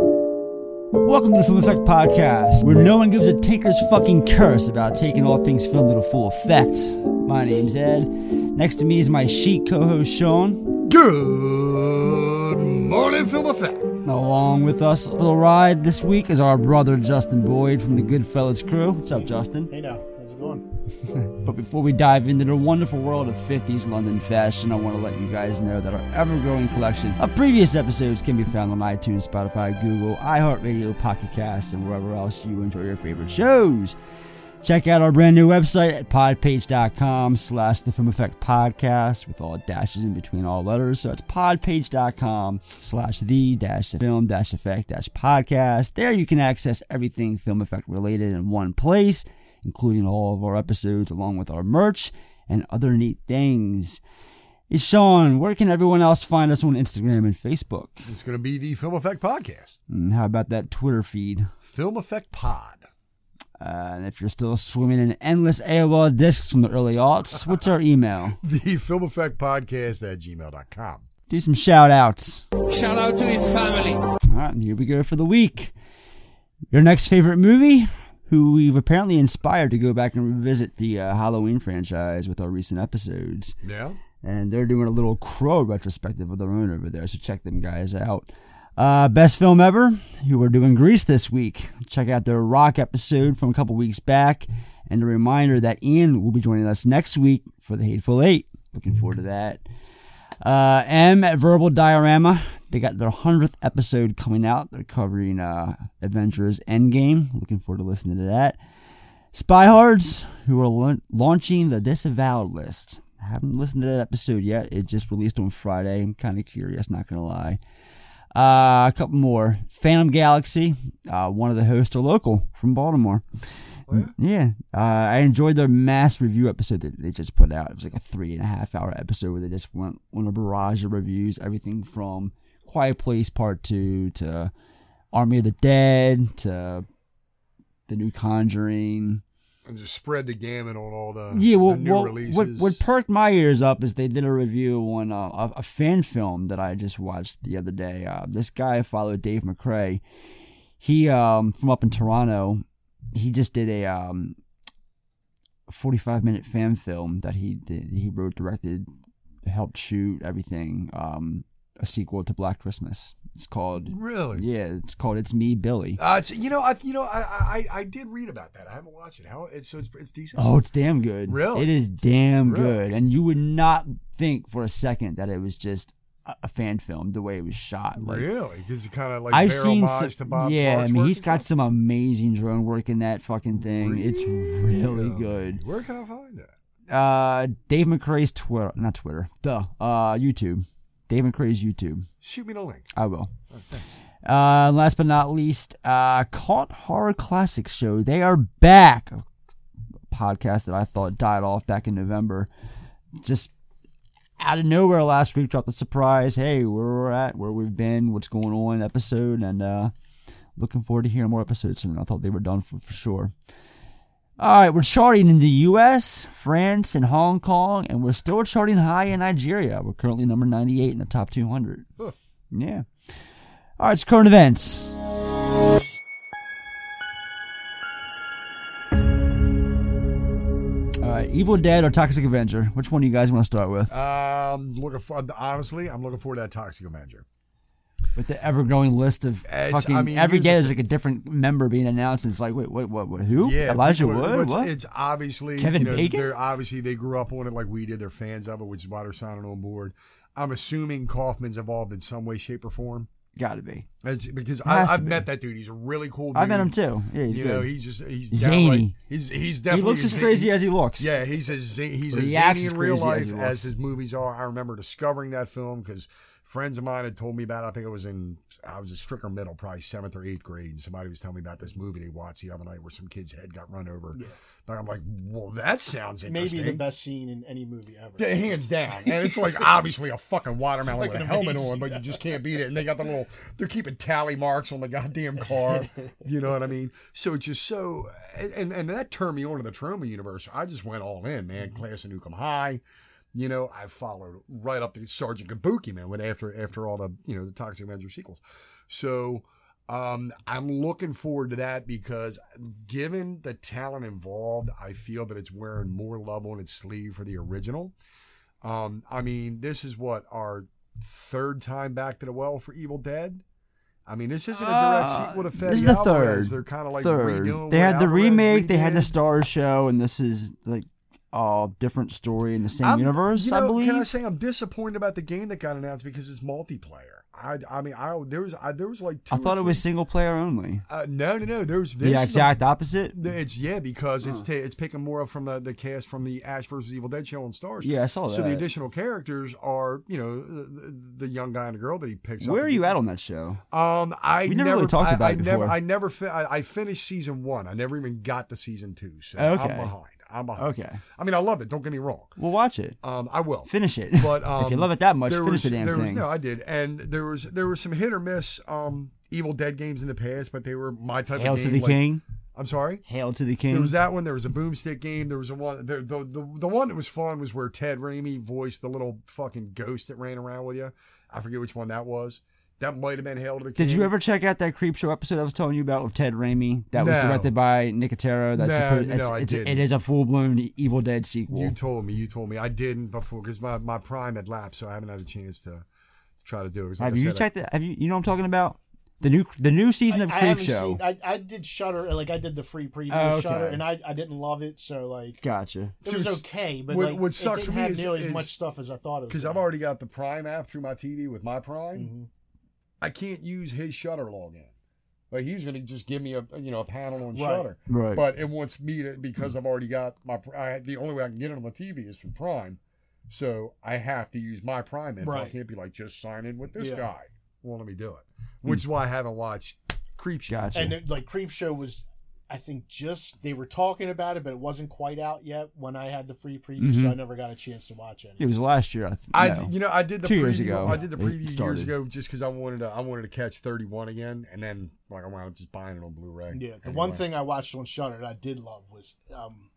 Welcome to the Film Effect Podcast, where no one gives a tinker's fucking curse about taking all things filmed into full effect. My name's Ed. Next to me is my chic co-host Sean. Good morning, Film Effect. Along with us for the ride this week is our brother Justin Boyd from the Goodfellas crew. What's up, Justin? Hey now, how's it going? But before we dive into the wonderful world of 50s London fashion, I want to let you guys know that our ever growing collection of previous episodes can be found on iTunes, Spotify, Google, iHeartRadio, Pocket Cast, and wherever else you enjoy your favorite shows. Check out our brand new website at podpage.com slash the film effect podcast with all dashes in between all letters. So it's podpage.com slash the dash film dash effect dash podcast. There you can access everything film effect related in one place, including all of our episodes along with our merch and other neat things. Hey, Sean, where can everyone else find us on Instagram and Facebook? It's going to be the Film Effect Podcast. And how about that Twitter feed? Film Effect Pod. Uh, and if you're still swimming in endless AOL discs from the early aughts, what's our email? The Film Effect Podcast at gmail.com. Do some shout outs. Shout out to his family. All right, and here we go for the week. Your next favorite movie, who we've apparently inspired to go back and revisit the uh, Halloween franchise with our recent episodes. Yeah. And they're doing a little Crow retrospective of their own over there, so check them guys out. Uh, best film ever, you were doing Grease this week. Check out their Rock episode from a couple weeks back. And a reminder that Ian will be joining us next week for The Hateful Eight. Looking forward to that. Uh, M at Verbal Diorama. They got their 100th episode coming out. They're covering uh, Avengers Endgame. Looking forward to listening to that. Spyhards, who are laun- launching the Disavowed list. I haven't listened to that episode yet. It just released on Friday. I'm kind of curious, not going to lie. Uh, a couple more. Phantom Galaxy, uh, one of the hosts are local from Baltimore. Yeah, uh, I enjoyed their mass review episode that they just put out. It was like a three and a half hour episode where they just went on a barrage of reviews, everything from Quiet Place Part Two to Army of the Dead to the New Conjuring. And just spread the gamut on all the, Uh, Yeah, well, the new well, releases. what what perked my ears up is they did a review on uh, a, a fan film that I just watched the other day. Uh, this guy I followed, Dave McRae. He um from up in Toronto, he just did a um forty five minute fan film that he did. He wrote, directed, helped shoot everything. Um, a sequel to Black Christmas. It's called really? yeah, it's called It's Me Billy. Uh, it's, you know, I you know, I, I I did read about that. I haven't watched it. How it's so it's, it's decent. Oh, it's damn good. Really? It is damn Really? good. And you would not think for a second that it was just a, a fan film the way it was shot. Like, really? Because it kind of like I've bear seen homage some- to Bob Yeah, I Clark's mean, work he's and got stuff? some amazing drone work in that fucking thing. It's really good. Where can I find that? Uh, Dave McRae's Twitter, not Twitter, the uh, YouTube. Dave McRae's YouTube. Shoot me the link. I will. Uh, last but not least, uh, Caught Horror Classic Show. They are back. A podcast that I thought died off back in November. Just out of nowhere last week dropped a surprise. Hey, where we're at, where we've been, what's going on episode. And uh, looking forward to hearing more episodes soon. I thought they were done for, for sure. All right, we're charting in the U.S., France, and Hong Kong, and we're still charting high in Nigeria. We're currently number 98 in the top 200. Yeah. All right, it's current events. All right, Evil Dead or Toxic Avenger? Which one do you guys want to start with? Um, looking for honestly, I'm looking forward to that Toxic Avenger. With the ever-growing list of It's- fucking I mean, every here's day the there's like a different member being announced. And it's like, wait, wait, what? what who? Elijah people are- Wood? It's, What? it's obviously Kevin you know, Bacon? They're obviously they grew up on it like we did. They're fans of it, which is why they're signing on board. I'm assuming Kaufman's involved in some way, shape, or form. Got to be. That's because Has I, to I've be. met that dude. He's a really cool dude. I met him too. Yeah, he's you know, good. he's just he's Zany. downright- He's he's he definitely looks a as zany- crazy as he looks. Yeah, he's as zany, he's as Reacts zany in as real crazy as life he as, looks. his movies are. I remember discovering that film because friends of mine had told me about. it. I think it was in I was in stricker middle, probably seventh or eighth grade, and somebody was telling me about this movie they watched the other night where some kid's head got run over. But I'm like, well, that sounds interesting. Maybe the best scene in any movie ever. Yeah, hands down. And it's like obviously a fucking watermelon It's with a fucking helmet amazing. on, but you just can't beat it. And they got the little, they're keeping tally marks on the goddamn car. You know what I mean? So it's just so, and and, and that turned me on to the trauma universe. I just went all in, Mm-hmm. man. Class of Newcomb High. You know, I followed right up to Sergeant Kabuki, man. With after after all the you know the Toxic Avenger sequels, so. Um, I'm looking forward to that because given the talent involved, I feel that it's wearing more love on its sleeve for the original. Um, I mean, this is what our third time back to the well for Evil Dead. I mean, this isn't a direct Uh, sequel to Fed this is the third. They're kind of like third. redoing. They what had the Alvarez remake. They had the redid. Star Show, and this is like a different story in the same I'm- universe. you I know, believe. Can I say I'm disappointed about the game that got announced because it's multiplayer. I, I mean, I there was I, there was like two I or thought it three- was single player only. uh, no no no. There's this The is a- exact opposite. It's yeah because it's ta it's picking more up from the, the cast from the Ash versus Evil Dead show on Stars. Yeah, I saw So the that. additional characters are you know the, the young guy and the girl that he picks up. Where are to you get- at on that show? Um, I We never never, really talked I, about I it never, before. I never, fin- I, I finished season one. I never even got to season two, so Okay. I'm behind. I'm behind. Okay. I mean, I love it. Don't get me wrong. Well, watch it. Um, I will Finish it. but um, if you love it that much, there finish was, the damn there thing. Was, no, I did, and there was there were some hit or miss um Evil Dead games in the past, but they were my type Hail of game. to the like- king. I'm sorry. Hail to the king. There was that one. There was a boomstick game. There was a one. There, the, the the one that was fun was where Ted Raimi voiced the little fucking ghost that ran around with you. I forget which one that was. That might have been Hail to the King. Did you ever check out that creep show episode I was telling you about with Ted Raimi? That was No. directed by Nicotero. That's No, a pretty, no, it's, I it's, didn't. it is a full blown Evil Dead sequel. You told me. You told me. I didn't before because my, my prime had lapsed, so I haven't had a chance to, to try to do it. 'Cause like have I you said, I- checked that? Have you? You know what I'm talking about? The new the new season of I, I Creep haven't Show. seen. I, I did Shutter. Like I did the free preview Oh, of Shutter, okay. and I, I didn't love it. So like Gotcha. it was Dude, okay, but what- like what it sucks didn't for me have is- nearly as is- much stuff as I thought it was. because Mm-hmm. I've already got the Prime app through my TV with my Prime. Mm-hmm. I can't use his Shutter login. Like he was going to just give me a you know a panel on Right. Shutter, Right. but it wants me to because I've already got my. Pr- I, the only way I can get it on the TV is from Prime, so I have to use my Prime info. I Right. can't be like just sign in with this Yeah. guy. Won't let me do it, which is why I haven't watched Creep Show. Hmm. Gotcha. and it, like Creep Show was, I think just they were talking about it, but it wasn't quite out yet when I had the free preview, Mm-hmm. so I never got a chance to watch it. it was last year. I, th- I no. you know I did the Two preview, years ago, I did the it preview started. years ago just because I wanted to I wanted to catch 31 again and then like I wound up just buying it on Blu-ray. Yeah, the Anyway. one thing I watched on Shutter that I did love was um,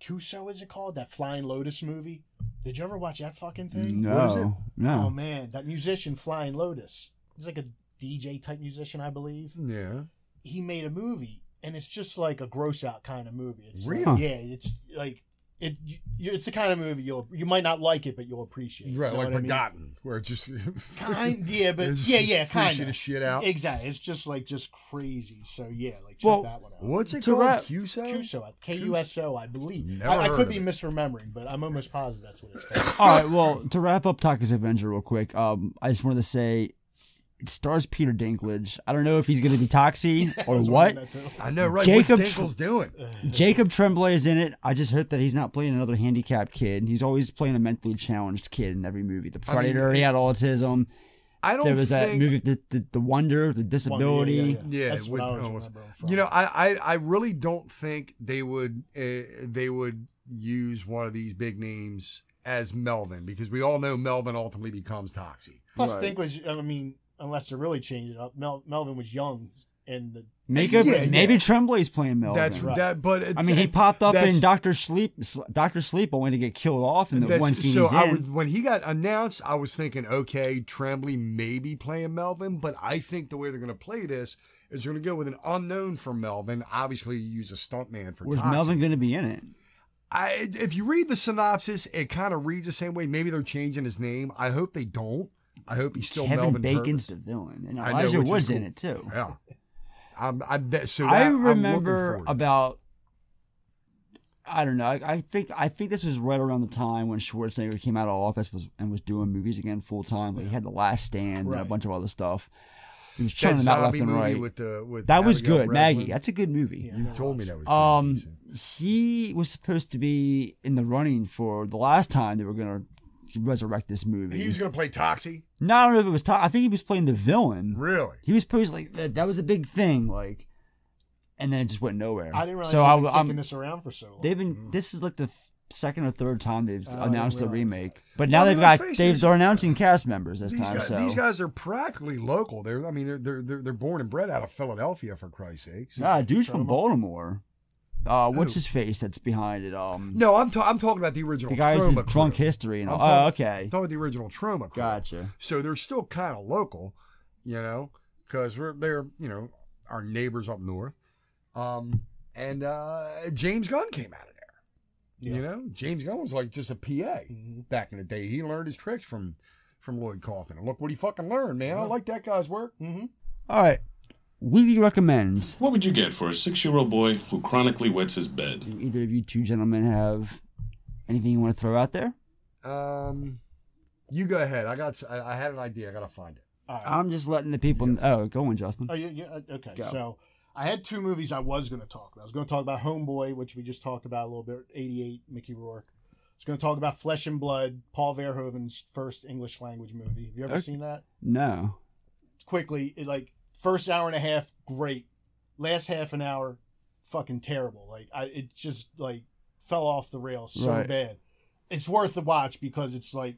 Cuso. Is it called that Flying Lotus movie? Did you ever watch that fucking thing? no, what is it? no. Oh man, that musician Flying Lotus. He's like a DJ type musician, I believe. Yeah. He made a movie, and it's just like a gross out kind of movie. It's Really? Like, yeah, it's like it. You, it's the kind of movie you'll you might not like it, but you'll appreciate. it. Right, You know like what I mean? Forgotten, where it just Kind, yeah, but It's yeah, just yeah, freaking kind of the shit out. Exactly, it's just like just crazy. So yeah, like check Well, that one out. What's it To called? wrap- Cuso? Cuso, K U S O, I believe. Never I, I heard could of be it. misremembering, but I'm almost positive that's what it's called. All right. Well, to wrap up Taka's Avenger real quick, um, I just wanted to say it stars Peter Dinklage. I don't know if he's going to be Toxie or what. I know, right? Jacob What's Dinkel's doing? Jacob Tremblay is in it. I just hope that he's not playing another handicapped kid. He's always playing a mentally challenged kid in every movie. The I mean, Predator, he had autism. I don't There was think that movie, the, the, the Wonder, the disability. Yeah, That's with- what I always oh, remember him from. You know, I, I, I really don't think they would uh, they would use one of these big names as Melvin because we all know Melvin ultimately becomes Toxie. Plus, Dinklage. I mean, unless they really change it up, Mel- Melvin was young, and the, Make up, Yeah, maybe yeah. Tremblay's playing Melvin. That's Right. that, but it's, I mean, he popped up that's- in Doctor Sleep. Doctor Sleep only to get killed off in the That's- one scene so he's in. I was, when he got announced, I was thinking, okay, Tremblay maybe playing Melvin, but I think the way they're going to play this is they're going to go with an unknown for Melvin. Obviously, you use a stuntman for Was Toxic. Melvin going to be in it? I, if you read the synopsis, it kind of reads the same way. Maybe they're changing his name. I hope they don't. I hope he's still Kevin Melvin. Bacon's Purvis. the villain, and I know, Elijah which is Wood's in cool. it too. Yeah. I'm, I, that, so that, I I'm looking remember forward to about. I don't know. I, I think I think this was right around the time when Schwarzenegger came out of office was and was doing movies again full time. Like he had The Last Stand and a Right. bunch of other stuff. He was That churning out left zombie and movie right. with the with that was Abigail good, Breslin. Maggie. That's a good movie. Yeah. You told me that was. Um, good. he was supposed to be in the running for the last time they were gonna resurrect this movie. he was going to play Toxie. no, I don't know if it was. Tom, I think he was playing the villain. Really? He was supposed like that. That was a big thing, like, and then it just went nowhere. I didn't realize so so I, been I'm- kicking this around for so long. They've been. This is like the f- second or third time they've Oh, I announced the didn't realize remake, but Well, now I they've mean, let's got face they've it, they're announcing cast members this These time. guys, so these guys are practically local. They're, I mean, they're, they're they're they're born and bred out of Philadelphia for Christ's sakes. nah, dude's Ah, from From- Baltimore. Uh, what's Who? his face that's behind it? Um, No, I'm ta- I'm talking about the original. the guy who's Troma drunk crew. history and I'm all. talking- oh, okay, I'm talking about the original Troma. Crew. gotcha. So they're still kind of local, you know, because we're they're you know our neighbors up north. Um, and uh, James Gunn came out of there. Yeah. You know, James Gunn was like just a PA Mhm. back in the day. He learned his tricks from from Lloyd Kaufman. And look what he fucking learned, man. I like that guy's work. Mm-hmm. All right, we recommend. What would you get for a six year old boy who chronically wets his bed? Do either of you two gentlemen have anything you want to throw out there? Um, you go ahead. I got. s- I, I had an idea. I gotta find it. All right. I'm just letting the people. kn- Oh, go on, Justin. Oh, yeah, yeah, uh, okay. Go. So I had two movies I was going to talk about. I was going to talk about Homeboy, which we just talked about a little bit, 88, Mickey Rourke. I was going to talk about Flesh and Blood, Paul Verhoeven's first English language movie. Have you ever Okay. seen that? No. Quickly, it, like, first hour and a half, great. Last half an hour, fucking terrible. Like, I, it just, like, fell off the rails so Right. bad. It's worth the watch because it's, like,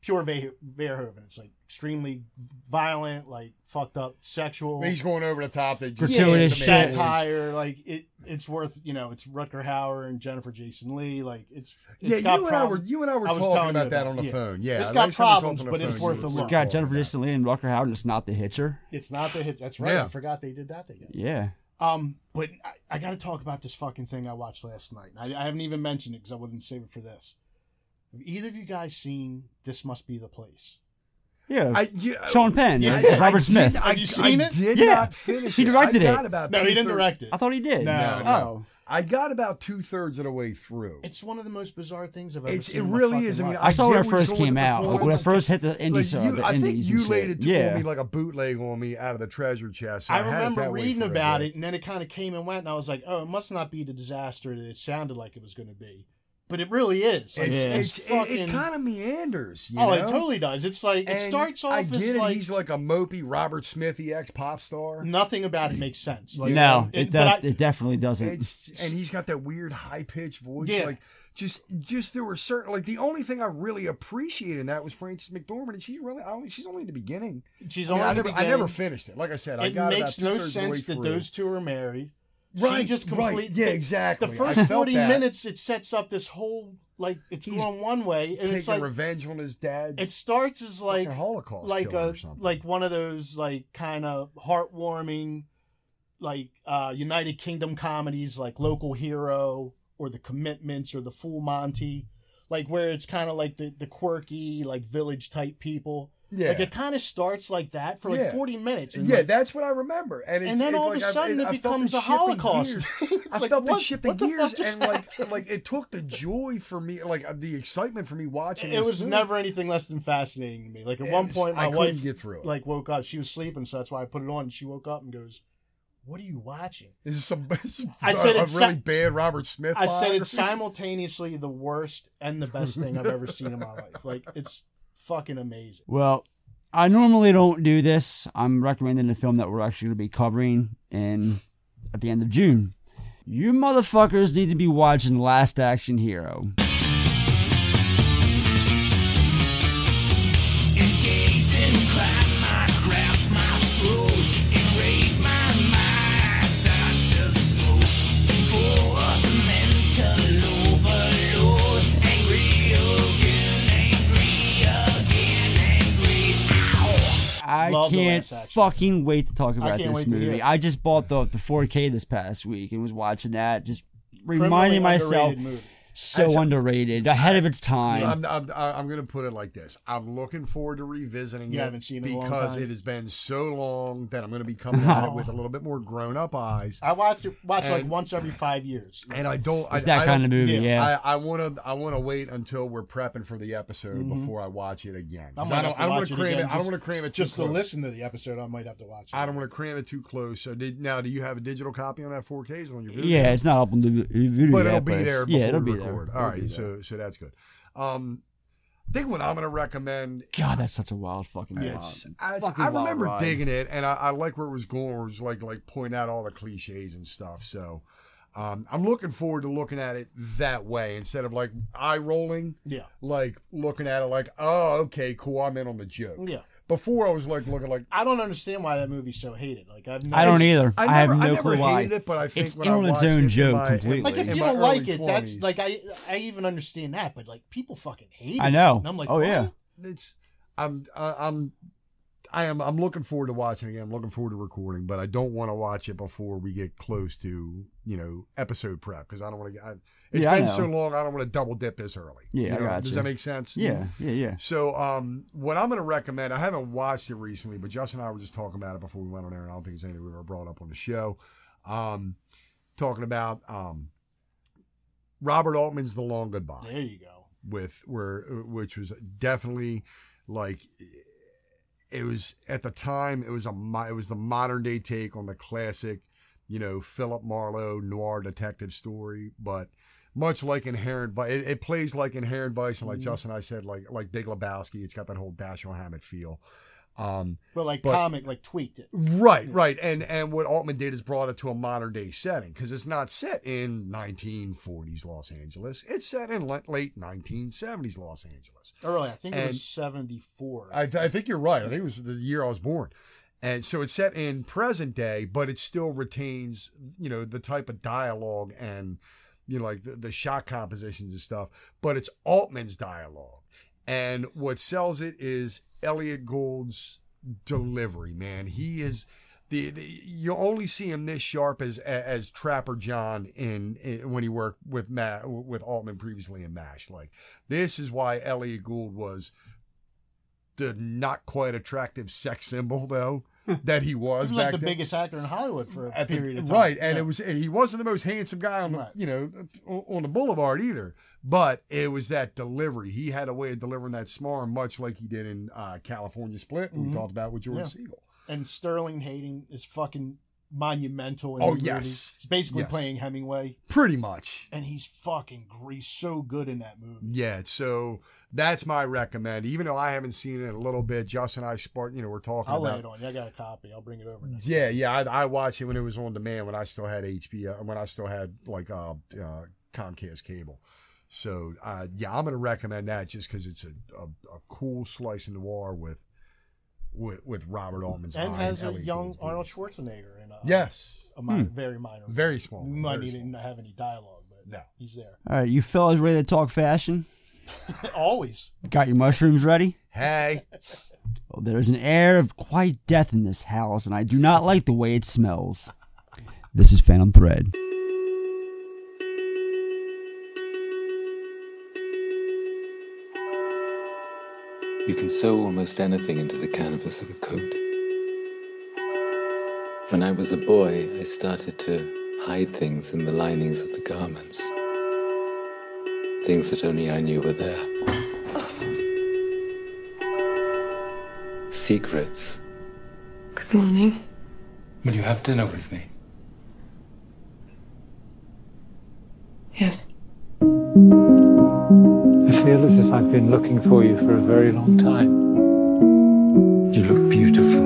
pure Ve- Verhoeven. It's, like, extremely violent, like, fucked up, sexual He's going over the top. They just Gratuitous just shit. amazing. satire. Like it, it's worth you know. It's Rutger Hauer and Jennifer Jason Lee. Like it's, it's Yeah, you got and I were problems. you and I were I was telling talking you about that about- on the yeah. phone. Yeah, It's the got last time we talked problems, on the but it's phone, worth you a were God, look. talking Jennifer about Jason Lee and Rucker Howard. It's not the hitcher. It's not the hit. That's right. Yeah. I forgot they did that. They did. Yeah. Um, but I, I got to talk about this fucking thing I watched last night. I, I haven't even mentioned it because I wouldn't save it for this. Have either of you guys seen This Must Be the Place? Yeah. I, yeah, Sean Penn. Yeah, it's I- Robert I Smith. Did, Have I, you seen I it? did Yeah. not finish He it. directed I got it. About No, he didn't two-thirds- direct it. I thought he did. No, no. Oh. I got about two thirds of the way through. It's one of the most bizarre things I've ever It's, seen. it in my really fucking is. I mean, life. I saw get when it what's first going with came the out, like when it performance. first hit the indie Like, song, you- the I think indies you and laid shit. it to yeah. me like a bootleg on me out of the treasure chest. had I, it remember that way reading for a about bit. it, and then it kind of came and went, and I was like, "Oh, it must not be the disaster that it sounded like it was going to be," but it really is. Like, It's, Yeah. it's, it- fucking. it kind of meanders. You oh, know? it totally does. It's like it And starts off I get as it. like He's like a mopey Robert Smithy ex pop star. nothing about it makes sense. Like, no, it, it, but I- def- it definitely doesn't. It's, and he's got that weird high pitched voice. Yeah. Like just just there were certain like the only thing I really appreciated in that was Frances McDormand, and she really I only, she's only in the beginning. she's I, mean, only I the never I beginning. never finished it. Like I said, I It got makes about no two-thirds of the way sense that through. those two are married. right she just right. complete yeah the- exactly. The I first felt forty that. minutes, it sets up this whole like it's He's going one way, and taking it's like revenge on his dad's it starts as like fucking Holocaust like killer a or something. like one of those like kind of heartwarming like uh united kingdom comedies like local hero or the commitments or the full monty like where it's kind of like the, the quirky like village type people yeah. like it kind of starts like that for like Yeah. 40 minutes and yeah, like, that's what I remember, and, it's, and then it's all like of a I- sudden I it felt the becomes a shifting Holocaust. gears. It's I like, felt the what- shipping what the fuck gears, just and like, happened? like it took the joy for me, like uh, the excitement for me watching. it this was movie. never anything less than fascinating to me. Like at It one was- point, I my couldn't wife get through it. like woke up. She was sleeping, so that's why I put it on. And she woke up and goes, "What are you watching?" This is some, this is I a- said a it's si- really bad Robert Smith. I said it's biography. simultaneously the worst and the best thing I've ever seen in my life. Like it's fucking amazing. Well, I normally don't do this. I'm recommending a film that we're actually going to be covering in at the end of June. You motherfuckers need to be watching Last Action Hero. I Love the can't Last Action. fucking wait to talk about can't this wait to hear movie. it. I just bought the the 4K this past week and was watching that, just reminding Criminally myself underrated movie. so That's- underrated, ahead of its time. I'm, I'm, I'm going to put it like this. I'm looking forward to revisiting You it haven't seen it in a long because time. it has been so long that I'm going to be coming at it with a little bit more grown up eyes. I watched it watch like And- once every five years. And I don't. it's I, that I kind don't- of movie, yeah, yeah. I, I want to. I want to wait until we're prepping for the episode before I watch it again. 'Cause Mm-hmm. might I have don't. to I don't watch want to it cram again it. I don't just- want to cram it too Just to close. listen to the episode, I might have to watch it. I don't want to cram it too close. So did now? Do you have a digital copy on that 4Ks on your video? yeah, it's not up on the video but yet, it'll be but there it's- before yeah, it'll we be there. record. All It'll be right, there. so so that's good. Um, I think what I'm going to recommend God, that's such a wild fucking. It's, wild- I, it's- fucking I wild remember ride. digging it, and I, I like where it was going. Where it was like like point out all the cliches and stuff. So um, I'm looking forward to looking at it that way instead of like eye rolling, Yeah, like looking at it like, oh, okay, cool, I'm in on the joke. yeah. Before I was like looking like I don't understand why that movie's so hated. Like I've never, I don't either. I, have never- no never clue why. hated it, but I think It's when in I on its watched own it in joke my- completely. in Like if my you don't early like it, that's 20s, like I I even understand that, but like people fucking hate it. I know. And I'm like, oh yeah, why? it's I'm I- I'm I am I'm looking forward to watching it. I'm looking forward to recording, but I don't want to watch it before we get close to you know episode prep because I don't want to. I- It's Yeah, I been know. so long. I don't want to double dip this early. Yeah, You I know, got does you. that make sense? yeah, yeah, yeah. So, um, what I'm going to recommend, I haven't watched it recently, but Justin and I were just talking about it before we went on air, and I don't think it's anything we ever brought up on the show. Um, talking about um, Robert Altman's "The Long Goodbye." There you go. with where which was definitely like it was at the time it was a mo- it was the modern day take on the classic you know Philip Marlowe noir detective story but much like Inherent Vice it, it plays like Inherent Vice and like Justin and I said like like Big Lebowski it's got that whole Dashiell Hammett feel um But like But- comic, like tweaked it. Right, right, and and what Altman did is brought it to a modern day setting because it's not set in 1940s Los Angeles; it's set in le- late 1970s Los Angeles. Or really, I think it And- was seventy four. I, I think you're right. I think it was the year I was born, and so it's set in present day, but it still retains you know the type of dialogue and you know like the, the shot compositions and stuff. But it's Altman's dialogue, and what sells it is Elliot Gould's delivery. Man, he is. The, the, you only see him this sharp as as Trapper John in, in when he worked with Matt with Altman previously in Mash. Like this is why Elliot Gould was the not quite attractive sex symbol though that he He was, was like back the then. biggest actor in Hollywood for a At the- period of time. right, and Yeah. it was and he wasn't the most handsome guy on the Right. you know on on the boulevard either, but it was that delivery. He had a way of delivering that smarm, much like he did in uh, California Split. We talked about with George Mm-hmm. Yeah. Siegel. and Sterling Hayden is fucking monumental. In Oh, the movie. yes. he's basically Yes. playing Hemingway, pretty much. and he's fucking greased so good in that movie. Yeah, so that's my recommend. Even though I haven't seen it in a little bit, Justin and I spark, you know, we're talking I'll lay about it on you. I got a copy. I'll bring it over. Next. Yeah, yeah. I, I watched it when it was on demand when I still had HBO when I still had like uh, uh Comcast cable. So uh, yeah, I'm gonna recommend that just because it's a, a, a cool slice of noir with with, with Robert Altman's And eye has a Elliot young Gould's voice. Arnold Schwarzenegger in a, Yes, Hmm. a minor, very minor. very small. might very even small. not have any dialogue, but No. he's there All right, you fellas ready to talk fashion? always. Got your mushrooms ready? Hey, Well, there is an air of quiet death in this house, and I do not like the way it smells. This is Phantom Thread. You can sew almost anything into the canvas of a coat. When I was a boy, I started to hide things in the linings of the garments. Things that only I knew were there. Secrets. Good morning. Will you have dinner with me? Yes. I feel as if I've been looking for you for a very long time. You look beautiful.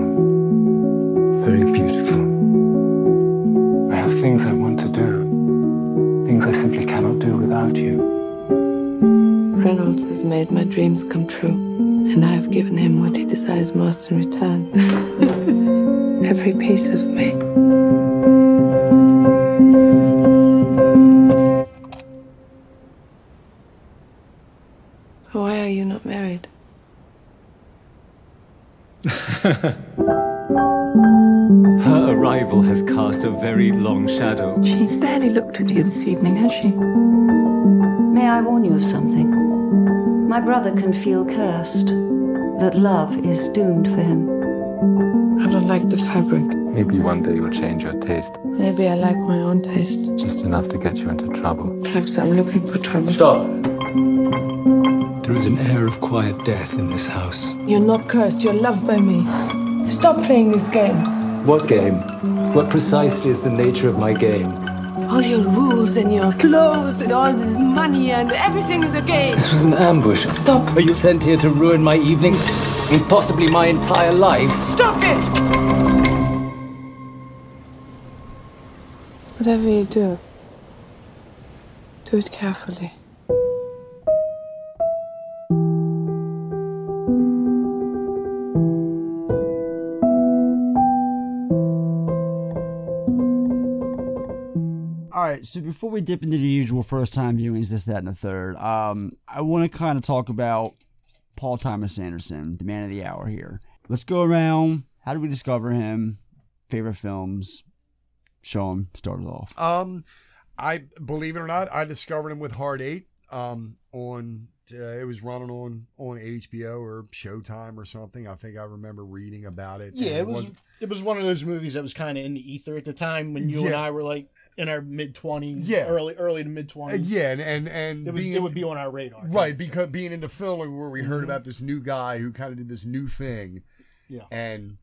Very beautiful. I have things I want to do. Things I simply cannot do without you. Reynolds has made my dreams come true, and I have given him what he desires most in return. Every piece of me. So why are you not married? Her arrival has cast a very long shadow. She's barely looked at you this evening, has she? May I warn you of something? My brother can feel cursed, that love is doomed for him. I don't like the fabric. Maybe one day you'll change your taste, Maybe I like my own taste. just enough to get you into trouble. Perhaps I'm looking for trouble. There is an air of quiet death in this house. You're not cursed. You're loved by me. Stop playing this game. What game? What precisely is the nature of my game? All your rules and your clothes and all this money and everything is a game. This was an ambush. Stop. Are you sent here to ruin my evening? And possibly my entire life? Stop it! Whatever you do, do it carefully. All right, so before we dip into the usual first time viewings, this, that, and the third, um, I want to kind of talk about Paul Thomas Anderson, the man of the hour here. Let's go around. How did we discover him? Favorite films? Sean, start it off. Uh, Um, I believe it or not, I discovered him with Hard Eight. Um, on uh, it was running on on HBO or Showtime or something. I think I remember reading about it. Yeah, and it was wasn't- it was one of those movies that was kind of in the ether at the time when you and Yeah. I were like in our mid twenties, Yeah. early early to mid Uh, twenties. yeah, and and, and it, was, being- it would be on our radar, right because being into film where we Mm-hmm. heard about this new guy who kind of did this new thing Yeah. and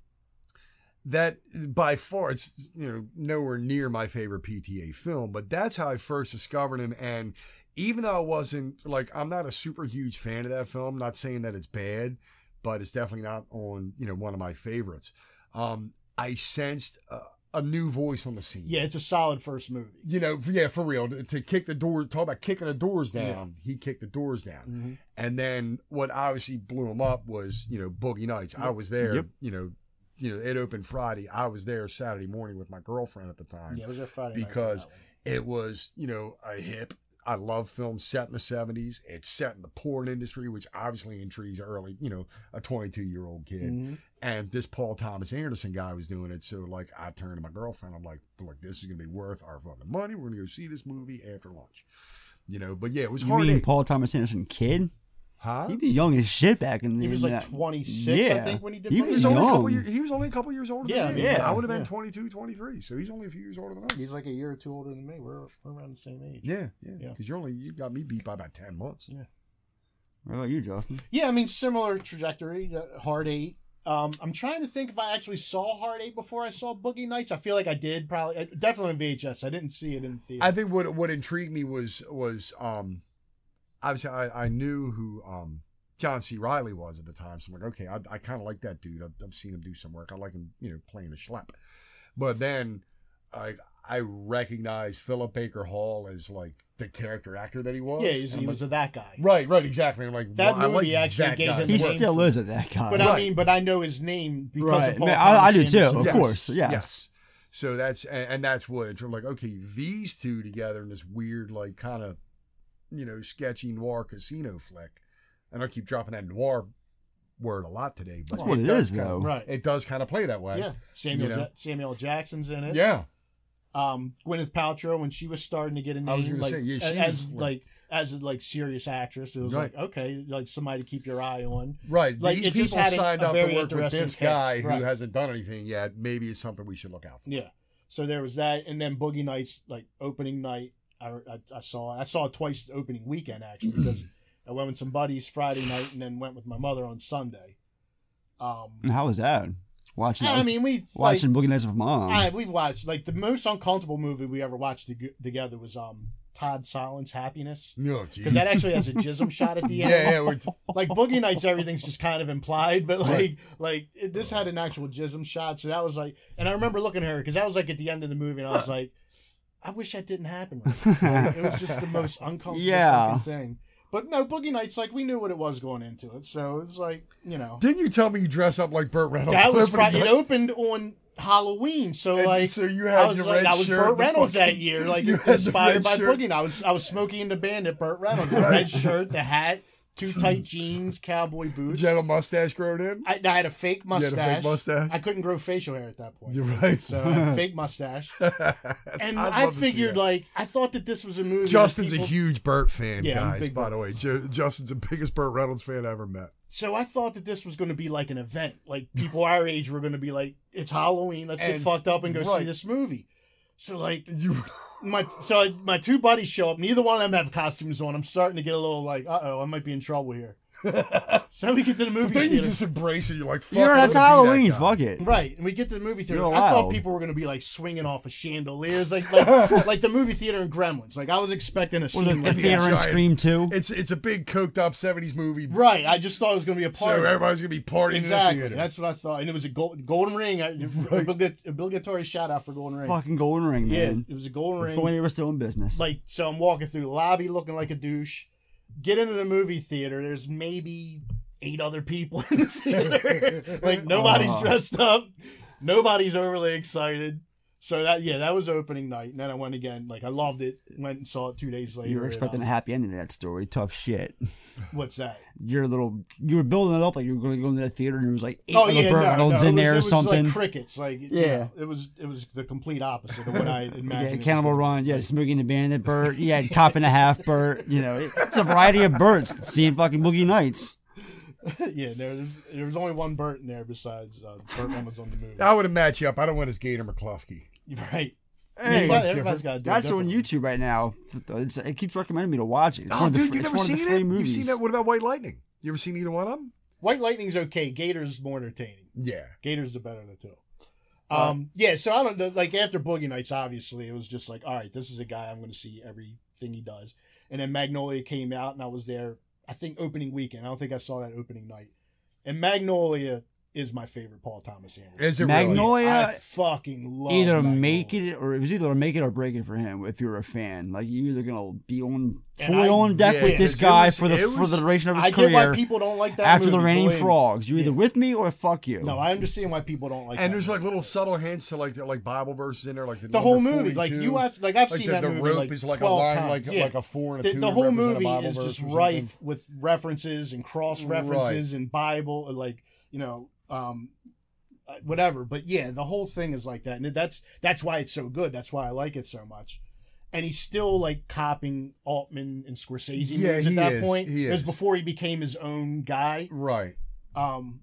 that by far it's you know nowhere near my favorite pta film but that's how i first discovered him and even though i wasn't like i'm not a super huge fan of that film not saying that it's bad but it's definitely not on you know one of my favorites um i sensed a, a new voice on the scene Yeah, it's a solid first movie. you know, yeah, for real. To, to kick the doors, talk about kicking the doors down. He kicked the doors down, Mm-hmm. and then what obviously blew him up was you know Boogie Nights. I was there. Yep. You know, you know it opened Friday. I was there Saturday morning with my girlfriend at the time Yeah, it was a Friday night for because that one. it was you know a hip. I love films set in the seventies. It's set in the porn industry, which obviously intrigues early you know a twenty two year old kid. Mm-hmm. And this Paul Thomas Anderson guy was doing it. So like I turned to my girlfriend. I'm like, look, this is gonna be worth our fucking money. We're gonna go see this movie after lunch. You know, but yeah, it was You hard. mean Paul Thomas Anderson, kid? huh? He was young as shit back in the He was like that- 26, I think, when he did He Boogie was He's only a couple young. years, he was only a couple years older Yeah, than me. yeah, I would have been yeah. twenty two, twenty three. 22, 23. So he's only a few years older than I. He's like a year or two older than me. We're, we're around the same age. Yeah, yeah. Because Yeah. you're only you got me beat by about ten months. What about you, Justin? Yeah, I mean, similar trajectory. uh, Hard Eight. Um, I'm trying to think if I actually saw Hard Eight before I saw Boogie Nights. I feel like I did probably, I- definitely on VHS. I didn't see it in theater. I think what what intrigued me was was um, obviously I, I knew who um John C. Riley was at the time, so I'm like, okay, I, I kind of like that dude. I've, I've seen him do some work. I like him, you know, playing a schlep. But then, like, I recognized Philip Baker Hall as like the character actor that he was. yeah, he was, And he I'm was like, a that guy. right, right, exactly. I'm like That wow, I like movie actually that gave guy's him He He work. worked still for- is at that guy. But I Right. mean, but I know his name because Right. of Paul No, I- I do Thomas too, Anderson. of Yes, course, yes. So that's and, and that's what it's like. Okay, these two together in this weird, like, kind of, you know, sketchy noir casino flick. And I keep dropping that noir word a lot today, but That's what it does is, kinda- though. Right. It does kind of play that way. Yeah. Samuel You know? Ja- Samuel Jackson's in it. Yeah. Um, Gwyneth Paltrow when she was starting to get a name I was gonna like say, yeah, she as was- like as a like serious actress. It was Right. like okay, like somebody to keep your eye on. Right. Like, These it just people had a- signed a up to very work with interesting this cast, guy right. who hasn't done anything yet. Maybe it's something we should look out for. Yeah. So there was that, and then Boogie Nights like opening night. I, I, I saw I saw it twice opening weekend actually because I went with some buddies Friday night and then went with my mother on Sunday. Um, And How was that? Watching. I mean we like, watching Boogie Nights with Mom. I, we've watched like the most uncomfortable movie we ever watched to- together was um Todd Solondz Happiness No, because that actually has a jism shot at the yeah, end. yeah. we're- Like Boogie Nights, everything's just kind of implied, but like like it, this had an actual jism shot, so that was like, and I remember looking at her because that was like at the end of the movie, and I was like, I wish that didn't happen. like that. Like, it was just the most uncomfortable Yeah. fucking thing. But no, Boogie Nights, like we knew what it was going into it, so it's like you know Didn't you tell me you dress up like Burt Reynolds? that was opening Friday. It night? opened on Halloween, so And like, so you I had was your like, red I was shirt Burt and the Reynolds that fucking- year, like you had the inspired red by shirt. Boogie. Nights. I was I was Smokey and the Bandit, Burt Reynolds, the red shirt, the hat, Two tight jeans, cowboy Did boots. you have a mustache growing in? I, I had a fake had a mustache. fake mustache? I couldn't grow facial hair at that point. You're right. So I had a fake mustache. and I'd I love to see figured, that. like, I thought that this was a movie. that Justin's a people- huge Burt fan, Yeah, I'm a guys. big By Burt the way, Ju- Justin's the biggest Burt Reynolds fan I ever met. So I thought that this was going to be like an event. Like people our age were going to be like, "It's Halloween. Let's get And- fucked up and go see right. this movie." So like You, my so I- my two buddies show up. Neither one of them have costumes on. I'm starting to get a little like, "Uh oh, I might be in trouble here." so we get to the movie then you theater. just embrace it. You're like, fuck. You're I'm that's gonna be that Halloween. guy. Fuck it. Right, and we get to the movie theater. You're I thought allowed. people were going to be like swinging off of chandeliers, like like, like the movie theater in Gremlins. Like I was expecting a Or scene the, the like that. theater in giant- Scream Two. It's it's a big coked up '70s movie, Right, I just thought it was going to be a so party. everybody's gonna be partying in the Exactly. theater. That's what I thought. And it was a gold, golden ring. I, obligat- Obligatory shout out for golden ring. Fucking Golden Ring, yeah, man. it was a golden If only ring. they were still in business. Like so, I'm walking through the lobby looking like a douche. Get into the movie theater. There's maybe eight other people in the theater. like nobody's Aw. dressed up. Nobody's overly excited. So that yeah, that was opening night, and then I went again. Like I loved it. Went and saw it two days later. you were expecting a and, happy ending to that story. Tough shit. um, what's that? Your little, you were building it up like you were going to go into that theater, and there was like eight Oh little yeah, Burt no, no, Reynolds it in was, there it or was something. Like crickets, like yeah, Yeah. it was it was the complete opposite of what I imagined. it yeah, was gonna Cannibal be. Run. You had Smokey and the Bandit Burt. You had Cop and a Half Burt. You know, it's a variety of Burts. Seeing fucking Boogie Nights. yeah, there was, there was only one Burt in there besides uh, Burt Reynolds on the movie. I would have matched you up. I don't want his Gator McCluskey. right. Hey, Everybody- everybody's got to do it that's on differently. Oh, YouTube right now. It's, it keeps recommending me to watch it. It's one of the fr- it's one of the free You've movies. seen that? What about White Lightning? You ever seen either one of them? White Lightning's okay. Gator's more entertaining. Yeah. Gator's the better of the two. Um, yeah, so I don't know. Like after Boogie Nights, obviously, it was just like, all right, this is a guy I'm going to see everything he does. And then Magnolia came out, and I was there. I think opening weekend. I don't think I saw that opening night. And Magnolia is my favorite Paul Thomas Anderson. Is it really? Magnolia. I fucking love either Magnolia. make it or it was either make it or break it for him if you're a fan. Like you're either gonna be on And fully I- on deck yeah, with this it guy was- for the it for the was- duration of his I career. get why people don't like that after movie, the reigning believe me. frogs, you're either Yeah. with me or fuck you. No, I understand why people don't like. that And there's like movie. little subtle hints to like the, like Bible verses in there, like the, the whole number movie. Like 42. you watch, like I've Like seen the- that the movie rope like is like a 12 line, times. like- yeah. like a four and a the, two The to whole represent a movie Bible is verse just or something. rife with references and cross references and Bible, uh, like you know, um, uh, whatever. But yeah, the whole thing is like that, and that's that's why it's so good. That's why I like it so much. And he's still like copying Altman and Scorsese Yeah, movies at he that is. point. He It was is. before he became his own guy. right. Um,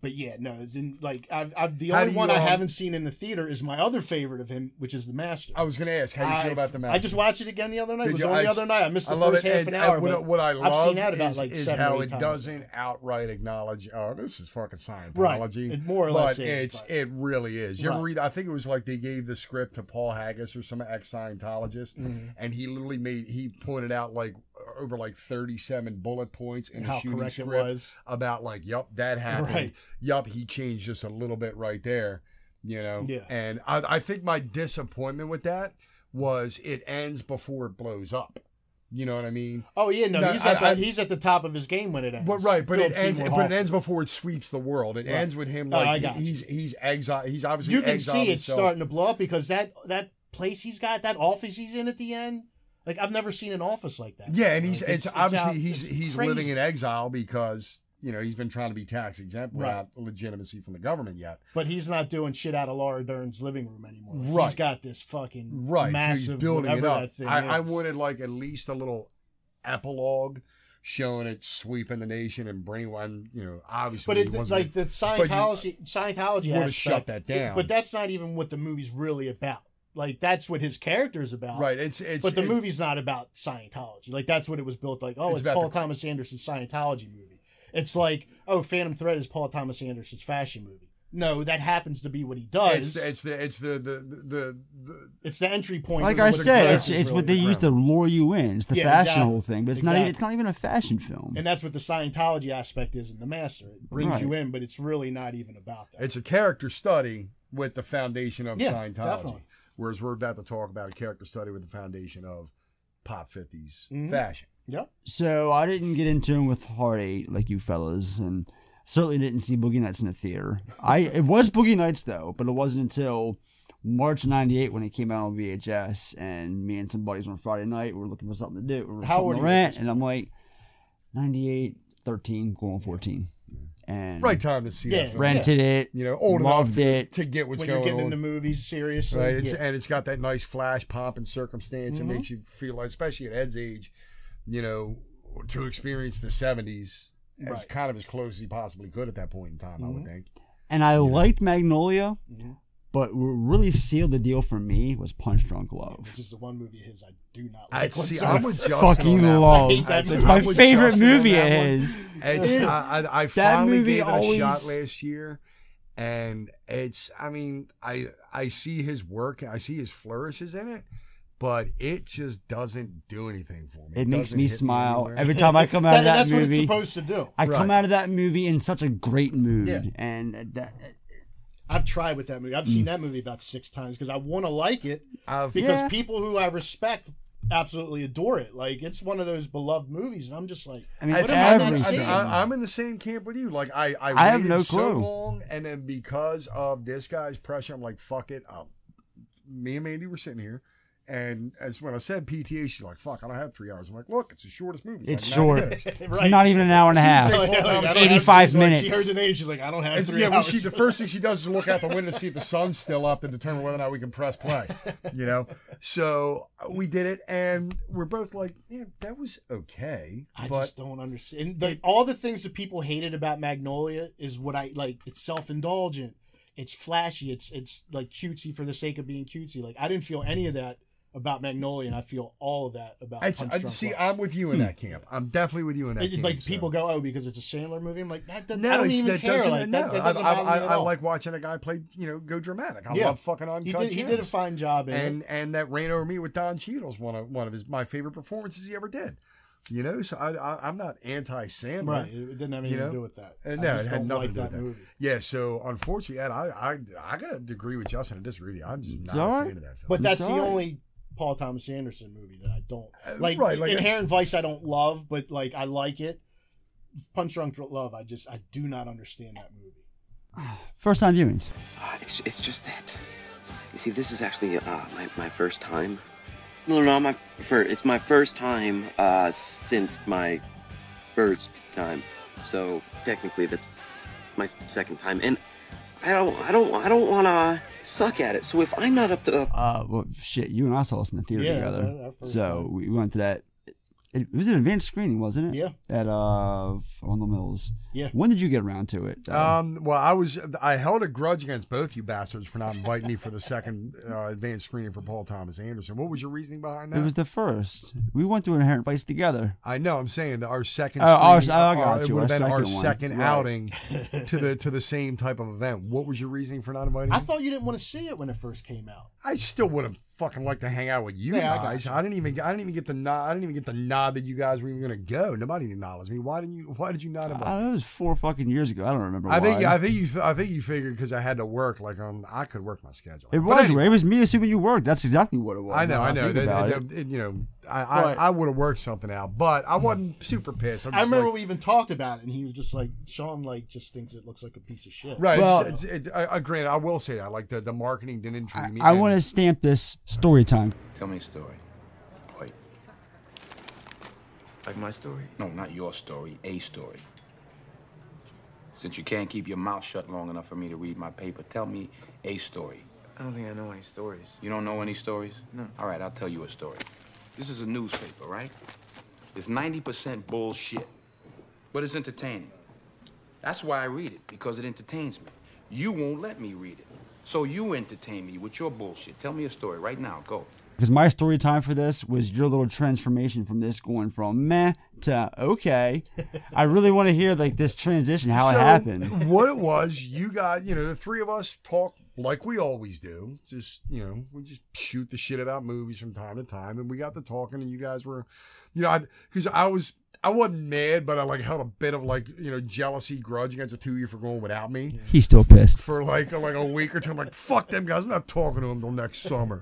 but yeah, no, then like I've, I've the How only do you, one I um, haven't seen in the theater is my other favorite of him, which is The Master. I was gonna ask Oh, how you feel about the match. I just watched it again the other night. Did it was you- on the I- other night. I missed the love first it. half And- an and hour. What, but what I love have seen that about is, like is seven how or eight it times. doesn't outright acknowledge. Oh, this is fucking Scientology. It more or less but is, it's but- it really is. You ever Right. read? I think it was like they gave the script to Paul Haggis or some ex Scientologist, Mm-hmm. and he literally made he pointed out like over like thirty seven bullet points in And a how shooting correct it script was. about like, yup, that happened. Right. Yup, he changed just a little bit right there. You know? Yeah. And I, I think my disappointment with that was it ends before it blows up. You know what I mean? Oh yeah, no, No, he's I- at the, I- he's at the top of his game when it ends. But right, but Philip it ends. Seymour But it Hoffman. ends before it sweeps the world. It ends with him Oh, I like got you. he's he's exile. He's obviously You can exiled see it's himself. starting to blow up because that that place he's got, that office he's in at the end. Like I've never seen an office like that. Yeah, and he's Like, it's, obviously out- he's it's he's crazy. living in exile because you know he's been trying to be tax exempt Right. without legitimacy from the government yet. But he's not doing shit out of Laura Dern's living room anymore. He's Right. got this fucking right massive so he's building it whatever up that thing I, I is. wanted like at least a little epilogue showing it sweeping the nation and bringing one you know obviously But it, he wasn't- like the Scientology, Scientology would've aspect, shut that down. But that's not even what the movie's really about. Like that's what his character is about. right it's it's but the it's- movie's not about Scientology. Like that's what it was built like. Oh, It's it's, about Paul the- Thomas Anderson's Scientology movie. It's like oh, Phantom Thread is Paul Thomas Anderson's fashion movie. No, that happens to be what he does. it's, it's the it's the the the, the It's the entry point. like for I what the said, it's character's it's really what they about. use to lure you in. It's the Yeah, fashion exactly. whole thing, but it's not even it's not even a fashion film. and that's what the Scientology aspect is in the Master. It brings Right. you in, but it's really not even about that. it's a character study with the foundation of Yeah, Scientology definitely. whereas we're about to talk about a character study with the foundation of pop 50s Mm-hmm. fashion yep. so I didn't get in tune with Heart Eight like you fellas, and certainly didn't see Boogie Nights in the theater. I it was Boogie Nights though, but it wasn't until March '98 when it came out on VHS, and me and some buddies on Friday night were looking for something to do. We were How something old to were you at rent, this and I'm like, 98, 13, going 14. And Right time to see that Yeah. film. rented it. You know, old loved enough to, it. to get what's when you're going getting on. into movies seriously. Right, it's, and it's got that nice flash, pomp, and circumstance. It makes you feel, like, especially at Ed's age, you know, to experience the '70s as Right. kind of as close as he possibly could at that point in time. I would think. and I liked Magnolia, Mm-hmm. but what really sealed the deal for me was Punch Drunk Love. Which is the one movie of his I do not I like. see. whatsoever. I'm with Justin on Fucking that love. I- that's- It's I my would favorite Justin on movie eh? of that one. his. It's, I, I, I finally movie gave it a shot always- last year, and it's. I mean, I I see his work, I see his flourishes in it, but it just doesn't do anything for me. It makes doesn't me hit smile anywhere. every time I come out That- of that that's what it's movie. supposed to do. I come Right. out of that movie in such a great mood, Yeah. and that, I've tried with that movie. I've seen that movie about six times because I want to like it I've- because Yeah. people who I respect absolutely adore it. Like it's one of those beloved movies, and I'm just like, I mean, what it's am I not everything. seeing? I, am in the same camp with you. Like I, I, I have waited no so clue. long, and then because of this guy's pressure, I'm like, fuck it. Um, me and Mandy were sitting here, and as when I said PTA, she's like, fuck, I don't have three hours. I'm like, look, it's the shortest movie. it's like short. 90 minutes. It's not even an hour and a half. like, Yeah, like, I don't have- 85 she's like- minutes. She heard the name. She's like, I don't have It's- three yeah, well, hours. she the first thing she does is look out the window to see if the sun's still up to determine whether or not we can press play. You know, so we did it, and we're both like, yeah, that was okay, I but just don't understand. And the, all the things that people hated about Magnolia is what I like. It's self indulgent. It's flashy. It's it's like cutesy for the sake of being cutesy. Like I didn't feel any of that about Magnolia, and I feel all of that about. I, Punch I- Drunk uh, see. Love. I'm with you in that camp. I'm definitely with you in that. It- camp, like so. people go, oh, because it's a Sandler movie. I'm like, that, that, No, I don't it's- even that care. doesn't. Like, no, that, that I, doesn't I, bother me I, at I all. like watching a guy play. You know, go dramatic. I love fucking uncut He did, he did a gems. fine job in and it. and that rain over me with Don Cheadle's one of one of his my favorite performances he ever did. You know, so I, I I'm not anti Sandler. Right, it it didn't have anything know? to do with that. Uh, I no, it just had don't nothing like to do that with that. movie. Yeah, so unfortunately, Ed, I I, I gotta agree with Justin and disagree with you. I'm just not a all right. fan of that film. But that's the Right. only Paul Thomas Anderson movie that I don't like. Uh, right, like- Inherent Vice, I don't love, but like I like it. Punch Drunk Love, I just I do not understand that movie. First time viewings. It's, it's just that. You see, this is actually uh, my, my first time. No, no, my fir- it's my first time uh, since my first time. So technically, that's my second time, and I don't, I don't, I don't want to suck at it. So if I'm not up to Uh, well, shit, you and I saw this in the theater Yeah, it was our- together. our first So we went to that. It, it was an advanced screening, wasn't it? Yeah. At uh, Arundel Mills. Yeah. When did you get around to it? um, well, I was I held a grudge against both you bastards for not inviting me for the second uh, advanced screening for Paul Thomas Anderson. What was your reasoning behind that? Uh, it was the first. We went through Inherent Vice together. I know. I'm saying that our second, Oh, our- screening- oh, I got it you, would have our been our second one. second Right. outing to the to the same type of event. What was your reasoning for not inviting? I me? thought you didn't want to see it when it first came out. I still would have fucking liked to hang out with you Yeah, I got guys. I, didn't even I didn't even get the nod. I didn't even get the nod that you guys were even gonna go. Nobody acknowledged me. Why didn't you? Why did you not I invite? don't me? know, it was four fucking years ago. I don't remember. I think why. I think you I think you figured because I had to work. Like on I could work my schedule. It But was. anyway, it was me assuming you worked. That's exactly what it was. I know. now I know. think That, about that- it. that- you know. I I, But- I would have worked something out, but I wasn't super pissed. I'm I just remember like- we even talked about it, and he was just like, Sean, like, just thinks it looks like a piece of shit. Right. Well- it's, it's, it, I, I, granted, I will say that. Like the, the marketing didn't intrigue me. I and- want to stamp this story time. Tell me a story. Wait. like my story. No, not your story, a story. Since you can't keep your mouth shut long enough for me to read my paper, tell me a story. I don't think I know any stories. You don't know any stories? No. All right, I'll tell you a story. This is a newspaper, right? It's 90% bullshit, but it's entertaining. That's why I read it, because it entertains me. You won't let me read it. So you entertain me with your bullshit. Tell me a story right now. Go. Because my story time for this was your little transformation from this going from meh to okay. I really want to hear like this transition, how it So, happened. What it was, you got, you know, the three of us talk like we always do. Just, you know, we just shoot the shit about movies from time to time. And we got to talking, and you guys were, you know, because I, was, I wasn't mad, but I like held a bit of like, you know, jealousy grudge against the two of you for going without me He's still pissed. for like like a week or two. I'm like, fuck them guys. I'm not talking to them till next summer.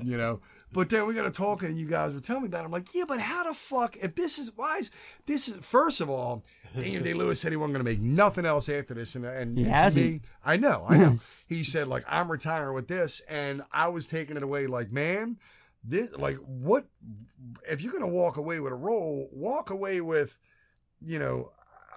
You know, but then we got to talking, and you guys were telling me about. It. I'm like, yeah, but how the fuck? If this is why is this is first of all, Daniel Day Lewis said he wasn't going to make nothing else after this, and and He to hasn't. me, I know, I know. he said like I'm retiring with this, and I was taking it away. Like man, this like what? If you're going to walk away with a role, walk away with you know,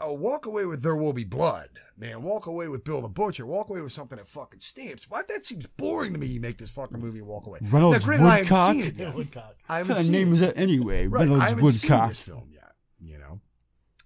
uh, walk away with There Will Be Blood, man. Walk away with Bill the Butcher. Walk away with something that fucking stamps. Why that seems boring to me. You make this fucking movie and walk away. Reynolds granted, I Woodcock? haven't seen it Yeah, yet. Woodcock. What I haven't kind of seen name it. is that anyway? Right, I Reynolds haven't seen Woodcock. this film yet. You know,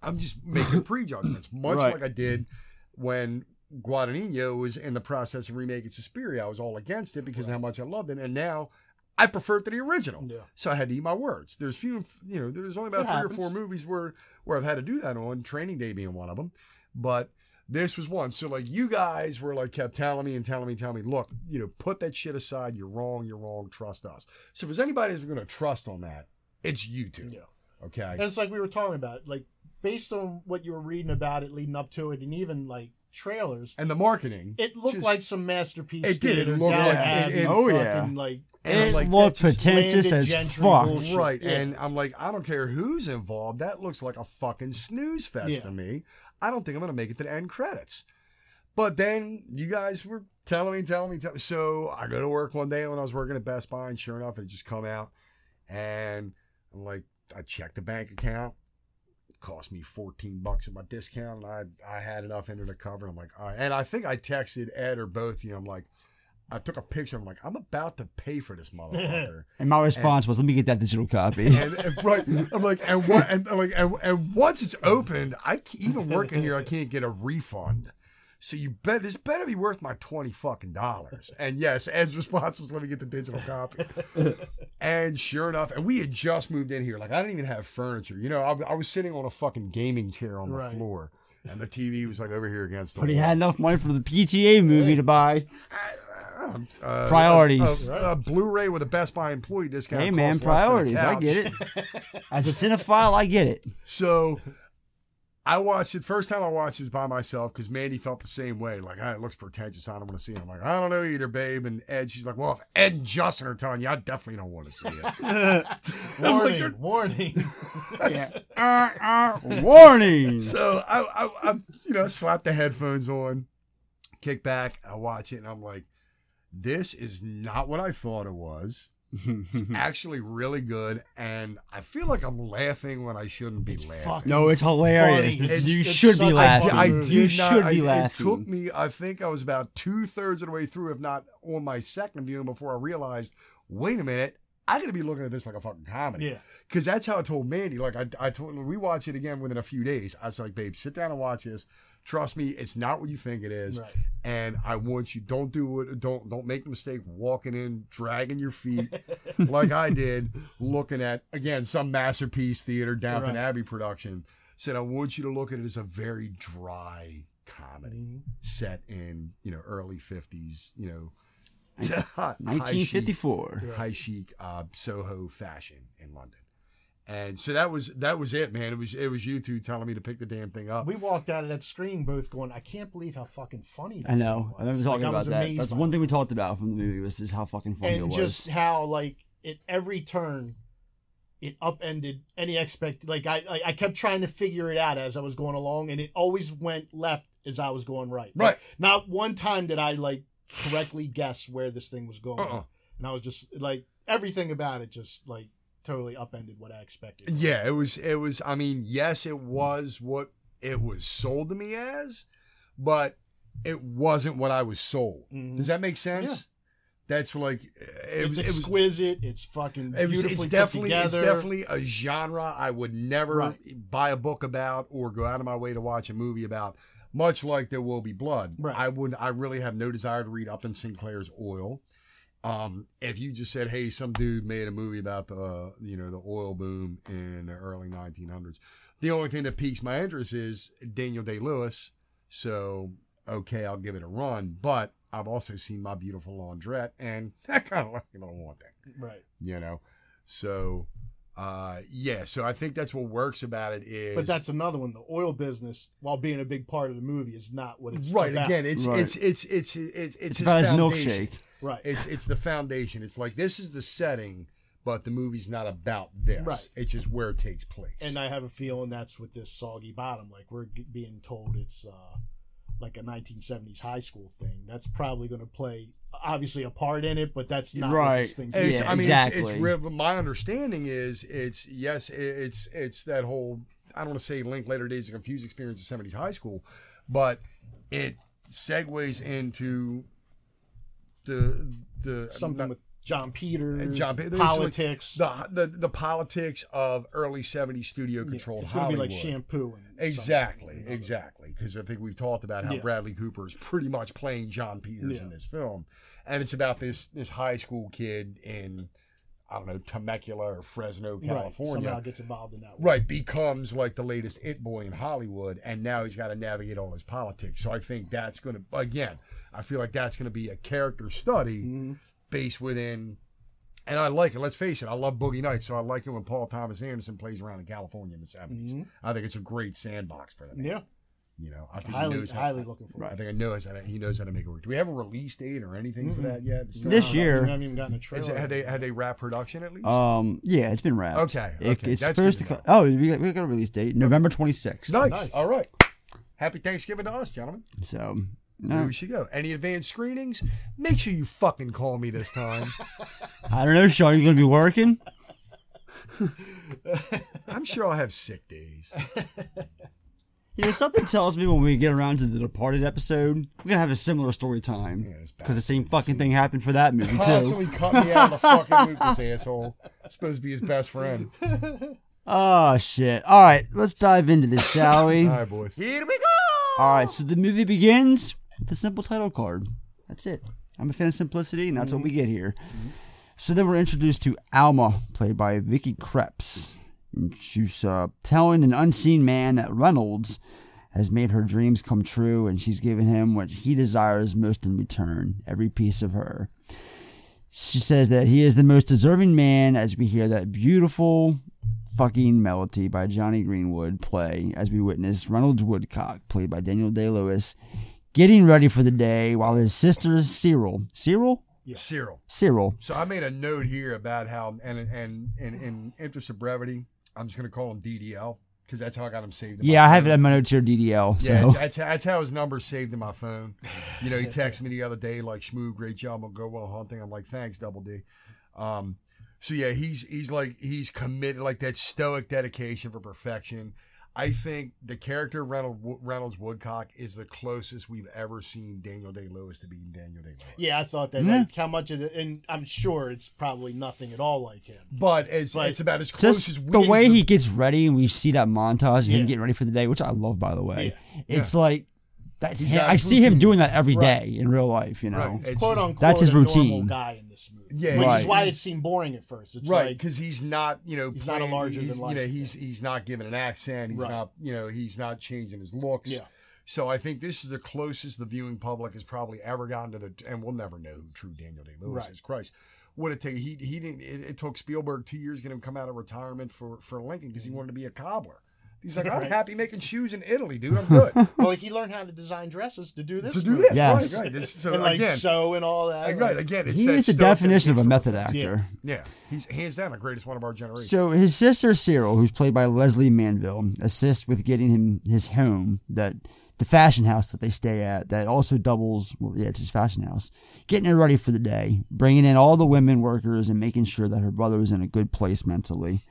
I'm just making prejudgments, much Right. like I did when Guadagnino was in the process of remaking Suspiria. I was all against it because of how much I loved it, and now I prefer it to the original. Yeah. So I had to eat my words. There's few, you know, there's only about It three happens. or four movies where where I've had to do that on. Training Day being one of them, but. This was one. So, like, you guys were like, kept telling me and telling me, telling me, look, you know, put that shit aside. You're wrong. You're wrong. Trust us. So, if there's anybody that's going to trust on that, it's you two. Yeah. Okay. And it's like we were talking about, like based on what you were reading about it leading up to it, and even like trailers, and the marketing. it looked just- like some masterpiece. It did. It theater, looked down like- at it- it- oh, fucking, yeah. like And It I'm like, looked that's just pretentious landed as gentry fuck. bullshit. right. Yeah. And I'm like, I don't care who's involved. That looks like a fucking snooze fest Yeah. to me. I don't think I'm gonna make it to the end credits. But then you guys were telling me, telling me, telling me. So I go to work one day when I was working at Best Buy, and sure enough, it just come out. And I'm like, I checked the bank account. It cost me 14 bucks at my discount, and I I had enough in there to cover. it. I'm like, all right. And I think I texted Ed or both of you. I'm like, I took a picture. I'm like, I'm about to pay for this motherfucker. And my response was, let me get that digital copy. and, and right, I'm like, and what, and I'm like, and, and once it's opened, I can't, even working here, I can't get a refund. So you bet this better be worth my twenty fucking dollars. And yes, Ed's response was, "Let me get the digital copy." and sure enough, and we had just moved in here. Like I didn't even have furniture. You know, I, I was sitting on a fucking gaming chair on the Right. floor, and the TV was like over here against the But he wall. had enough money for the PTA movie to buy. Uh, Priorities. A, a, a Blu-ray with a Best Buy employee discount. Hey man, costs less than a priorities. I couch. get it. As a cinephile, I get it. So I watched it. First time I watched it was by myself because Mandy felt the same way. Like, ah, it looks pretentious. I don't want to see it. I'm like, I don't know either, babe. And Ed, she's like, well, if Ed and Justin are telling you, I definitely don't want to see it. I was like, warning, "They're- warning. Uh-uh. Warning. so I, I, I, you know, slap the headphones on, kick back. I watch it and I'm like, this is not what I thought it was. It's actually really good, and I feel like I'm laughing when I shouldn't be laughing. fucking No, it's hilarious. funny. This- It's- you it's should such be I a laughing. did, I fucking did you not. should I- be It took laughing. me. I think I was about two thirds of the way through, if not on my second viewing, before I realized. Wait a minute. I gotta be looking at this like a fucking comedy. Yeah. Cause that's how I told Mandy. Like I, I told we watch it again within a few days. I was like, babe, sit down and watch this. Trust me, it's not what you think it is. Right. And I want you don't do what don't don't make the mistake walking in, dragging your feet like I did, looking at again some masterpiece theater, Downton Right. Abbey production said, I want you to look at it as a very dry comedy Mm-hmm. set in, you know, early 50s, you know, high chic- 1954. high chic uh, Soho fashion in London. And so that was that was it, man. It was it was you two telling me to pick the damn thing up. We walked out of that screen both going, I can't believe how fucking funny. That I know. I remember was. talking Like, I about was that. amazed That's by one it. thing we talked about from the movie was just how fucking funny it and was. just how like at every turn it upended any expect like I, I i kept trying to figure it out as i was going along and it always went left as i was going right Right. not one time did i like correctly guess where this thing was going Uh-uh. and i was just like everything about it just like totally upended what i expected Yeah, it was it was I mean, yes, it was what it was sold to me as, but it wasn't what I was sold. Mhm. Does that make sense? Yeah. That's like it was it's it was exquisite it's fucking It was, beautifully it's put definitely it's together definitely a genre I would never Right. buy a book about or go out of my way to watch a movie about. Much like there will be blood, Right. I would I really have no desire to read Upton Sinclair's Oil. Um, if you just said, "Hey, some dude made a movie about the uh, you know the oil boom in the early 1900s," the only thing that piques my interest is Daniel Day Lewis. So okay, I'll give it a run. But I've also seen My Beautiful Laundrette, and I kind of like I don't want that right you know so uh yeah so i think that's what works about it is but that's another one the oil business while being a big part of the movie is not what it's right about. again it's, Right. it's it's it's it's it's it's his about his foundation. milkshake. right it's it's the foundation it's like this is the setting but the movie's not about this Right. it's just where it takes place and I have a feeling that's with this soggy bottom. Like we're g- being told it's uh, like a 1970s high school thing. That's probably going to play obviously a part in it, but that's not right. what Right. this thing's it's, Yeah, I mean, it's, it's exactly. real- my understanding is it's yes, it- it's it's that whole I don't want to say link later days of confused experience of 70s high school, but it segues into the the Something not- with John Peters, and John Pitt- politics. the, the the politics of early 70s studio controlled it's going to be like Hollywood. shampoo. And Exactly, exactly. Because I think we've talked about how Yeah. Bradley Cooper is pretty much playing John Peters Yeah. in this film, and it's about this this high school kid in I don't know Temecula or Fresno, California. Right, somehow Right, gets involved in that. becomes like the latest it boy in Hollywood, and now he's got to navigate all his politics. So I think that's going to again, I feel like that's going to be a character study based within. And I like it. Let's face it. I love Boogie Nights, so I like it when Paul Thomas Anderson plays around in California in the 70s I think it's a great sandbox for them. Yeah, You know, I think he highly, knows how, highly looking for. it. I think I knows how to, he knows how to make it work. Do we have a release date or anything for that yet? It's still- This We year, haven't even gotten a trailer. Is it, had they had they wrap production at least? um, yeah, it's been wrapped. Okay, It- okay, it's that's supposed to. good co- oh, to we got, we got a release date, November twenty sixth. nice. All right. Happy Thanksgiving to us, gentlemen. So, Here no, we should go. Any advanced screenings? Make sure you fucking call me this time. I don't know, Sean. You gonna be working? I'm sure I'll have sick days. You know, something tells me when we get around to the Departed episode, we're gonna have a similar story time it's bad. because the same fucking thing happened for that movie too. Constantly cut me out of the fucking loop, this asshole. Supposed to be his best friend. Oh shit! All right, let's dive into this, shall we? All right, boys. All right, so the movie begins with a simple title card. That's it. I'm a fan of simplicity, and that's what we get here. So then we're introduced to Alma, played by Vicky Krebs. And she's uh, telling an unseen man that Reynolds has made her dreams come true, and she's given him what he desires most in return every piece of her. She says that he is the most deserving man as we hear that beautiful fucking melody by Johnny Greenwood play as we witness Reynolds Woodcock, played by Daniel Day Lewis, getting ready for the day while his sister Cyril, Cyril, Cyril. Cyril, So I made a note here about how, and and and in interest of brevity, I'm just going to call him DDL because that's how I got him saved. In my yeah, I have it phone. on my notes here, DDL. So Yeah, that's, that's, that's how his number's saved in my phone. You know, he texted me the other day like, "Smooth, great job on Go Well Hunting." I'm like, "Thanks, Double D." Um, so yeah, he's he's like he's committed like that stoic dedication for perfection. I think the character of Reynolds, Reynolds Woodcock is the closest we've ever seen Daniel Day Lewis to being Daniel Day Lewis. Yeah, I thought that. Like, how much of it? And I'm sure it's probably nothing at all like him. But it's, Like, it's about as close as just we the way as- he gets ready, and we see that montage of Yeah. him getting ready for the day, which I love, by the way. It's like that's He's him- got I his see him routine. doing that every day Right. in real life. You know, Right. It's Quote just- unquote, That's his a normal routine. guy in this movie. Yeah, which Right. is why it seemed boring at first. It's right like because he's not you know He's not a larger than he's, life you know guy. he's he's not giving an accent he's Right. not you know he's not changing his looks Yeah. so I think this is the closest the viewing public has probably ever gotten to the and we'll never know who true Daniel Day Lewis Right. is Christ would it take he he didn't it, it took Spielberg two years to get him come out of retirement for for Lincoln because he wanted to be a cobbler he's like I'm Mm-hmm. Right. happy making shoes in Italy dude I'm good to well, like he learned how to design dresses to do this. do movie. this Yes. right right this, so and like again sew and all that. like, like- right again it's he that is the stuff that- definition of a method actor. yeah he's hands down the greatest one of our generation So his sister Cyril, who's played by Leslie Manville, assists with getting him his home that the fashion house that they stay at that also doubles well yeah it's his fashion house getting it ready for the day bringing in all the women workers and making sure that her brother is in a good place mentally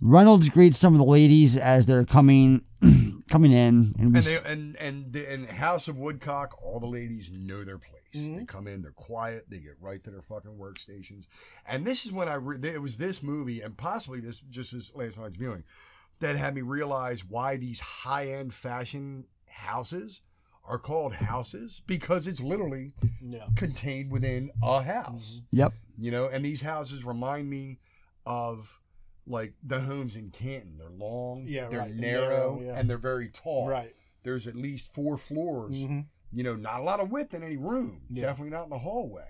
reynolds greets some of the ladies as they're coming coming in and, we and s- they and and the, and House of Woodcock, all the ladies know their place. Mm-hmm. They come in, they're quiet, they get right to their fucking workstations. And this is when I re- it was this movie and possibly this just this last night's viewing that had me realize why these high end fashion houses are called houses because it's literally Yeah. contained within a house yep Mm-hmm. you know and these houses remind me of like the homes in canton they're long Yeah, they're right, and narrow, narrow, yeah. and they're very tall Right. there's at least four floors Mhm. you know not a lot of width in any room Yeah. definitely not in the hallway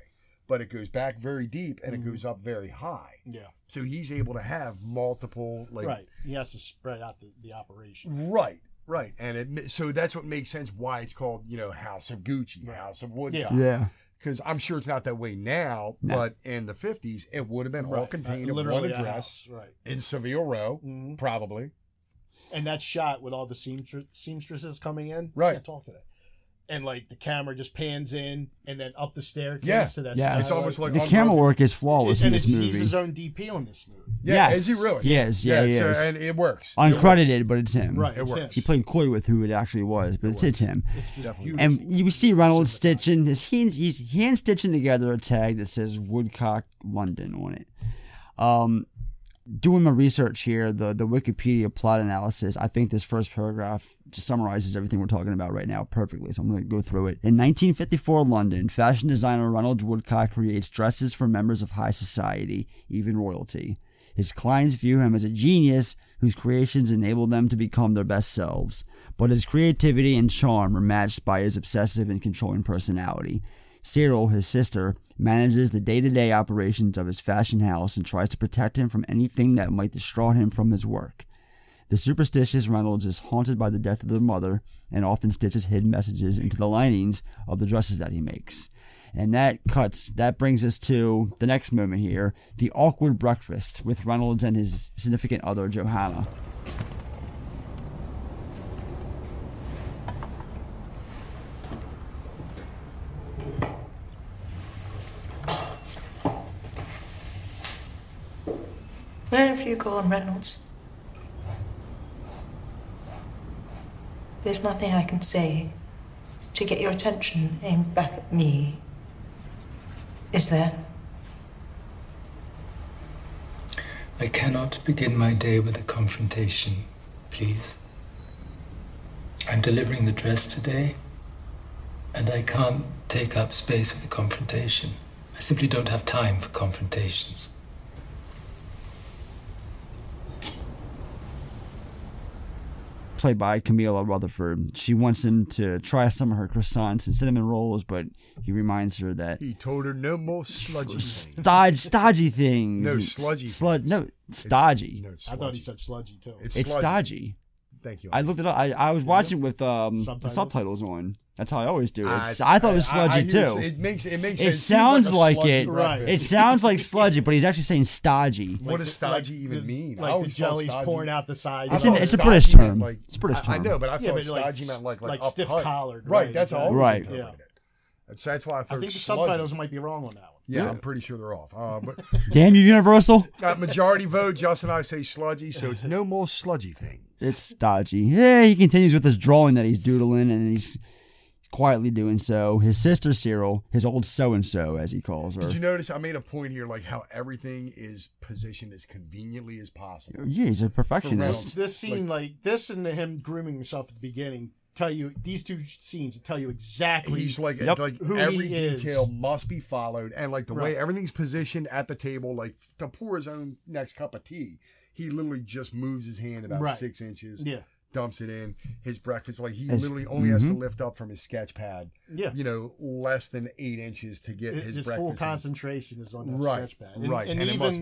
but it goes back very deep and Mm-hmm. it goes up very high Yeah. so he's able to have multiple like right. He has to spread out the, the operation. right right and it ma- so that's what makes sense why it's called you know house of gucci house of woodcock yeah because I'm sure it's not that way now, but in the 50s, it would have been all Right. contained Uh, in literally one a address house, Right. in Seville Row, Mhm. probably. And that shot with all the seamstre- seamstresses coming in. Right. I talked to that. And like the camera just pans in and then up the staircase Yeah. to that. yeah skylight. It's almost like the unbroken. camera work is flawless in and this it's, he's movie his own DP on this movie. Yeah, Yes. is he really? He is. Yeah, he so- is. and it works. It Uncredited, but it's him. Right, it works. He played coy with who it actually was, but it's, it's him. It's just beautiful. And you see Reynolds stitching his hands, he's hand stitching together a tag that says Woodcock London on it. Um, doing my research here, the the Wikipedia plot analysis, I think this first paragraph just summarizes everything we're talking about right now perfectly. So I'm going to go through it. In 1954 London, fashion designer Reynolds Woodcock creates dresses for members of high society, even royalty. His clients view him as a genius whose creations enable them to become their best selves, but his creativity and charm are matched by his obsessive and controlling personality. Cyril, his sister, manages the day to day operations of his fashion house and tries to protect him from anything that might distract him from his work. The superstitious Reynolds is haunted by the death of their mother and often stitches hidden messages into the linings of the dresses that he makes. And that cuts, that brings us to the next moment here the awkward breakfast with Reynolds and his significant other, Johanna. Where have you gone, Reynolds? There's nothing I can say to get your attention aimed back at me. Is there? I cannot begin my day with a confrontation, please. I'm delivering the dress today, and I can't take up space with a confrontation. I simply don't have time for confrontations. played by Camila Rutherford. She wants him to try some of her croissants and cinnamon rolls, but he reminds her that He told her no more sludgy. things. stodgy, stodgy things. No, and sludgy Slud, things. no, stodgy. No, it's I thought sludgy. he said sludgy too. it's sludgy. stodgy. Thank you. I looked it up. I, I was watching with um, the Subtitles? subtitles on. That's how I always do. Ah, It's, it's- I thought it was I- I sludgy hear too. you. It makes it makes It seem sounds like, like a it. sludgy Right. It breakfast. sounds like sludgy, but he's actually saying stodgy. What does the- stodgy even the- mean? I Like the always thought jellies stodgy- pouring out the side. I It's an- thought it's a stodgy British meant term. Like, It's a British I, I term. know, but I Yeah, thought but like stodgy s- meant like like uptight. stiff collared, Right. right, That's all. exactly. Right. That's, that's why I I thought think the sludgy. subtitles might be wrong on that one. Yeah, I'm pretty sure they're off. Uh, but Damn you, Universal. uh, majority vote. Justin and I say sludgy, so it's no more sludgy thing. It's stodgy. Yeah, he continues with his drawing that he's doodling and he's quietly doing so. His sister Cyril, his old so and so, as he calls her. Did you notice I made a point here, like how everything is positioned as conveniently as possible? Yeah, he's a Reynolds. perfectionist. This scene, like, this, and him grooming himself at the beginning, tell you these two scenes tell you exactly. He's like, Yep. like Who he every is. detail must be followed, and like the way Right. everything's positioned at the table, like to pour his own next cup of tea, he literally just moves his hand about Right. six inches, yeah, dumps it in his breakfast. Like he As- literally only has to lift up from his sketch pad, Yeah. you know, less than eight inches to get It- his his breakfast. full in. concentration is on that Right, sketch pad. And, right, and, and it even must-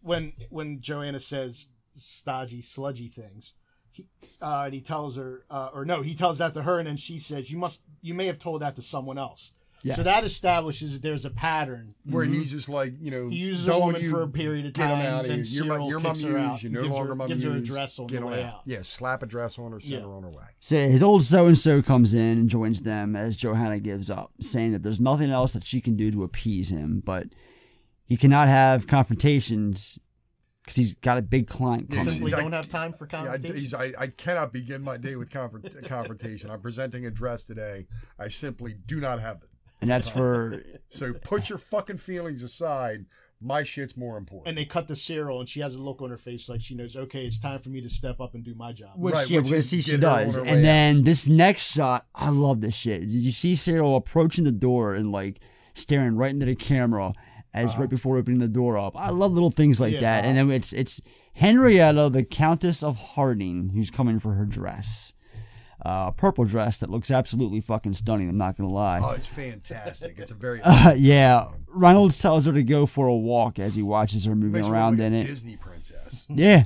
when when Joanna says stodgy, sludgy things, he uh, and he tells her, uh, or no, he tells that to her, and then she says, "You must, you may have told that to someone else." So Yes. that establishes that there's a pattern. where he's just like you know Mm-hmm. He uses done with a woman you, for a period of get 'em time, outta then here. You're my, Cyril you're my kicks her muse. out, You're no gives her- longer my gives her a muse. dress on Get the 'em way out. Yeah, slap a dress on her, send Yeah. her on her way. So his old so and so comes in and joins them as Johanna gives up, saying that there's nothing else that she can do to appease him, but he cannot have confrontations because he's got a big client Yeah, coming. Simply he's like- don't have time for Yeah, I, he's- conversations. I, I cannot begin my day with confront, confrontation. I'm presenting a dress today. I simply do not have it. And that's for So put your fucking feelings aside. My shit's more important. and they cut the Cyril, and she has a look on her face like she knows, okay, it's time for me to step up and do my job. which Right, yeah, which we're gonna is see she get her on does. her And way out. then this next shot, I love this shit. Did you see Cyril approaching the door and like staring right into the camera as Uh-huh. right before opening the door up? I love little things like Yeah. that. And then it's it's Henrietta, the Countess of Harding, who's coming for her dress. Uh, purple dress that looks absolutely fucking stunning. I'm not gonna lie. oh, it's fantastic. It's a very Uh, yeah, Reynolds tells her to go for a walk as he watches her moving makes her look around like in a it. Disney princess. Yeah.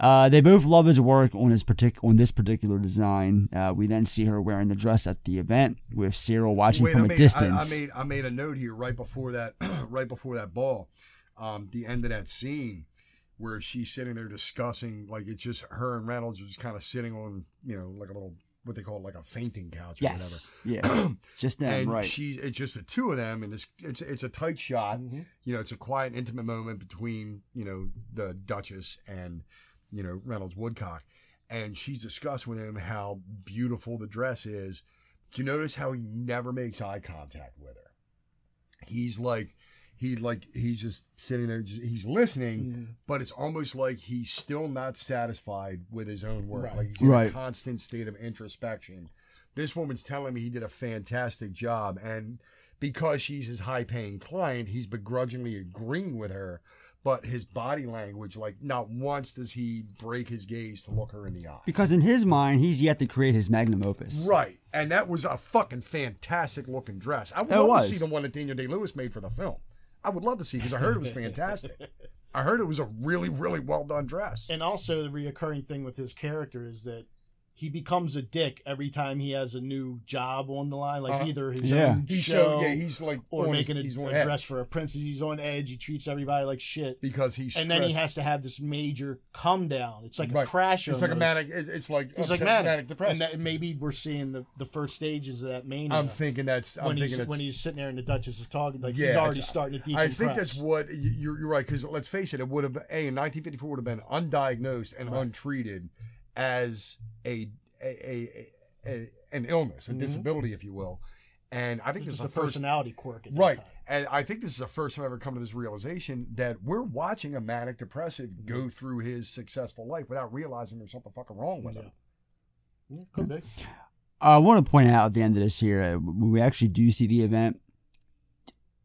Uh, they both love his work on his partic- on this particular design. Uh, we then see her wearing the dress at the event with Cyril watching Wait, from I a made, distance. I, I made I made a note here right before that right before that ball, um, the end of that scene where she's sitting there discussing like it's just her and Reynolds are just kind of sitting on you know like a little what they call like a fainting couch. Yes. Or whatever. Yeah. just them, and right. she, it's just the two of them, and it's it's it's a tight shot. Mm-hmm. You know, it's a quiet, intimate moment between you know the Duchess and you know Reynolds Woodcock, and she's discussing with him how beautiful the dress is. Do you notice how he never makes eye contact with her? He's like. He like he's just sitting there. Just, he's listening, but it's almost like he's still not satisfied with his own work. Right. Like he's in a Right. constant state of introspection. This woman's telling me he did a fantastic job, and because she's his high paying client, he's begrudgingly agreeing with her. But his body language, like not once does he break his gaze to look her in the eye. Because in his mind, he's yet to create his magnum opus. Right, and that was a fucking fantastic looking dress. I would It love was. to see the one that Daniel Day Lewis made for the film. I would love to see because I heard it was fantastic. I heard it was a really, really well done dress. And also the reoccurring thing with his character is that he becomes a dick every time he has a new job on the line, like Uh, either his yeah. own He's show, so- yeah, he's like or on his- making a, he's on a edge. dress for a princess. He's on edge. He treats everybody like shit. because he's and then he stressed. has to have this major come down. It's like Right. a crash. It's like a almost. manic. It's it's like He's like upset, manic, depressed. And that, maybe we're seeing the, the first stages of that mania. I'm thinking that's. I'm when thinking he's that's, when he's sitting there and the Duchess is talking, like yeah, he's already it's- starting to decompress. I think that's what you- you're, you're right. Because let's face it, it would have a in 1954 would have been undiagnosed and untreated as a a, a, a, a- an illness, a disability, if you will. And I think It's this is just the Mm-hmm. a first personality quirk. At that right. time. And I think this is the first time I've ever come to this realization that we're watching a manic Mm-hmm. depressive go through his successful life without realizing there's something fucking wrong with him. Yeah, could be. Uh, I want to point out at the end of this here, uh, when we actually do see the event,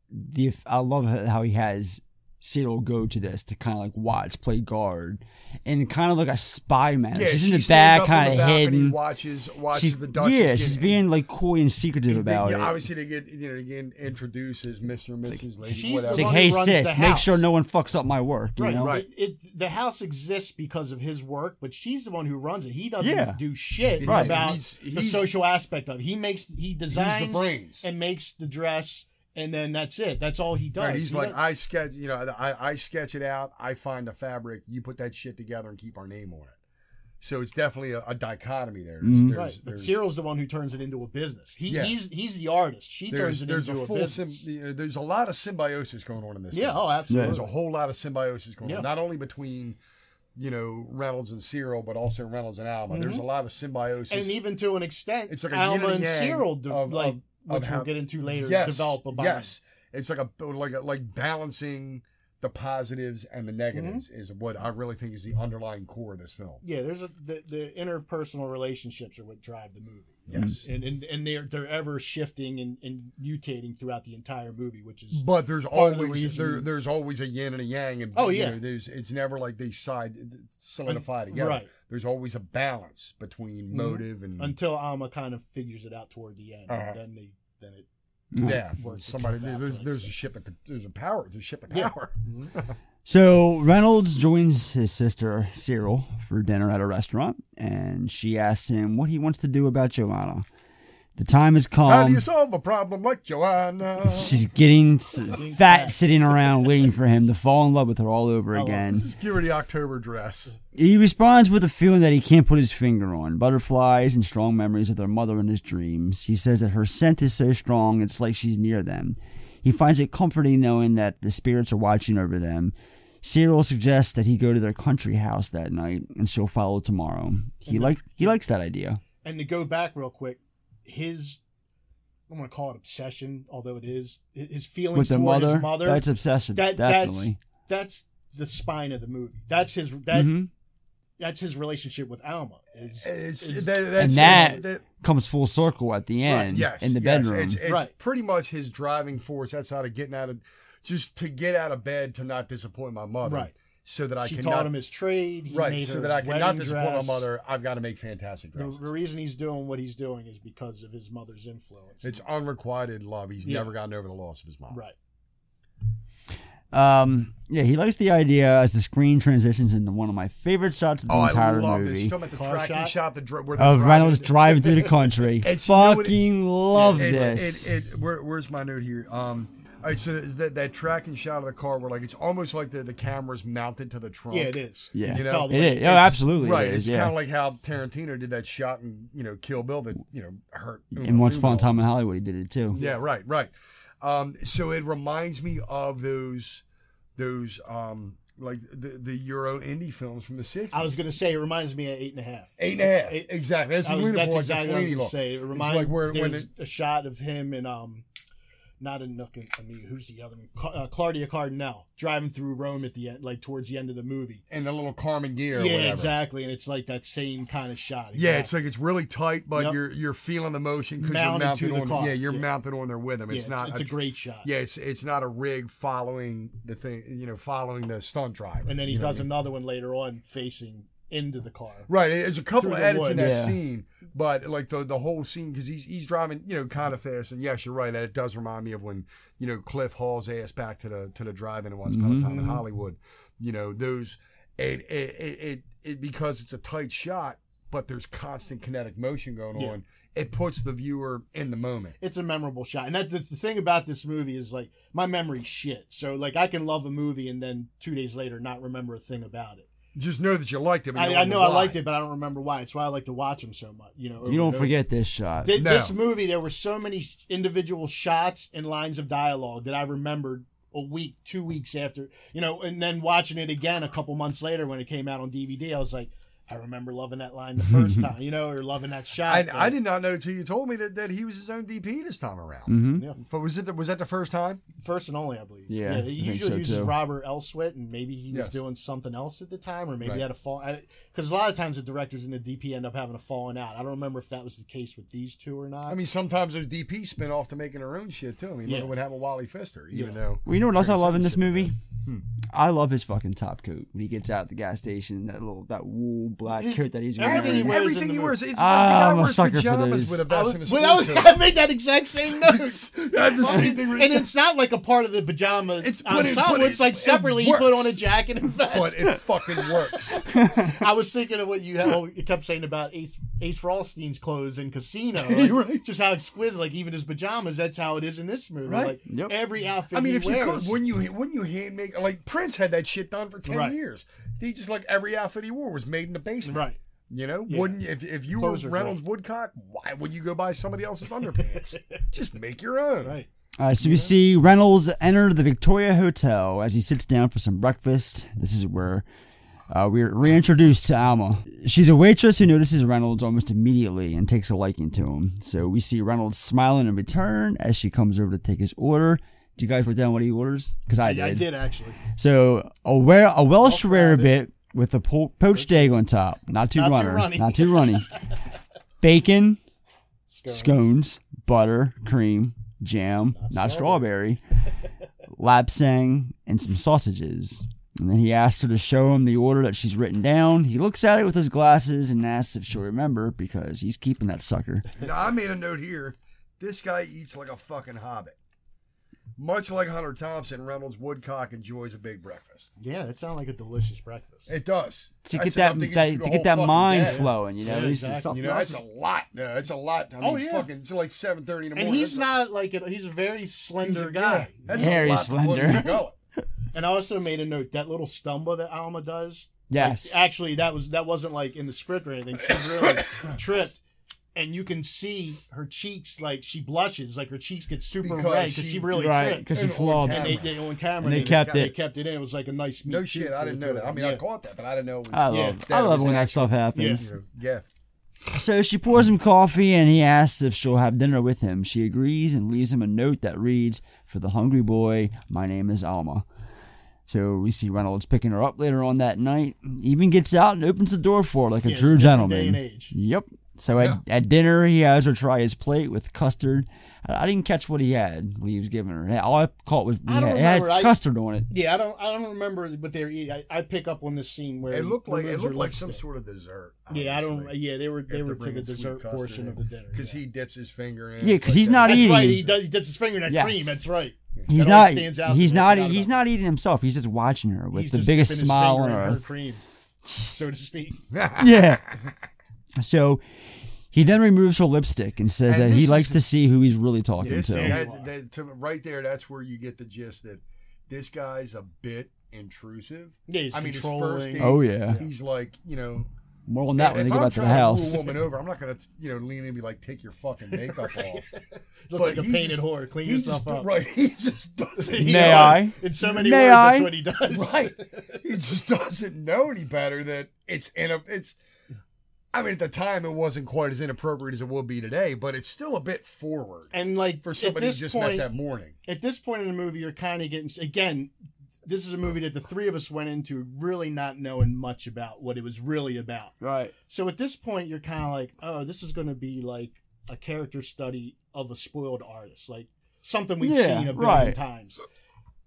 the I love how he has Cyril go to this to kind of like watch, play guard, and kind of like a spy man. she's in she the stands back, up on kind the of balcony, hidden. Watches, watches She's, the Duchess. yeah, get- she's being like coy and secretive They- about yeah, it. Obviously, they get you know again introduced as Mister, Mrs. Lady, It's she's whatever. like, Ronnie hey runs sis, the make house." sure no one fucks up my work. You Right, know? Right. It, it- the house exists because of his work, but she's the one who runs it. He doesn't Yeah. do shit Right. about He's- the he's- social aspect of. it. He makes he designs brains. and makes the dress, and then that's it. That's all he does. Right, he's He like, does- I sketch, you know, I, I sketch it out. I find the fabric. You put that shit together and keep our name on it. So it's definitely a, a dichotomy there. Mm-hmm. There's, there's, right. But there's- Cyril's the one who turns it into a business. He, Yeah. He's he's the artist. She turns there's, there's it a into a, full, sym- business. you know, there's a lot of symbiosis going on in this. yeah, film. oh, absolutely. There's a whole lot of symbiosis going Yeah. on, not only between, you know, Reynolds and Cyril, but also Reynolds and Alma. There's a lot of symbiosis. Mm-hmm. and even to an extent, It's like a Alma yin and and yang Cyril, de- of- like of- which of we'll how- get into later, Yes, develop a bond. Yes, it's like a like a, like balancing the positives and Mm-hmm. the negatives is what I really think is the underlying core of this film. Yeah, there's a the, the interpersonal relationships are what drive the movie. Yes. and and, and they're they're ever shifting and, and mutating throughout the entire movie, which is But there's Part of the always reason- there, there's always a yin and a yang, and Oh, you yeah. know, there's it's never like they side solidify together. right. Mm-hmm. There's always a balance between motive Mm-hmm. and until Alma kind of figures it out toward the end, Uh-huh. then they then it Mm-hmm. yeah, Works somebody itself out there's to an there's a extent. shift of, there's a power there's a shift of Yeah. power. So Reynolds joins his sister Cyril for dinner at a restaurant, and she asks him what he wants to do about Joanna. The time has come. How do you solve a problem like Joanna? She's getting s- fat, sitting around waiting for him to fall in love with her all over love again. This is give her the October dress. He responds with a feeling that he can't put his finger on butterflies and strong memories of their mother in his dreams. He says that her scent is so strong, it's like she's near them. He finds it comforting knowing that the spirits are watching over them. Cyril suggests that he go to their country house that night and she'll follow tomorrow. He like he likes that idea. and to go back real quick, his I'm gonna call it obsession, although it is hi- his feelings With their toward mother, his mother. that's obsessive, that- definitely. That's, that's the spine of the movie. That's his that Mhm. that's his relationship with Alma. Is, It's, is- that, that's, And that, that- comes full circle at the end yes, in the yes, bedroom. It's, it's Right. pretty much his driving force outside of getting out of just to get out of bed to not disappoint my mother. Right. So that I she can taught him his trade. He right. made So her that I cannot wedding disappoint dress. my mother. I've got to make fantastic The, dresses. the reason he's doing what he's doing is because of his mother's influence. it's unrequited love. He's Yeah. never gotten over the loss of his mom. right. Um, yeah, he likes the idea as the screen transitions into one of my favorite shots of the Oh, I entire love movie this. You're talking about the Car tracking shot? shot, the dr- where they're of driving. Reynolds driving through the country. It's- you know what it- Fucking love It's- this. It, it, where, where's my note here? Um, All right, so that, that tracking shot of the car, where like it's almost like the, the camera's mounted to the trunk. Yeah, it is. Yeah. you It's know, all the It way- is. Oh, absolutely it Right, is, it's yeah. kind of like how Tarantino did that shot in you know Kill Bill that you know hurt. Uma And once upon a Thurman. time in Hollywood, he did it too. Yeah, right, right. Um, so it reminds me of those those um, like the the Euro indie films from the sixties. I was gonna say it reminds me of eight and a half. Eight and a half. Eight- exactly. That's, I the was- Luna that's Boys, exactly what I was Fellini gonna look. say. It It's reminds like where when there's it- a shot of him and um, not in Nook. and- I mean, who's the other one? Cla- uh, Claudia Cardinale driving through Rome at the end, like towards the end of the movie. and the little Carmen gear. or yeah, whatever. exactly. And it's like that same kind of shot. Yeah, it's like it's really tight, but Yep. you're you're feeling the motion because you're Mounted to mounted the on. car. Yeah, you're Yeah. mounted on there with them. Yeah, It's not. It's a great shot. Yeah, it's it's not a rig following the thing. You know, following the stunt driver. And then he you know what does I mean? another one later on, facing into the car. Right, there's a couple Through of the edits in woods. that Yeah. scene, but like the the whole scene because he's he's driving, you know, kind of fast. And yes, you're right. That it does remind me of when you know Cliff hauls ass back to the to the drive-in and Once Upon a Time in Mhm. Hollywood. You know, those it it, it it it because it's a tight shot, but there's constant kinetic motion going Yeah. on. It puts the viewer in the moment. It's a memorable shot, and that's the the thing about this movie is like my memory's shit. So like I can love a movie and then two days later not remember a thing about it. Just know that you liked it. but you I, don't I know I why. liked it, but I don't remember why. It's why I like to watch them so much. You know, over You don't and over. forget this shot. Thi- This movie, there were so many sh- individual shots and lines of dialogue that I remembered a week, two weeks after, you know, and then watching it again a couple months later when it came out on DVD, I was like, I remember loving that line the first time, you know, or loving that shot. And I Like, did not know till you told me that, that he was his own DP this time around. Mhm. Yeah. But was it the, was that the first time? First and only, I believe. Yeah, I he think usually so, uses too. Robert Elswit, and maybe he was Yes. doing something else at the time, or maybe Right. he had a fall. Because a lot of times the directors and the DP end up having a falling out. I don't remember if that was the case with these two or not. I mean, sometimes those DP spin off to making their own shit too. I mean, Yeah. look at what happened with Wally Fister, even though. Well, you know what else I love in this movie? Hmm. I love his fucking top coat when he gets out at the gas station. That little that wool black His- coat that he's wearing. everything he wears Everything he wears, it's Ah, like the I'm guy a wears sucker for pajamas those. with a I, vest was, and a well, I was- school I coat. made that exact same note. I had the same thing. and it's not like a part of the pajama it's but it- but it's like it- it separately he put works. on a jacket and vest. But it fucking works. I was thinking of what you, had, oh, you kept saying about Ace Ace Rothstein's clothes in Casino, like, You're right. just how exquisite. Like even his pajamas, that's how it is in this movie. Right? Like every outfit. I mean, he if you wears, could, wouldn't you, wouldn't you hand make, like Prince had that shit done for 10 Right. years. He just, like, every outfit he wore was made in the basement. right? You know, Yeah. wouldn't if, if you Clothes are were great. Reynolds Woodcock, why would you go buy somebody else's underpants? Just make your own. Right. All right, Uh, so we see Reynolds enter the Victoria Hotel as he sits down for some breakfast. This is where uh, we're reintroduced to Alma. She's a waitress who notices Reynolds almost immediately and takes a liking to him. So we see Reynolds smiling in return as she comes over to take his order. Do you guys write down what he orders? Because I did. I did actually. So a, wel- a Welsh rarebit with a po- poached egg on top. Not too Not too runner. runny. Not too runny. Bacon, scones. butter, cream, jam, not, strawberry, lapsang, and some sausages. And then he asks her to show him the order that she's written down. He looks at it with his glasses and asks if she'll remember because he's keeping that sucker. Now I made a note here. This guy eats like a fucking hobbit. Much like Hunter Thompson, Reynolds Woodcock enjoys a big breakfast. Yeah, that sounded like a delicious breakfast. It does. To That's get that, enough to get that- you through to the get whole that fucking mind day. flowing, you know. Yeah, he's- exactly. You know, that's a lot. No, it's a lot. I mean, Oh, yeah. fucking, it's like seven thirty in the And morning. That's he's a- not like a, he's a very slender he's a- yeah, guy. That's Very a lot to put slender. in the gullet. And I also made a note that little stumble that Alma does. Yes. like, actually, that was that wasn't like in the script or anything. She really tripped, and you can see her cheeks like she blushes, like her cheeks get super Because red because she- she really Right, tripped. 'cause she And flawed. And they, they on camera. And they kept They it. kept it in. It was like a nice. meet No cute shit, for I the didn't two know of that. I them. mean, yeah. I caught that, but I didn't know. It was, I yeah, love, that I it love was when an that actual, stuff happens. you know, gift. So she pours him coffee and he asks if she'll have dinner with him. She agrees and leaves him a note that reads, For the hungry boy, my name is Alma. So we see Reynolds picking her up later on that night, even gets out and opens the door for her like a Yeah, it's true a different gentleman. day and age. Yep. So at, at dinner, he has her try his plate with custard. I, I didn't catch what he had when he was giving her. All I caught was I he don't had, it had remember. I- custard on it. Yeah, I don't. I don't remember what they were eating. I, I pick up on this scene where It looked he like it removes her looked like some lipstick. sort of dessert. Yeah, I don't. uh, honestly. Yeah, they were. If They they're were to the bringing sweet dessert custard portion in. of the dinner. because he dips his finger in. Yeah, It's 'cause like he's that- not That's eating. right. He, does, he dips his finger in that Yes. cream. That's right. He's That not. always stands out He's to me. I not. e-, forgot about He's that. not eating himself. He's just watching her with He's the just biggest dipping his smile on finger in her earth. cream, so to speak. yeah. So He then removes her lipstick and says that And he this likes is- to see who he's really talking This, to. that's- that- to- right there, that's where you get the gist that this guy's a bit intrusive. Yeah, he's I mean, his first controlling. date, Oh, yeah. he's like you know. More on that when if they get I'm back to the trying rule house. a woman over, I'm not gonna you know lean in and be like, take your fucking makeup off. Look like a he painted whore. Clean he yourself just- up. Right, he just doesn't. You May know, I? In so many May words, that's I? what he does. right. He just doesn't know any better that it's in a it's I mean at the time it wasn't quite as inappropriate as it would be today, but it's still a bit forward And like for somebody at you this just met point, that morning. at this point in the movie, you're kind of getting again. This is a movie that the three of us went into really not knowing much about what it was really about. Right. So at this point, you're kind of like, oh, this is going to be like a character study of a spoiled artist, like something we've Yeah, seen a billion right. times,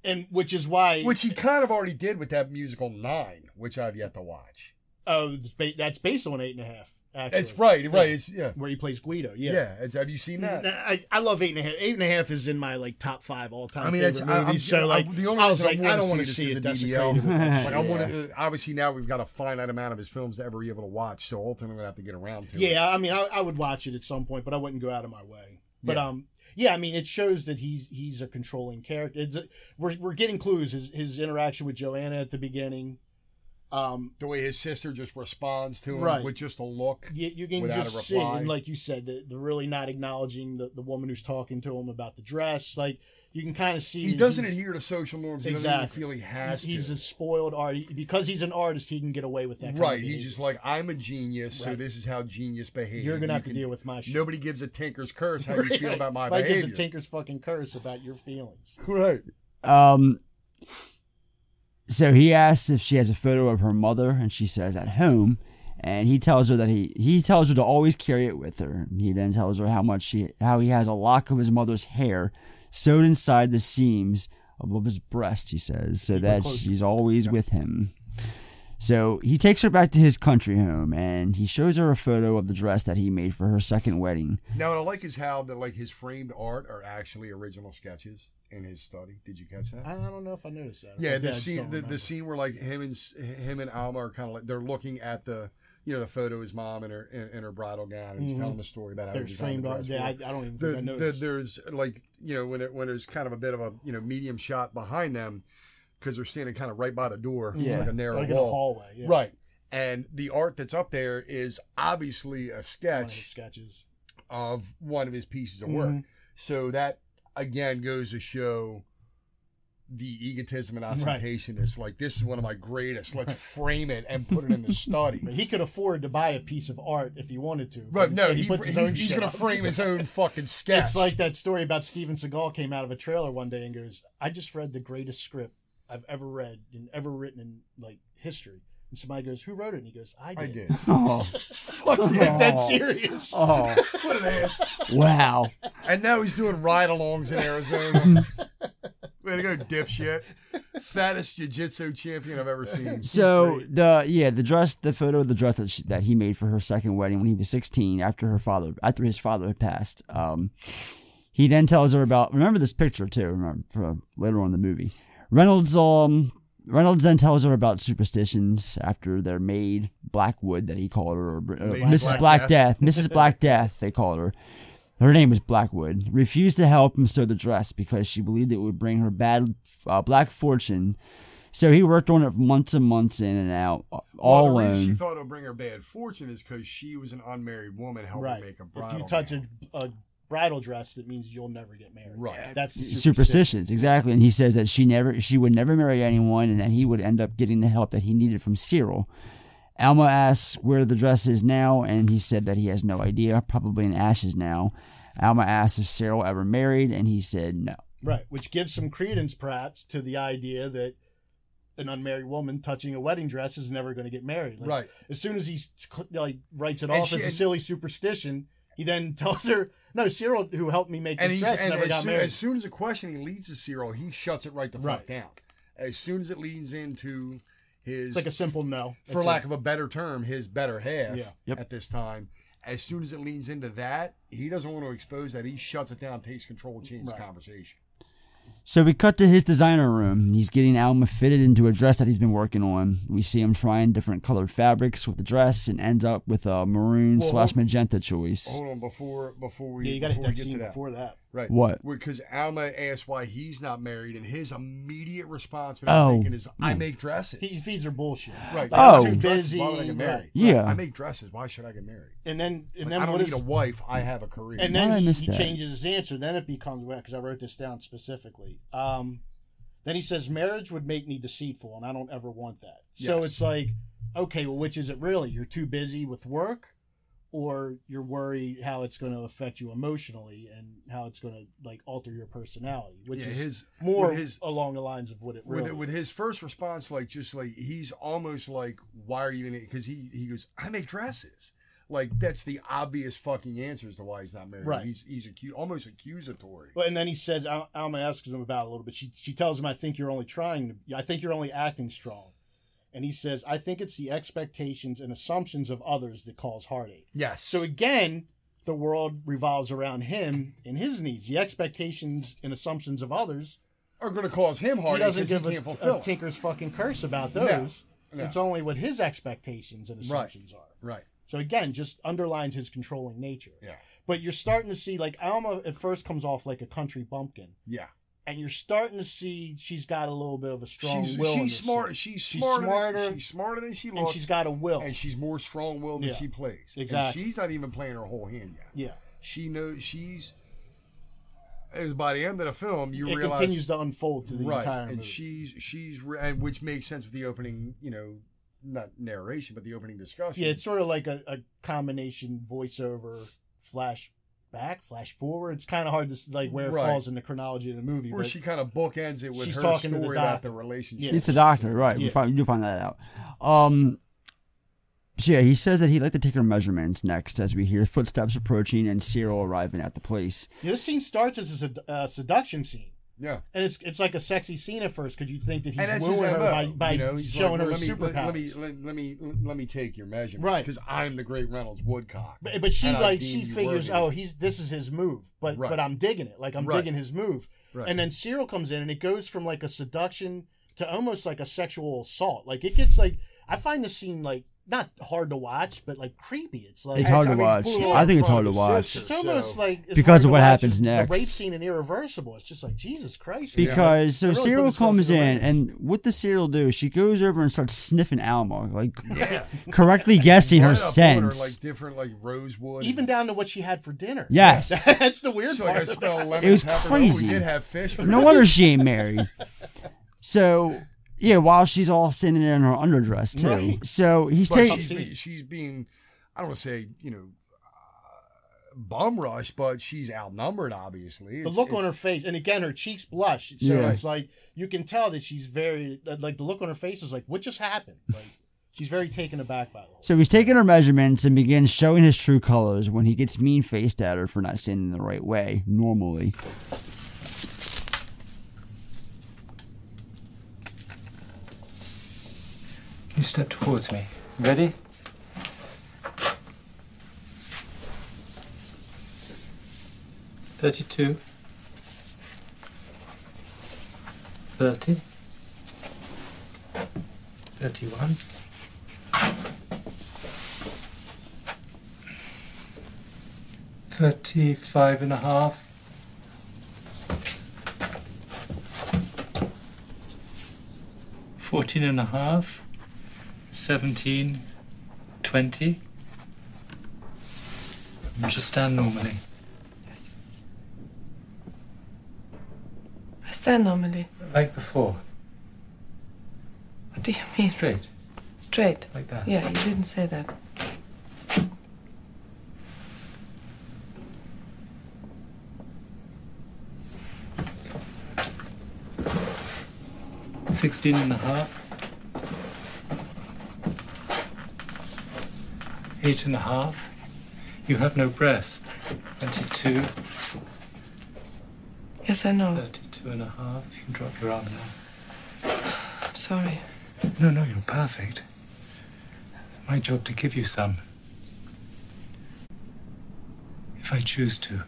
and which is why Which he kind of already did with that musical Nine, which I've yet to watch. oh, it's ba- that's based on eight and a half. Actually, It's right, right. Yeah. It's yeah. where he plays Guido. Yeah. Yeah. it's- have you seen that? Nah, I, I love eight and a half. Eight and a half is in my like top five all time. I mean, favorite it's, I, I'm, movies. so like the only I was like, reason I don't want want to see it because of desecrated. with DDL. that E like I shit. want to. Obviously, now we've got a finite amount of his films to ever be able to watch, so ultimately, I have to get around to. it. Yeah, I mean, I, I would watch it at some point, but I wouldn't go out of my way. But Yeah. um, yeah, I mean, it shows that he's he's a controlling character. It's a, we're we're getting clues. His his interaction with Joanna at the beginning. Um, the way his sister just responds to him Right. with just a look. you, you can Without a just see, reply. and like you said, the, the really not acknowledging the, the woman who's talking to him about the dress. Like you can kind of see He that doesn't he's- adhere to social norms. He doesn't Exactly. even feel he has he's, he's to. a spoiled artist because he's an artist. He can get away with that. kind of right. He's behavior. just like, I'm a genius, so Right. this is how genius behaves. you're gonna have You to can- deal with my shit. Nobody gives a tinker's curse how you feel about my like behavior. it's a tinker's fucking curse about your feelings. right. Um, so he asks if she has a photo of her mother, and she says at home. And he tells her that he he tells her to always carry it with her. He then tells her how much she how he has a lock of his mother's hair sewed inside the seams above his breast. He says so that close. she's always with him. So he takes her back to his country home, and he shows her a photo of the dress that he made for her second wedding. Now, what I like is how that like his framed art are actually original sketches in his study. Did you catch that? I I don't know if I noticed that. yeah, My the dad scene, don't the, remember. the scene where like him and s- him and Alma are kind of like they're looking at the you know the photo of his mom and her and, and her bridal gown, and he's Mhm. telling the story about how he There's designed framed the art. dress Yeah, for I, I her. don't even the, think I the, noticed. there's like you know when it when there's kind of a bit of a you know medium shot behind them because they're standing kind of right by the door it's Yeah. like a narrow like in a wall hallway. Yeah. right and the art that's up there is obviously a One of his sketch sketches. of one of his pieces of work Mhm. so that again goes to show the egotism and Right. ostentation is like this is one of my greatest let's frame it and put it in the study But he could afford to buy a piece of art if he wanted to. but right no instead he, puts his he- own he's shit gonna up. frame his own fucking sketch It's like that story about Steven Seagal came out of a trailer one day and goes, "I just read the greatest script I've ever read and ever written in like history." And somebody goes, "Who wrote it?" And he goes, "I did." I did. Oh, Fuck Like that Oh. serious. oh What an ass. wow! And now he's doing ride-alongs in Arizona. Way to go, dipshit! Fattest jiu-jitsu champion I've ever seen. So the yeah the dress the photo of the dress that, she, that he made for her second wedding when he was 16 after her father after his father had passed um he then tells her about remember this picture too remember for later on in the movie Reynolds um Reynolds then tells her about superstitions after their maid Blackwood that he called her or, uh, Lady Mrs. Black Black Death Mrs. Black Death they called her her name was Blackwood, refused to help him sew the dress because she believed it would bring her bad uh, black fortune. So he worked on it for months and months in and out, all well, the reason she alone. thought it would bring her bad fortune is because she was an unmarried woman helping right. make a if bridal. you touch a, a bridal dress, that means you'll never get married. Right. That's the superstition. Superstitions, exactly. And he says that she never, she would never marry anyone, and that he would end up getting the help that he needed from Cyril. Alma asks where the dress is now, and he said that he has no idea, probably in ashes now. Alma asks if Cyril ever married, and he said no. Right, which gives some credence perhaps to the idea that an unmarried woman touching a wedding dress is never going to get married. Like, Right. As soon as he s- cl- like writes it And off she- as a and- silly superstition, he then tells her, "No, Cyril, who helped me make and this he's dress, and never as got soon, married." as soon as the questioning leads to Cyril, he shuts it right the Right. fuck down. As soon as it leads into his it's like a simple no, for lack of a better term, his better half Yeah. Yep. at this time. As soon as it leans into that, he doesn't want to expose that. He shuts it down, takes control, and changes the Right. conversation. So we cut to his designer room. He's getting Alma fitted into a dress that he's been working on. We see him trying different colored fabrics with the dress and ends up with a maroon Well, slash hold- magenta Oh, choice. Hold on, before before we Yeah, you gotta hit before that we get scene to that. before that. Right. What? Because Alma asked why he's not married, and his immediate response when Oh, I'm thinking is, "I Hmm. mm. make dresses." He feeds her bullshit. right. Oh. I'm Too dresses, Why would I busy, get married? right. Right, Yeah. I make dresses. Why should I get married? And then Like, and then I don't what need is a wife. I have a career. and Why did I then he, miss he that? changes his answer. Then it becomes because I wrote this down specifically. Um, then he says marriage would make me deceitful, and I don't ever want that. So Yes. it's like, okay, well, which is it really? You're too busy with work, or you're worried how it's going to affect you emotionally and how it's going to like alter your personality, which Yeah, is his- more with his- along the lines of what it with, really. with his first response, like just like he's almost like, why are you in it? Because he he goes, I make dresses. Like that's the obvious fucking answer as to why he's not married. Right. He's he's acu- almost accusatory. Well, and then he says, Al- Alma asks him about it a little bit. She, she tells him, I think you're only trying to, I think you're only acting strong. And he says, I think it's the expectations and assumptions of others that cause heartache. yes. So again, the world revolves around him and his needs, the expectations and assumptions of others. are going to cause him He hard doesn't because he give can't a, fulfill. a it. tinker's fucking curse about No, those. no. It's only what his expectations and Right. assumptions are. Right. So again, just underlines his controlling nature. Yeah. But you're starting to see, like, Alma at first comes off like a country bumpkin Yeah. and you're starting to see she's got a little bit of a strong she's, will. in She's this smart. scene. She's smarter. smarter, than, she's smarter than she looks. and she's got a will. and she's more strong willed Yeah. than she plays. And Exactly. she's not even playing her whole hand yet. yeah, She knows she's. As by the end of the film, you it realize continues to unfold through the right, entire and movie. she's she's re- and which makes sense with the opening, you know, not narration, but the opening discussion. yeah, it's sort of like a, a combination voiceover, flash back, flash forward. It's kind of hard to s- like where it Right. falls in the chronology of the movie. where but she kind of bookends it with She's her talking to story the about doctor. the relationship. Yeah. It's a doctor, right? We Yeah. find, you do find that out. Um, so yeah, he says that he'd like to take her measurements next as we hear footsteps approaching and Cyril arriving at the place. this scene starts as a sed- uh, seduction scene. Yeah. And it's, it's like a sexy scene at first because you think that and he's that's his wooing her MO, by, by you know, he's showing like, her let me, superpowers. Let, let me let, let me let me take your measurements, Right. Because I'm the great Reynolds Woodcock. But, but she and I like deem she you figures, worthy. oh, he's this is his move, but Right. but I'm digging it. Like I'm Right. digging his move. Right. And then Cyril comes in, and it goes from like a seduction to almost like a sexual assault. Like it gets like I find the scene like not hard to watch, but like creepy. It's like It's hard I to mean, watch. he's pulling I think in it's hard front to of watch. his It's sister, almost so- like it's Because hard of to what watch. happens The next. rape scene in Irreversible. It's just like Jesus Christ. man. Because They so really put Cyril this stuff comes the in, rape. and what does Cyril do? She goes over and starts sniffing Alma, like correctly guessing her Right up on her, sense. like different like rosewood, even down to what she had for dinner. Yes. that's the weird So part. like I smell lemon It was pepper. crazy. Oh, we did have fish. For no wonder she ain't married. So yeah, while she's all standing there in her underdress too. Right. So he's But taking. she's, be, she's being, I don't want to say you know, uh, bum rushed, but she's outnumbered. Obviously, the It's- look on it's- her face, and again, her cheeks blush. So Yeah. it's like you can tell that she's very that, like the look on her face is like, what just happened? Like she's very taken aback by the whole. So he's taking her measurements and begins showing his true colors when he gets mean faced at her for not standing the right way normally. You step towards me. Ready? Thirty-two. Thirty. Thirty-one. Thirty-five and a half. Fourteen and a half. 17, 20. You Just stand normally. I stand normally. Like before. What do you mean? Straight. Straight. Like that. Yeah, you didn't say that. Sixteen and a half. Eight and a half. You have no breasts. 22, Yes, I know. 32 and a half. You can drop your arm now. I'm sorry. No, no, you're perfect. My job to give you some. If I choose to.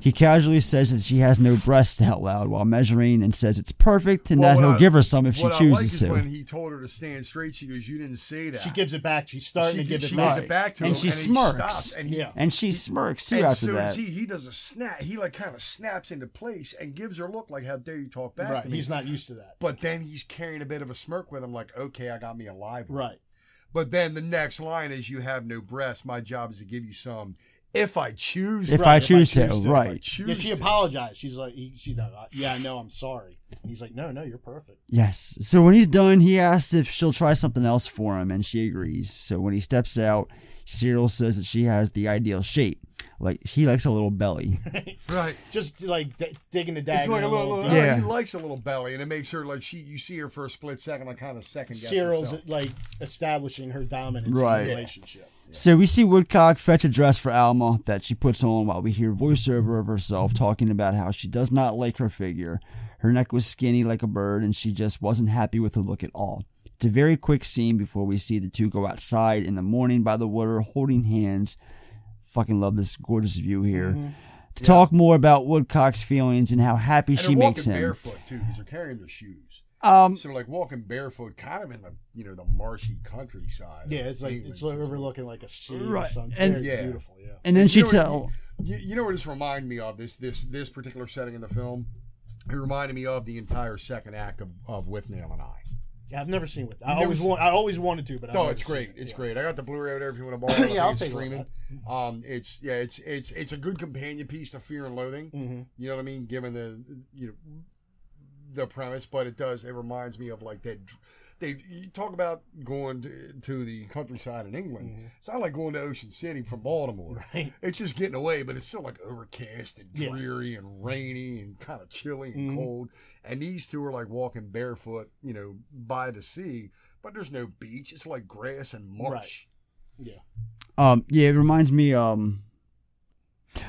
He casually says that she has no breasts out loud while measuring and says it's perfect and Well, that what he'll I- give her some if she what I like chooses is to. When he told her to stand straight, she goes, "You didn't say that." She gives it back. She's starting She- to give she it gives back. it back to and him, she and he smirks. stops, and he- Yeah. And she smirks too and after soon that. as he, he does a snap, he like kind of snaps into place and gives her a look like, "How dare you talk back?" Right. to me. He's not used to that. But then he's carrying a bit of a smirk with him, like, "Okay, I got me a live one." Right. But then the next line is, "You have no breasts. My job is to give you some, if I choose. If to." I choose to, if I right. choose Yeah, she to." apologized. She's like, he, she, no, I- yeah, no, I'm sorry. And he's like, no, no, you're perfect. Yes. So when he's done, he asks if she'll try something else for him, and she agrees. So when he steps out, Cyril says that she has the ideal shape. Like he likes a little belly. Right. Just like d- digging the dagger. It's like a little, uh, deeper. Yeah. he likes a little belly, and it makes her like she. You see her for a split second, like kind of second. guess Cyril's herself. like establishing her dominance in Right. the relationship. So we see Woodcock fetch a dress for Alma that she puts on while we hear voiceover of herself talking about how she does not like her figure. Her neck was skinny like a bird, and she just wasn't happy with her look at all. It's a very quick scene before we see the two go outside in the morning by the water holding hands. Fucking love this gorgeous view here. Mm-hmm. To talk more about Woodcock's feelings and how happy And she they're makes walking him. barefoot too, because they're carrying their shoes. Um, so they're like walking barefoot, kind of in the you know the marshy countryside. Yeah, it's like it's like overlooking like a sea or Right. something. And- Very Yeah. beautiful. Yeah. And then she You know what- tell You, you know what this reminded me of this this this particular setting in the film. It reminded me of the entire second act of, of With Nail and I. Yeah, I've never seen it. I Never always seen want. I always wanted to, but I've No, never it's seen great. it. It's Yeah. great. I got the Blu-ray out there if you want to borrow. it. Yeah, I'll I think it's take one. streaming. Um, it's yeah, it's it's it's a good companion piece to Fear and Loathing. Mm-hmm. You know what I mean? Given the you know the premise, but it does. It reminds me of like that. dr- They you talk about going to, to the countryside in England. Mm-hmm. It's not like going to Ocean City from Baltimore. Right. It's just getting away, but it's still like overcast and Yeah. dreary and rainy and kind of chilly and Mhm. cold. And these two are like walking barefoot, you know, by the sea, but there's no beach. It's like grass and marsh. Yeah. Um, yeah, it reminds me. Um,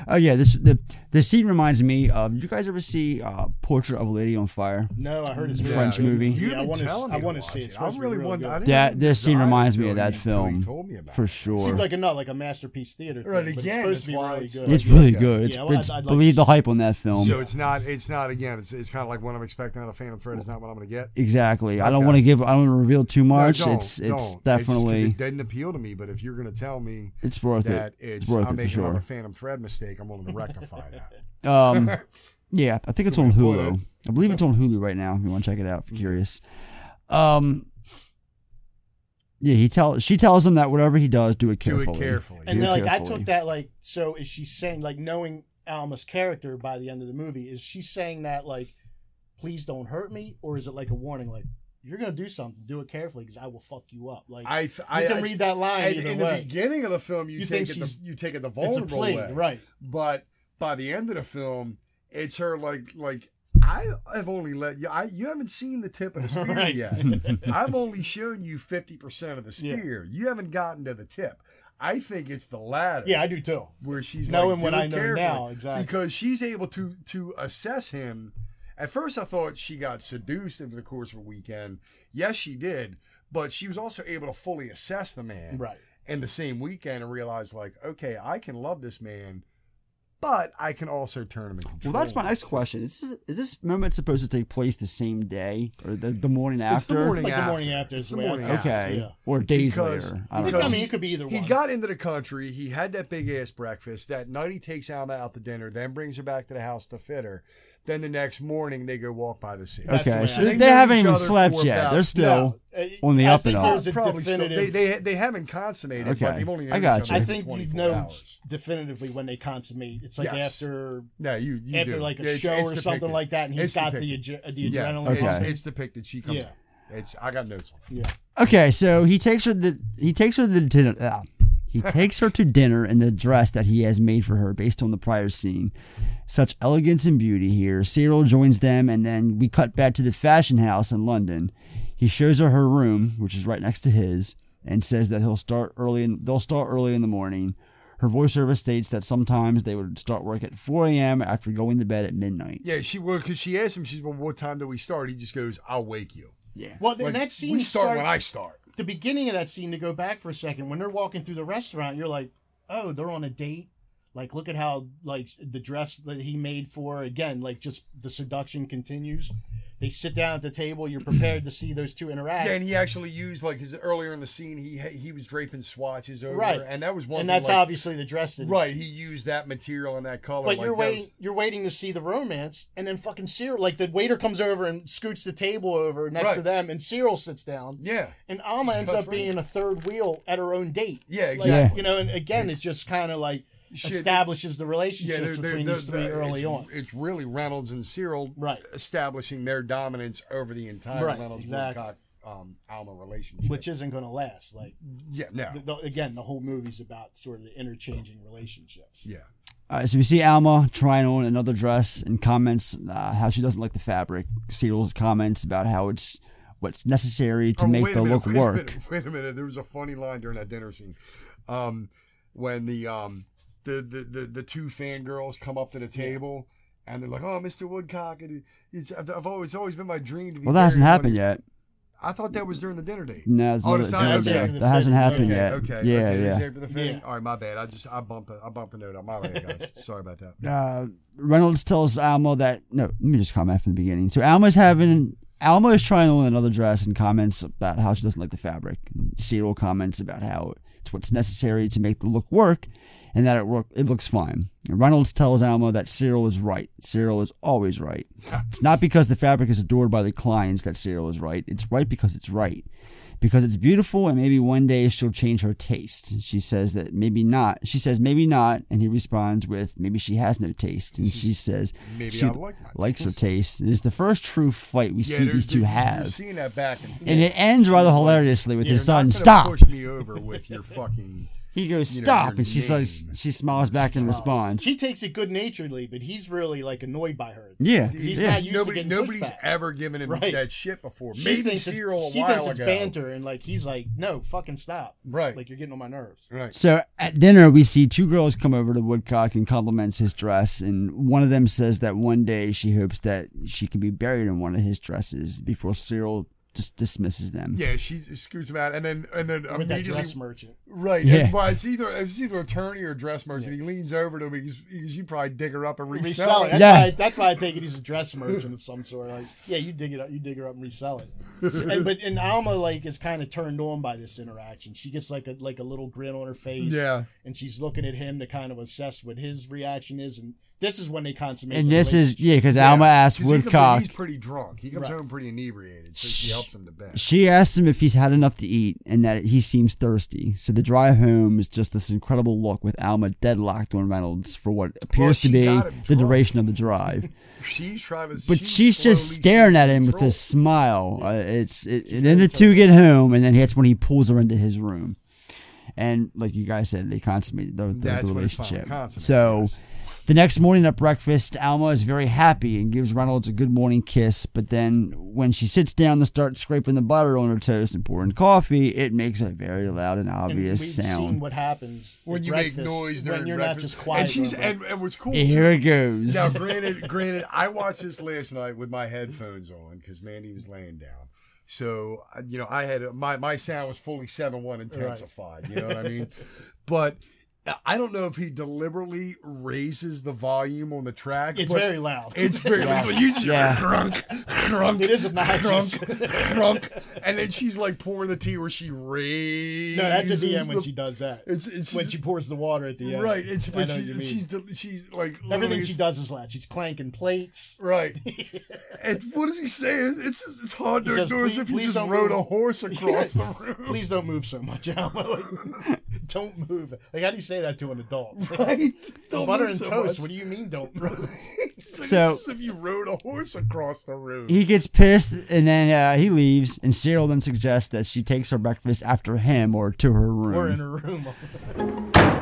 oh yeah, this the the scene reminds me of. Did you guys ever see uh, Portrait of a Lady on Fire? No, I heard it's really French good. movie. You've Yeah, I been want to. telling me I want to watch see it. It's I supposed to be really wanted. I good. didn't That even this scene desire reminds me until of that you- until film you told me about for it. sure. Seems like a not like a masterpiece theater. Thing, Right, but again, it's supposed to be that's why really it's- good. it's Yeah. really good. It's, Yeah, well, I'd- it's- I'd like to believe see the it. hype on that film. So it's not. It's not again. It's, it's kind of like what I'm expecting out of Phantom Thread. It's not what I'm going to get. exactly. I don't Okay. want to give. I don't want to reveal too No, much. don't, it's it's don't. just 'cause definitely it didn't appeal to me. But if you're going to tell me it's worth that it. it's, It's worth I'm it for making another sure. Phantom Thread mistake, I'm willing to rectify that. Um, yeah, I think it's on gonna Hulu. put it. I believe it's on Hulu right now. If you want to check it out, Mm-hmm. if you're curious. Um, yeah, he tell she tells him that whatever he does, do it Do it carefully. carefully. Do And it then, like I carefully. took that like so is she saying like knowing Alma's character by the end of the movie is she saying that like please don't hurt me or is it like a warning like you're gonna do something do it carefully because I will fuck you up like I, I you can I- read that line and either in way the beginning of the film, you, You take think it the, she's- you take it the it's a vulnerable plea way, right But by the end of the film, it's her like like I have only let you I you haven't seen the tip of the spear Right. yet. I've only shown you fifty percent of the Yeah. spear. You haven't gotten to the tip. I think it's the latter. yeah I do too where she's Knowing like, what "Do it I know carefully," now, exactly. because she's able to to assess him. At first, I thought she got seduced over the course of a weekend. Yes, she did, but she was also able to fully assess the man right in the same weekend and realize, like, okay, I can love this man, but I can also turn him. And Well, control that's my him. next question. Is this, is this moment supposed to take place the same day or the, the morning It's after? the morning like after. the morning after is It's the the way I morning took it, after. Okay. yeah. Or days Because- later. I don't because know. I mean he- it could be either He one got into the country. He had that big ass breakfast. That night he takes Alma out to dinner, then brings her back to the house to fit her. Then the next morning they go walk by the sea. That's the way okay. I So took they, it. haven't know each even other slept for yet. about- They're still No, uh, on the I up think and up. there's a Probably still- definitive- they, they they haven't consummated, but Okay. they've only I known got each you. other I for think you 24 know hours. definitively when they consummate it's like Yes. after No, you, you after do. like a It's- show it's or something depicted. like that and he's It's got depicted. the adre- the yeah, adrenaline it's, Okay. it's depicted. She comes. Yeah. Yeah. It's I got notes. on it. yeah Okay, so he takes her the he takes her the dinner. ah. he takes her to dinner in the dress that he has made for her based on the prior scene. Such elegance and beauty here. Cyril joins them, and then we cut back to the fashion house in London. He shows her her room, which is right next to his, and says that he'll start early. In, they'll start early in the morning. Her voiceover states that sometimes they would start work at 4 a.m. after going to bed at midnight. Yeah, she well because she asked him. She's well, what time do we start? He just goes, I'll wake you. well then Like, that scene we start when starts- I start. the beginning of that scene to go back for a second when they're walking through the restaurant you're like oh they're on a date Like, look at how like the dress that he made for her. again, like just the seduction continues. They sit down at the table. You're prepared to see those two interact. Yeah, and he actually used like his earlier in the scene. He he was draping swatches over, Right. and that was one. and thing, that's like- obviously the dress. that- right. He used that material and that color. But like, you're that waiting. You're waiting to see the romance, and then fucking Cyril, like the waiter comes over and scoots the table over next to Right. them, and Cyril sits down. was- yeah, And Alma Just ends cuts up right in. being a third wheel at her own date. Yeah, Like, exactly. you know, and again, it just kind of like Shit, establishes the relationship yeah. They're, they're, between they're- these three they're- early it's, on. It's really Reynolds and Cyril Right. establishing their dominance over the entire Right, Reynolds exactly. Woodcock um, Alma relationship. Which isn't going to last. Like, yeah, no, the, the- again, the whole movie's about sort of the interchanging relationships. yeah. All right, Uh, so we see Alma trying on another dress and comments uh, how she doesn't like the fabric. Cyril comments about how it's what's necessary to Oh, make wait a the minute, look wait a work. minute, wait a minute. There was a funny line during that dinner scene, um, when the um, the, the the the two fangirls come up to the table and they're like, "Oh, Mr. Woodcock, it, it's I've I've always it's always been my dream to be." Well, that hasn't married happened to one yet. of- I thought that was during the dinner date. No, it's Oh, not, it's it's not- not okay. yet. Okay. that hasn't happened okay, yet. Okay. yeah, okay, it yeah. was after the thing. Yeah. All right, my bad. I just I bumped the, I bumped the note up. My bad, guys. Sorry about that. uh, Reynolds tells Alma that no, let me just comment from the beginning. So Alma's having Alma is trying on another dress and comments about how she doesn't like the fabric. And Cyril comments about how it's what's necessary to make the look work, and that it work it looks fine. And Reynolds tells Alma that Cyril is right. Cyril is always right. it's not because the fabric is adored by the clients that Cyril is right. It's right because it's right. Because it's beautiful and maybe one day she'll change her taste. She says that maybe not. She says maybe not, and he responds with maybe she has no taste. And she says Maybe she I like my likes her taste. taste. And it's the first true fight we see there's- these two you're have. seeing that back and forth. And it ends rather She's like, hilariously with "You're his not son. gonna Stop! Push me over with your fucking. He goes, you know, stop! your and she says, name. she smiles back in response. She takes it good naturedly, but he's really like annoyed by her. yeah. He's yeah. not used Nobody, to getting nobody's pushback. ever given him Right. that shit before. She Maybe thinks it's- Cyril a she while thinks it's ago. banter, and like he's like, no, fucking stop. Right. Like you're getting on my nerves. Right. So at dinner, we see two girls come over to Woodcock and compliments his dress, and one of them says that one day she hopes that she can be buried in one of his dresses before Cyril just dismisses them. Yeah, she scoots him out, and then and then With that immediately dress merchant. right. Yeah. and- well, it's either it's either attorney or dress merchant. He leans over to him because you probably dig her up and resell it. That's, Yeah. why, that's why I take it he's a dress merchant of some sort. Like, yeah, you dig it up, you dig her up and resell it. So- and, but and Alma like is kind of turned on by this interaction. She gets like a like a little grin on her face. Yeah. and she's looking at him to kind of assess what his reaction is. And this is when they consummate. And the this is, relationship. yeah, because Yeah, Alma asks 'cause he comes- Woodcock, he's pretty drunk. He comes Right. home pretty inebriated, so she helps him to bed. she asks him if he's had enough to eat and that he seems thirsty. So the drive home is just this incredible look with Alma deadlocked on Reynolds for what appears she to be got him the drunk. duration of the drive. She's trying to, But she's just slowly staring at seizing him with control. this smile. Uh, it's it, and then the two get home, and then that's when he pulls her into his room, and like you guys said, they consummate the, the- the, That's when it's finally relationship. consummated, So. yes. The next morning at breakfast, Alma is very happy and gives Reynolds a good morning kiss. But then, when she sits down to start scraping the butter on her toast and pouring coffee, it makes a very loud and And we've obvious seen sound. what happens when at you breakfast, make noise during when you're breakfast. not just quiet. And she's during breakfast. and, and what's cool And too, here it goes. Now, granted, granted, I watched this last night with my headphones on because Mandy was laying down. So uh, you know, I had my my sound was fully seven one intensified. You know what I mean? But I don't know if he deliberately raises the volume on the track. it's but very loud. It's very Yes. it's like, you just Yeah. crunk, crunk. It is obnoxious. Crunk, crunk. And then she's like pouring the tea where she raises. no, that's at the end when the- she does that. It's- it's when just- she pours the water at the end. Right, it's I but know she, what you mean. she's del- she's like everything literally- she does is loud. She's clanking plates. Right. and what does he say? It's it's hard He to says, ignore as "Please- if he please just don't rode move." a horse across the room. Please don't move so much, Alma. Like, don't move. Like, how do you say that to an adult? Right? Don't Butter move and so toast. much. What do you mean, don't move? It's like, So- it's as if you rode a horse across the room. he gets pissed and then uh, he leaves and cyril then suggests that she takes her breakfast after him or to her room We're in a room.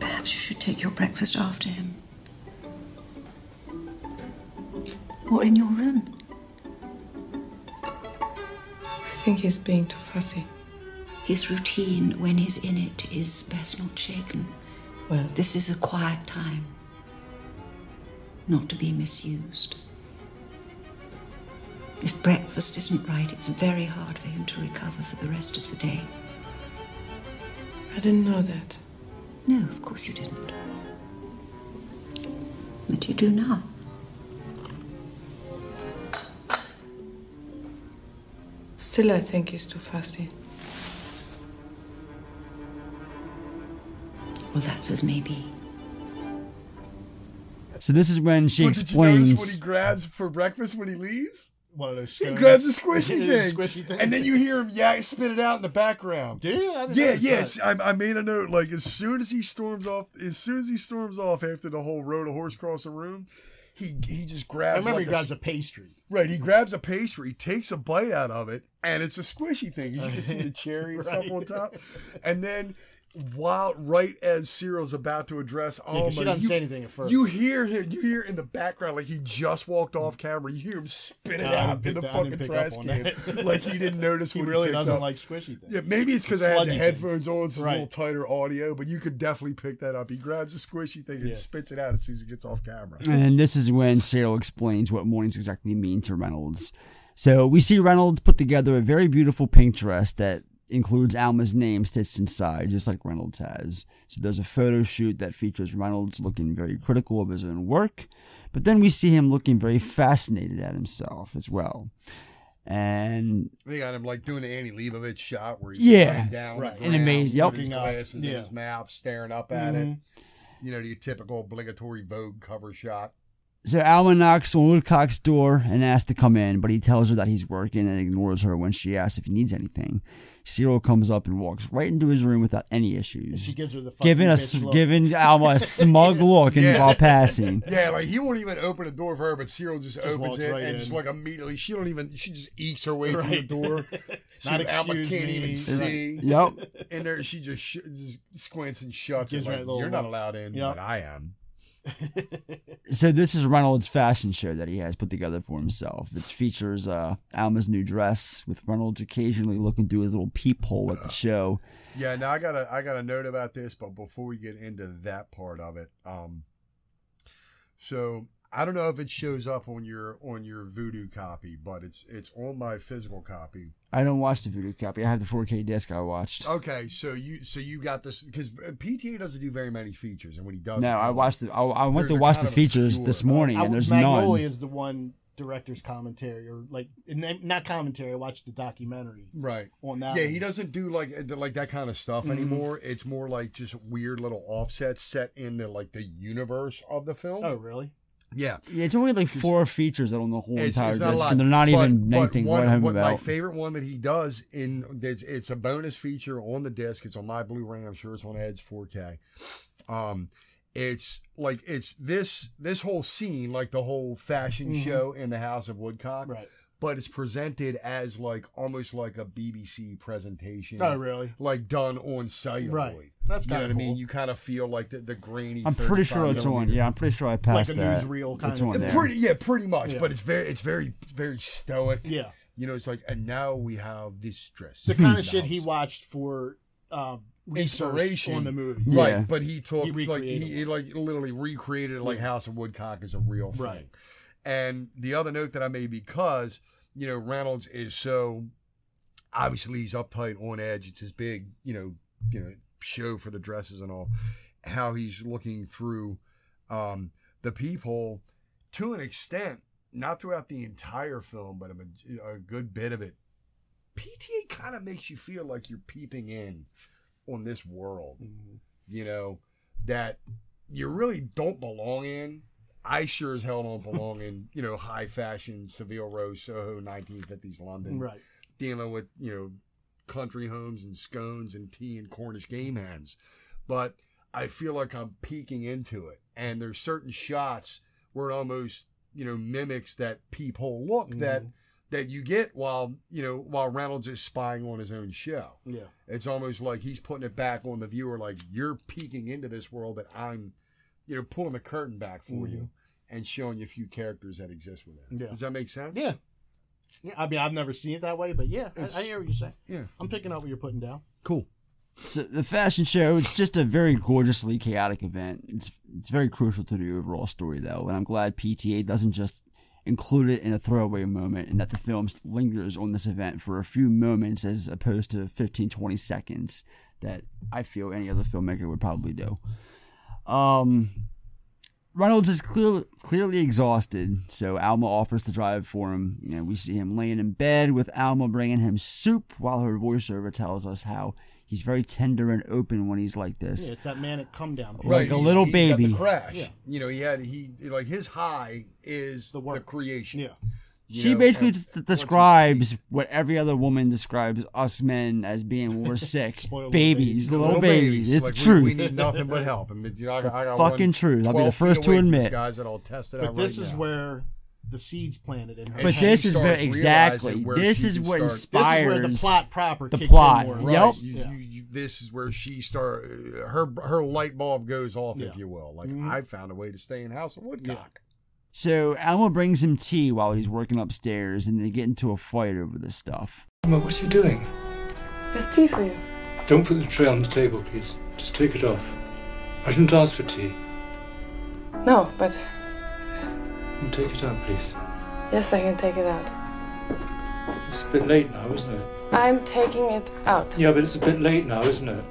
Perhaps you should take your breakfast after him. Or in your room. I think he's being too fussy. His routine, when he's in it, is best not shaken. Well, This is a quiet time, not to be misused. If breakfast isn't right, it's very hard for him to recover for the rest of the day. I didn't know that. No, of course you didn't. But you do now. Still, I think he's too fussy. Well, that's as maybe. So this is when she But did you notice what he explains. grabs for breakfast when he leaves? One of those. He stones. grabs a squishy Those thing, squishy things. and then you hear him yeah spit it out in the background. Do you? I didn't yeah, notice yes. that. I, I made a note. Like as soon as he storms off, as soon as he storms off after the whole rode a horse across the room, he he just grabs. I remember like he grabs a a pastry. Right, he grabs a pastry, takes a bite out of it, and it's a squishy thing. You can see the cherry or something on Right. top. And then, while right as Cyril's about to address Alma, 'cause she doesn't you, say anything at first. You hear him. You hear in the background like he just walked off camera. You hear him spit it No, I didn't out in pick the that- I fucking didn't pick up trash on can, that. like he didn't notice. He what really picked doesn't up. like squishy things. Yeah, maybe it's because I had the Sludgy headphones on, so it's a Right. little tighter audio. But you could definitely pick that up. He grabs a squishy thing and spits it out as soon as he gets off camera. And this is when Cyril explains what mornings exactly mean to Reynolds. So we see Reynolds put together a very beautiful pink dress that includes Alma's name stitched inside, just like Reynolds has. So there's a photo shoot that features Reynolds looking very critical of his own work, but then we see him looking very fascinated at himself as well. And They got him like doing the Annie Leibovitz shot where he's Yeah. lying down, Right. right? An amazing- yep. his Looking up. glasses in Yeah. his mouth, staring up at it. Mm-hmm. You know, the typical obligatory Vogue cover shot. So Alma knocks on Woodcock's door and asks to come in, but he tells her that he's working and ignores her when she asks if he needs anything. Cyril comes up and walks right into his room without any issues. she gives her the fuck giving you a bitch s- look. giving Alma a smug look and Yeah. while passing. Yeah, like he won't even open the door for her, but Cyril just, opens walks it right and in. just like immediately she don't even she just ekes her way through the Right. door. so Not Alma excuse can't me. even Right. see. Yep. And there she just, sh- just squints and shuts. Gives it, her like, that little You're not look. allowed in, Yep. but I am. So this is Reynolds' fashion show that he has put together for himself. It features uh, Alma's new dress, with Reynolds occasionally looking through his little peephole at the show. Yeah, now I got a I got a note about this, but before we get into that part of it, um, so I don't know if it shows up on your on your Voodoo copy, but it's it's on my physical copy. I don't watch the voodoo copy. I have the 4K disc I watched. Okay, so you so you got this because PTA doesn't do very many features, and when he does, No, I watched the. I, I went They're- to they're watch kind the of features obscure. this morning, I- and there's Magnolia none. is the one director's commentary or like n- not commentary. I watched the documentary. Right on that Yeah, one. he doesn't do like uh, like that kind of stuff Mhm. anymore. It's more like just weird little offsets set in the like the universe of the film. Oh, really? Yeah, Yeah, it's only like four features that on the whole entire not a disc, lot, and they're not but- even but anything one- what I'm what My about. favorite one that he does in it's, it's a bonus feature on the disc. It's on my Blu-ray. I'm sure it's on Ed's 4K. Um, it's like it's this this whole scene, like the whole fashion Mm-hmm. Mhm. show in the House of Woodcock, Right. but it's presented as like almost like a BBC presentation. Oh, really? Like done on celluloid. Right. That's you know what kinda I mean. cool. You kind of feel like the, the grainy. I'm pretty sure 35 it's on. millimeter. Yeah, I'm pretty sure I passed a that. newsreel kind it's of on Yeah, there. Pretty, yeah, pretty much. Yeah. But it's very, it's very, very stoic. Yeah. you know, it's like, and now we have this dress. The kind of shit he watched for um, research Inspiration on the movie. right? Yeah. But he took He like he, recreated he, like literally recreated it, like House of Woodcock is a real thing. Right. And the other note that I made because you know Reynolds is so obviously he's uptight on edge. It's his big you know you know show for the dresses and all. How he's looking through um, the peephole to an extent, not throughout the entire film, but a, ma- a good bit of it. PTA kind of makes you feel like you're peeping in on this world, you know, that you really don't belong in. I sure as hell don't belong in, you know, high fashion Seville Row, Soho, 1950s London. Right. Dealing with, you know, country homes and scones and tea and Cornish game hens. But I feel like I'm peeking into it. And there's certain shots where it almost, you know, mimics that peephole look Mm-hmm. that that you get while, you know, while Reynolds is spying on his own show. Yeah. It's almost like he's putting it back on the viewer, like you're peeking into this world that I'm, you know, pulling the curtain back for you and showing you a few characters that exist within. it. Mm-hmm. Yeah. Does that make sense? Yeah. Yeah, I mean, I've never seen it that way, but yeah, I, I hear what you're saying. Yeah. I'm picking up what you're putting down. Cool. So the fashion show it's just a very gorgeously chaotic event. It's it's very crucial to the overall story though, and I'm glad PTA doesn't just included in a throwaway moment and that the film lingers on this event for a few moments as opposed to 15 20 seconds that I feel any other filmmaker would probably do. Um, Reynolds is clear, clearly exhausted, so Alma offers to drive for him. You know, we see him laying in bed with Alma bringing him soup while her voiceover tells us how he's very tender and open when he's like this. Yeah, it's that manic come down. Like a little he's got baby. the crash. Yeah. You know, he had he like his high is the, creation. Yeah. She basically just describes what every other woman describes us men as being when we're sick. babies, little, babies. It's like, the we- truth. We, need nothing but help. And you know, I, The got- I got fucking one truth. I'll be the 12 feet first to away from these admit. Guys, that I'll test it out But this right is now. where the seeds planted in her. But head. this is where exactly. where This she is can what start- inspires This is where the plot proper The kicks in plot. more. Yep. Right. You, you, you, this is where she start her her light bulb goes off, if you will. Like Mm-hmm. I found a way to stay in house at Woodcock. So Alma brings him tea while he's working upstairs, and they get into a fight over this stuff. Emma, what are you doing? There's tea for you. Don't put the tray on the table, please. Just take it off. I didn't ask for tea. No, but And take it out, please. yes, I can take it out. It's a bit late now, isn't it? I'm taking it out, Yeah, but it's a bit late now, isn't it?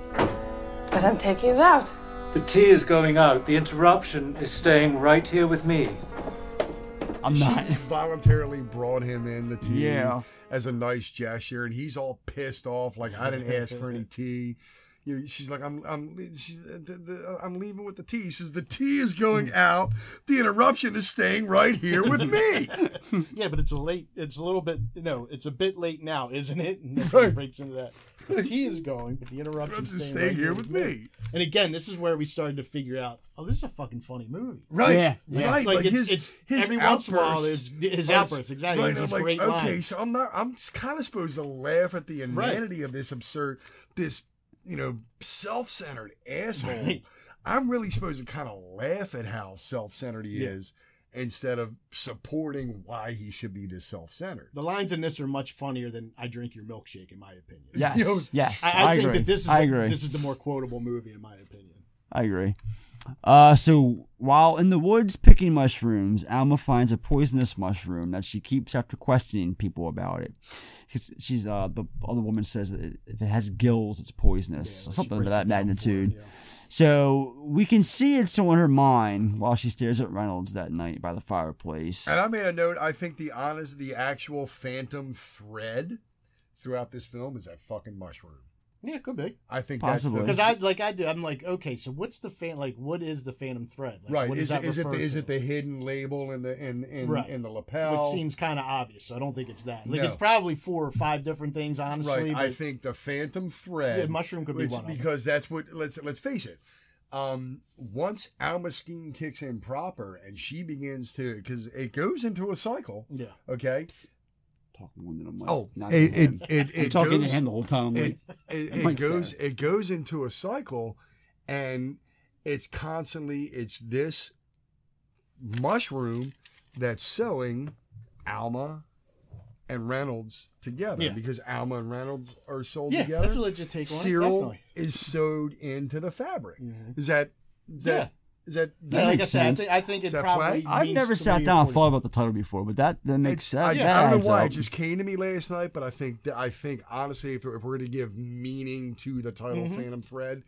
but I'm taking it out. The tea is going out. The interruption is staying right here with me. I'm she not. just voluntarily brought him in the tea Yeah. as a nice gesture, and he's all pissed off. Like I didn't ask for any tea. You know, she's like, I'm, I'm, she's, uh, the, the, I'm leaving with the tea. She says the tea is going out. The interruption is staying right here with me. Yeah, but it's a late. It's a little bit. No, it's a bit late now, isn't it? And then it breaks into that. The tea is going, but the interruption's Interruption's staying, staying right here with me. And again, this is where we started to figure out. Oh, this is a fucking funny movie. Right. Yeah, yeah. Right. Like, Like, it's- his, it's- his every outbursts. once in a while, it's- his are- outbursts, exactly, Right. it's and I'm this like, great okay, line. so I'm not, I'm kind of supposed to laugh at the Right. inanity of this absurd, this, you know, self centered asshole. Right. I'm really supposed to kind of laugh at how self centered he Yeah. is instead of supporting why he should be this self centered. The lines in this are much funnier than "I drink your milkshake," in my opinion. Yes, yes, I, I, I think agree. that this is I agree. this is the more quotable movie in my opinion. I agree. Uh, so while in the woods picking mushrooms, Alma finds a poisonous mushroom that she keeps after questioning people about it. She's, she's uh, the other woman says that it- if it has gills, it's poisonous, or something of that magnitude. So we can see it's on her mind while she stares at Reynolds that night by the fireplace. And I made a note. I think the honest, the actual phantom thread throughout this film is that fucking mushroom. Yeah, it could be. I think Possibly. that's Because the, I like I do. I'm like, okay, so what's the fan? Like, what is the Phantom Thread? Like, right. What Is, does it is it refer the, is to? it the hidden label in the in in, Right. in the Which lapel? seems kind of obvious. So I don't think it's that. Like, No. it's probably four or five different things, honestly. right. But I think the phantom thread. Yeah, mushroom could be it's one of them. because that's what let's let's face it. Um, once Alma Skeen kicks in proper and she begins to because it goes into a cycle. Yeah. Okay. talking more than a mic. Oh, Not to it it him. it, I'm it talking goes, to him the whole time. I'm like, it, it, it Mike's goes it goes into a cycle and it's constantly it's this mushroom that's sewing Alma and Reynolds together Yeah. because Alma and Reynolds are sold Yeah, together. that's a legit take on it, Cyril definitely. is sewed into the fabric. Is that is that is that Yeah, like I makes said, I sense. think, I think it Does that probably. play? I've means never sat three or down and four thought about the title before, but that, that makes I, sense. I don't know why it just came to me last night, but I think that I think honestly, if, if we're going to give meaning to the title Phantom Thread,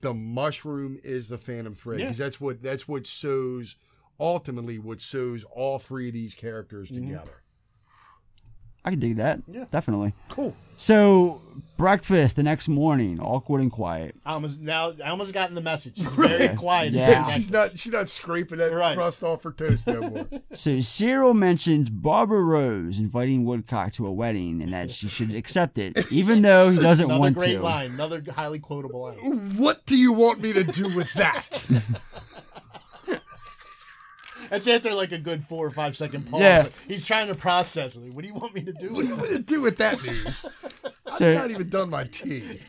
the mushroom is the Phantom Thread because that's what that's what sews ultimately what sews all three of these characters together. I can dig that. Definitely. Cool. So breakfast the next morning, awkward and quiet. I almost now I almost gotten the message. She's very quiet. Yeah. And she's not she's not scraping that Right. crust off her toast no more. So Cyril mentions Barbara Rose inviting Woodcock to a wedding and that she should accept it, even though he doesn't Another want great to. line. Another highly quotable line. what do you want me to do with that? That's after like a good four or five second pause. Yeah. He's trying to process it. Like, what do you want me to do? what do you want me to do with that news? So- I've not even done my tea.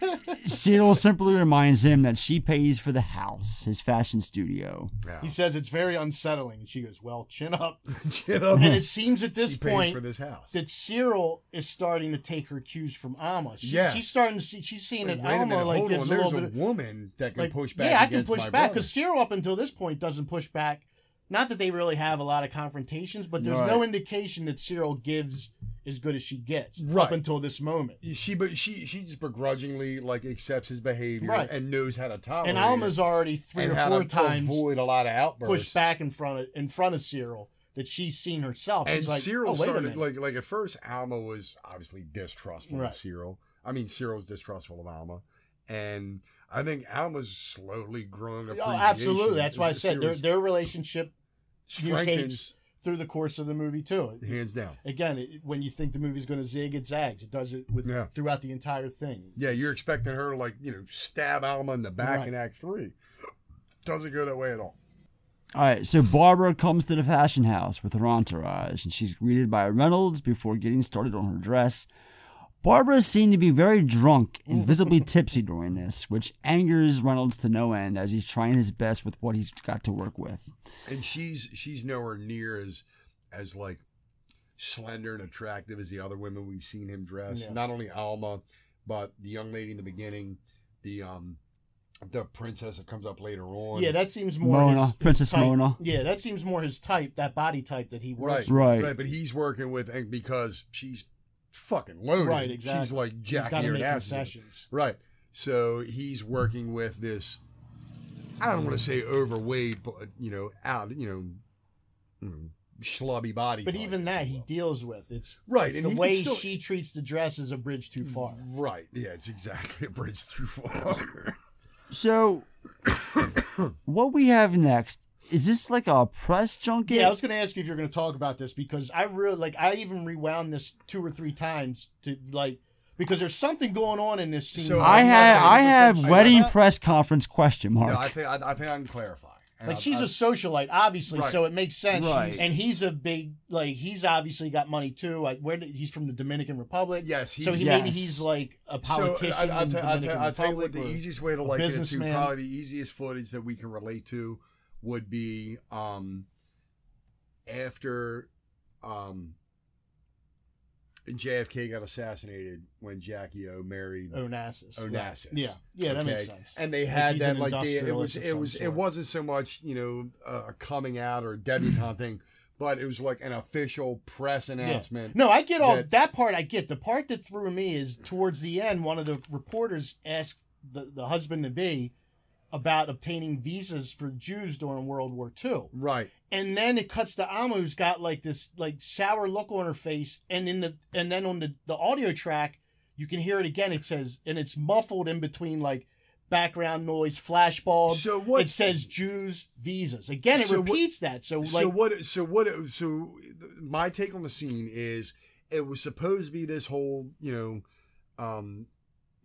Cyril simply reminds him that she pays for the house, his fashion studio. He says it's very unsettling, and she goes, "Well, chin up." Get up. And it seems at this She pays point for this house. that Cyril is starting to take her cues from Alma. She, Yeah. she's starting to see. She's seeing Wait, that wait a Alma minute, like hold gives on. a There's little a bit. Of, woman that can like, push back. yeah, I can against push my back brother. because Cyril up until this point doesn't push back Not that they really have a lot of confrontations, but there's no Right. indication that Cyril gives as good as she gets up Right. until this moment. She but she she just begrudgingly like accepts his behavior Right. and knows how to tolerate. and Alma's it already three and or how four to times avoid a lot of outbursts. pushed back in front of in front of Cyril that she's seen herself. And She's like, Cyril oh, wait a started minute. like like at first Alma was obviously distrustful Right. of Cyril. I mean Cyril's distrustful of Alma, and I think Alma's slowly growing up. oh, absolutely. That's why I said their their relationship mutates Strengthens. through the course of the movie too. hands down. Again, it, when you think the movie's going to zig, it zags. It does it with Yeah. throughout the entire thing. Yeah, you're expecting her to like you know stab Alma in the back Right. in Act Three. Doesn't go that way at all. All right, so Barbara comes to the fashion house with her entourage, and she's greeted by Reynolds before getting started on her dress. Barbara seemed to be very drunk Mm. and visibly tipsy during this, which angers Reynolds to no end as he's trying his best with what he's got to work with. and she's she's nowhere near as as like slender and attractive as the other women we've seen him dress. Yeah. Not only Alma, but the young lady in the beginning, the um the princess that comes up later on. Yeah, that seems more Mona, his- his Princess type. Mona. Yeah, that seems more his type, that body type that he right, works. Right. But he's working with and because she's fucking loaded. Right, exactly. She's like He's Jackie gotta or make an acid. concessions. Right. So he's working with this. I don't want to say overweight, but you know, out, you know, you know, mm, schlubby body. But type. even that he deals with. It's Right, It's and the he can way still- Mm. she treats the dress is a bridge too far. Right. Yeah, it's exactly a bridge too far. So, what we have next is this like a press junket? Yeah, I was going to ask you if you're going to talk about this because I really like. I even rewound this two or three times to like because there's something going on in this scene. So that I I'm not have I 100% have sure wedding about. press conference question mark. no, I think I, I think I can clarify. And Like I- she's I- a socialite, obviously, Right. so it makes sense. Right. And he's a big like he's obviously got money too. Like where did, he's from the Dominican Republic. Yes, so he's- he, maybe Yes. he's like a so politician. I, I'll, in tell- the I'll tell- Dominican I'll tell you what Republic the or easiest way to a like get to businessman. probably the easiest footage that we can relate to would be um after um JFK got assassinated when Jackie O married Onassis. right. Onassis. Yeah, Oh, yeah, that makes Okay. sense. And they had he's that an like they, it was industrialist of it some was it sort. wasn't so much you know a a coming out or a debutante thing, but it was like an official press announcement. No, I get all that, that- part. I get the part that threw me is towards the end. One of the reporters asked the, the husband to be about obtaining visas for Jews during World War II, Right. and then it cuts to Amma, who's got like this like sour look on her face, and in the and then on the the audio track, you can hear it again. It says, and it's muffled in between like. Background noise, flashbulb. So what- It says Jews visas again. It So what- repeats that. So like, so what? So what? So my take on the scene is it was supposed to be this whole you know, um,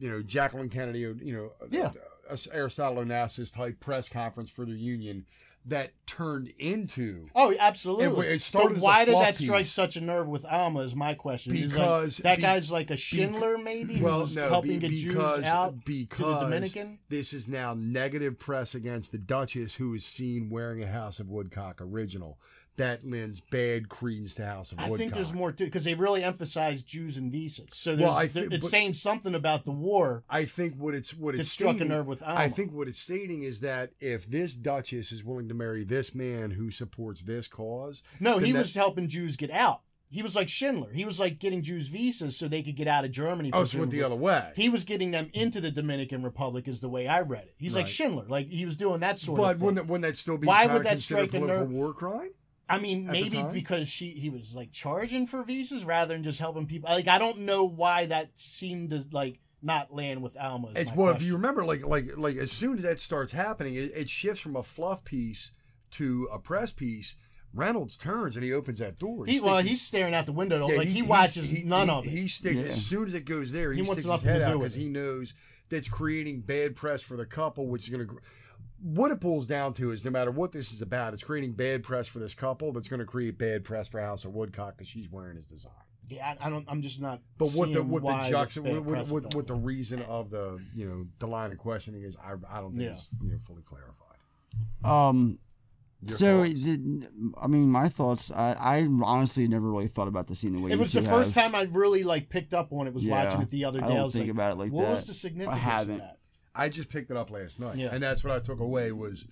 you know Jacqueline Kennedy, you know, Yeah. uh, Aristotle Onassis type press conference for the union that turned into Oh, absolutely. It- it started but as a why did flop that strike piece. such a nerve with Alma is my question. Is, like, Because- that be- guy's like a Schindler, maybe. Well, who's no, be- helping get because Jews out to the because Dominican. this is now negative press against the Duchess, who is seen wearing a House of Woodcock original. That lends bad credence to House of I Woodcock. think there's more too because they really emphasize Jews and visas. So there's, Well, I thi- it's but- saying something about the war. I think what it's what That it's struck a stating- nerve with Alma. I think what it's stating is that if this Duchess is willing to marry this man who supports this cause, No, then he that- was helping Jews get out. He was like Schindler. He was like getting Jews visas so they could get out of Germany. Oh, so it went the presumably. other way. He was getting them into the Dominican Republic, is the way I read it. He's like Right. Schindler. Like he was doing that sort but of thing. wouldn't, wouldn't that still be Why kinda would that considered strike a political nerve? war crime? I mean, at the maybe time? because she he was like charging for visas rather than just helping people. Like, I don't know why that seemed to like not land with Alma. is It's my well, if question. you remember, like like like as soon as that starts happening, it, it shifts from a fluff piece to a press piece. Reynolds turns and he opens that door. he, sticks well, his- he's staring out the window. yeah, like he, he's- watches he- none he- of it. He sticks Yeah. as soon as it goes there. He, He sticks wants his nothing to head do out with because it. he knows that's creating bad press for the couple, which is going to. What it boils down to is no matter what this is about, it's creating bad press for this couple. That's going to create bad press for House of Woodcock because she's wearing his design. yeah, I, I don't. I'm just not. But what the seeing what why the that's juxta bad what, what, precedent. what, what the reason of the you know the line of questioning is I I don't think Yeah. is you know fully clarified. Um, Your so thoughts? the, I mean, my thoughts. I, I honestly never really thought about the scene the way It you was two the first have. time I really like picked up on it. Was Yeah. watching it the other day. I I, don't was think like, about it like what that. was the I significance of haven't. that? I just picked it up last night, Yeah. and that's what I took away was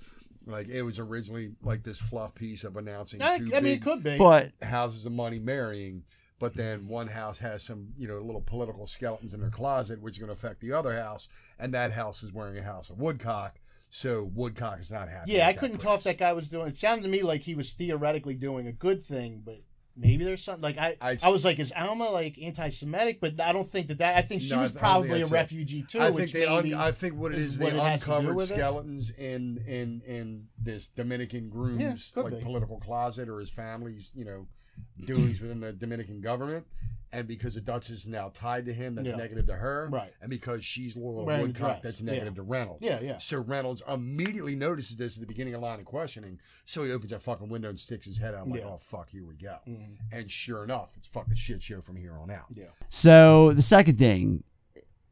Like it was originally like this fluff piece of announcing I- two I mean, it big could be. But- houses of money marrying, but then one house has some you know little political skeletons in their closet, which is going to affect the other house, and that house is wearing a house of Woodcock, so Woodcock is not happy. Yeah, I with that couldn't place. tell if that guy was doing. It sounded to me like he was theoretically doing a good thing, but maybe there's something like I. I, I- was like, is Alma like anti-Semitic? But I don't think that. that I think she No, I- was I don't think probably a that's it. refugee too. I which think they. maybe Un- I think what it is, they has to do uncovered with it. skeletons in in in this Dominican groom's could like be. political closet or his family's you know doings within the Dominican government. And because the Duchess is now tied to him, that's Yeah. negative to her. Right. And because she's Laura Wearing the Woodcock, dress, that's yeah. negative to Reynolds. Yeah, yeah. So Reynolds immediately notices this at the beginning of line of questioning. So he opens that fucking window and sticks his head out. I'm like, Yeah. Mm-hmm. oh, fuck, here we go. And sure enough, it's fucking shit show from here on out. Yeah. So the second thing,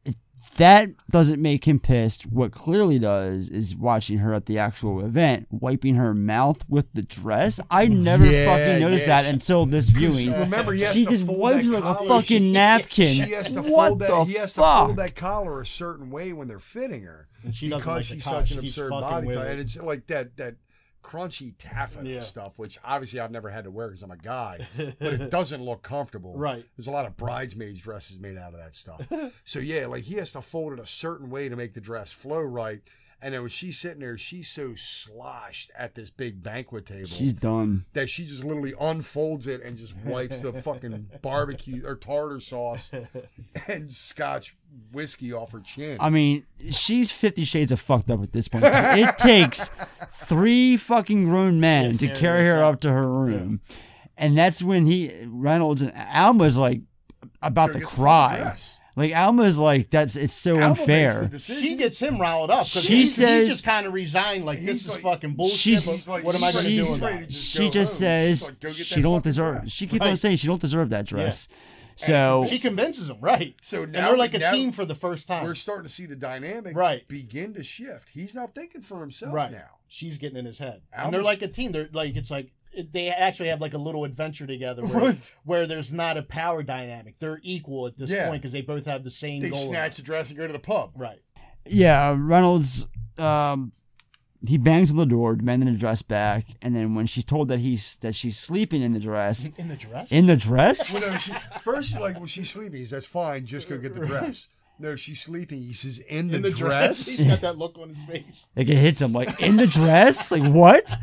if that doesn't make him pissed, what clearly does is watching her at the actual event, wiping her mouth with the dress. I never Yeah, fucking noticed yeah, that she- until this viewing. Remember, he has she to just fold wipes that like a collar. fucking napkin. She has to what fold the that. He has to fuck? fold that collar a certain way when they're fitting her And she doesn't because like the she's collar. such She an keeps absurd fucking body with type, it. and it's like that that crunchy taffeta Yeah. stuff, which obviously I've never had to wear because I'm a guy, but it doesn't look comfortable. Right. There's a lot of bridesmaids dresses made out of that stuff. so yeah, like he has to fold it a certain way to make the dress flow right. And then when she's sitting there, she's so sloshed at this big banquet table She's done. that she just literally unfolds it and just wipes the fucking barbecue or tartar sauce and scotch whiskey off her chin. I mean, she's Fifty Shades of fucked up at this point. It takes three fucking grown men to carry her up to her room, and that's when he Reynolds and Alma's like about Gotta to get the full cry. dress. Like Alma's like that's it's so Alma makes the unfair. decision. She gets him riled up because She he's, says- he's just kind of resigned, like this He's is like- fucking bullshit. She's- but what am I going to do she's- with ready that? to just she go just home. She's says like, "Go get that she don't fucking deserve. dress." She keeps on Right. saying she don't deserve that dress. So She convinces him, right? So and now- they're like a now- team for the first time, We're starting to see the dynamic Right. begin to shift. He's not thinking for himself right? now. She's getting in his head, Alma's- and they're like a team. They're like it's like it- they actually have like a little adventure together where, Right. where there's not a power dynamic. They're equal at this point Yeah. 'cause point because they both have the same They goal. snatch the dress and go to the pub. Right. yeah, Reynolds, um, he bangs on the door, demanding the dress back, and then when she's told that he's that she's sleeping in the dress, In the dress? in the dress, Well, no, she, first, she's like, well, she's sleeping. He says, that's fine. Just go get the dress. No, she's sleeping. He says, in the, dress? He's got that look on his face. like it hits him, like in the dress, like what?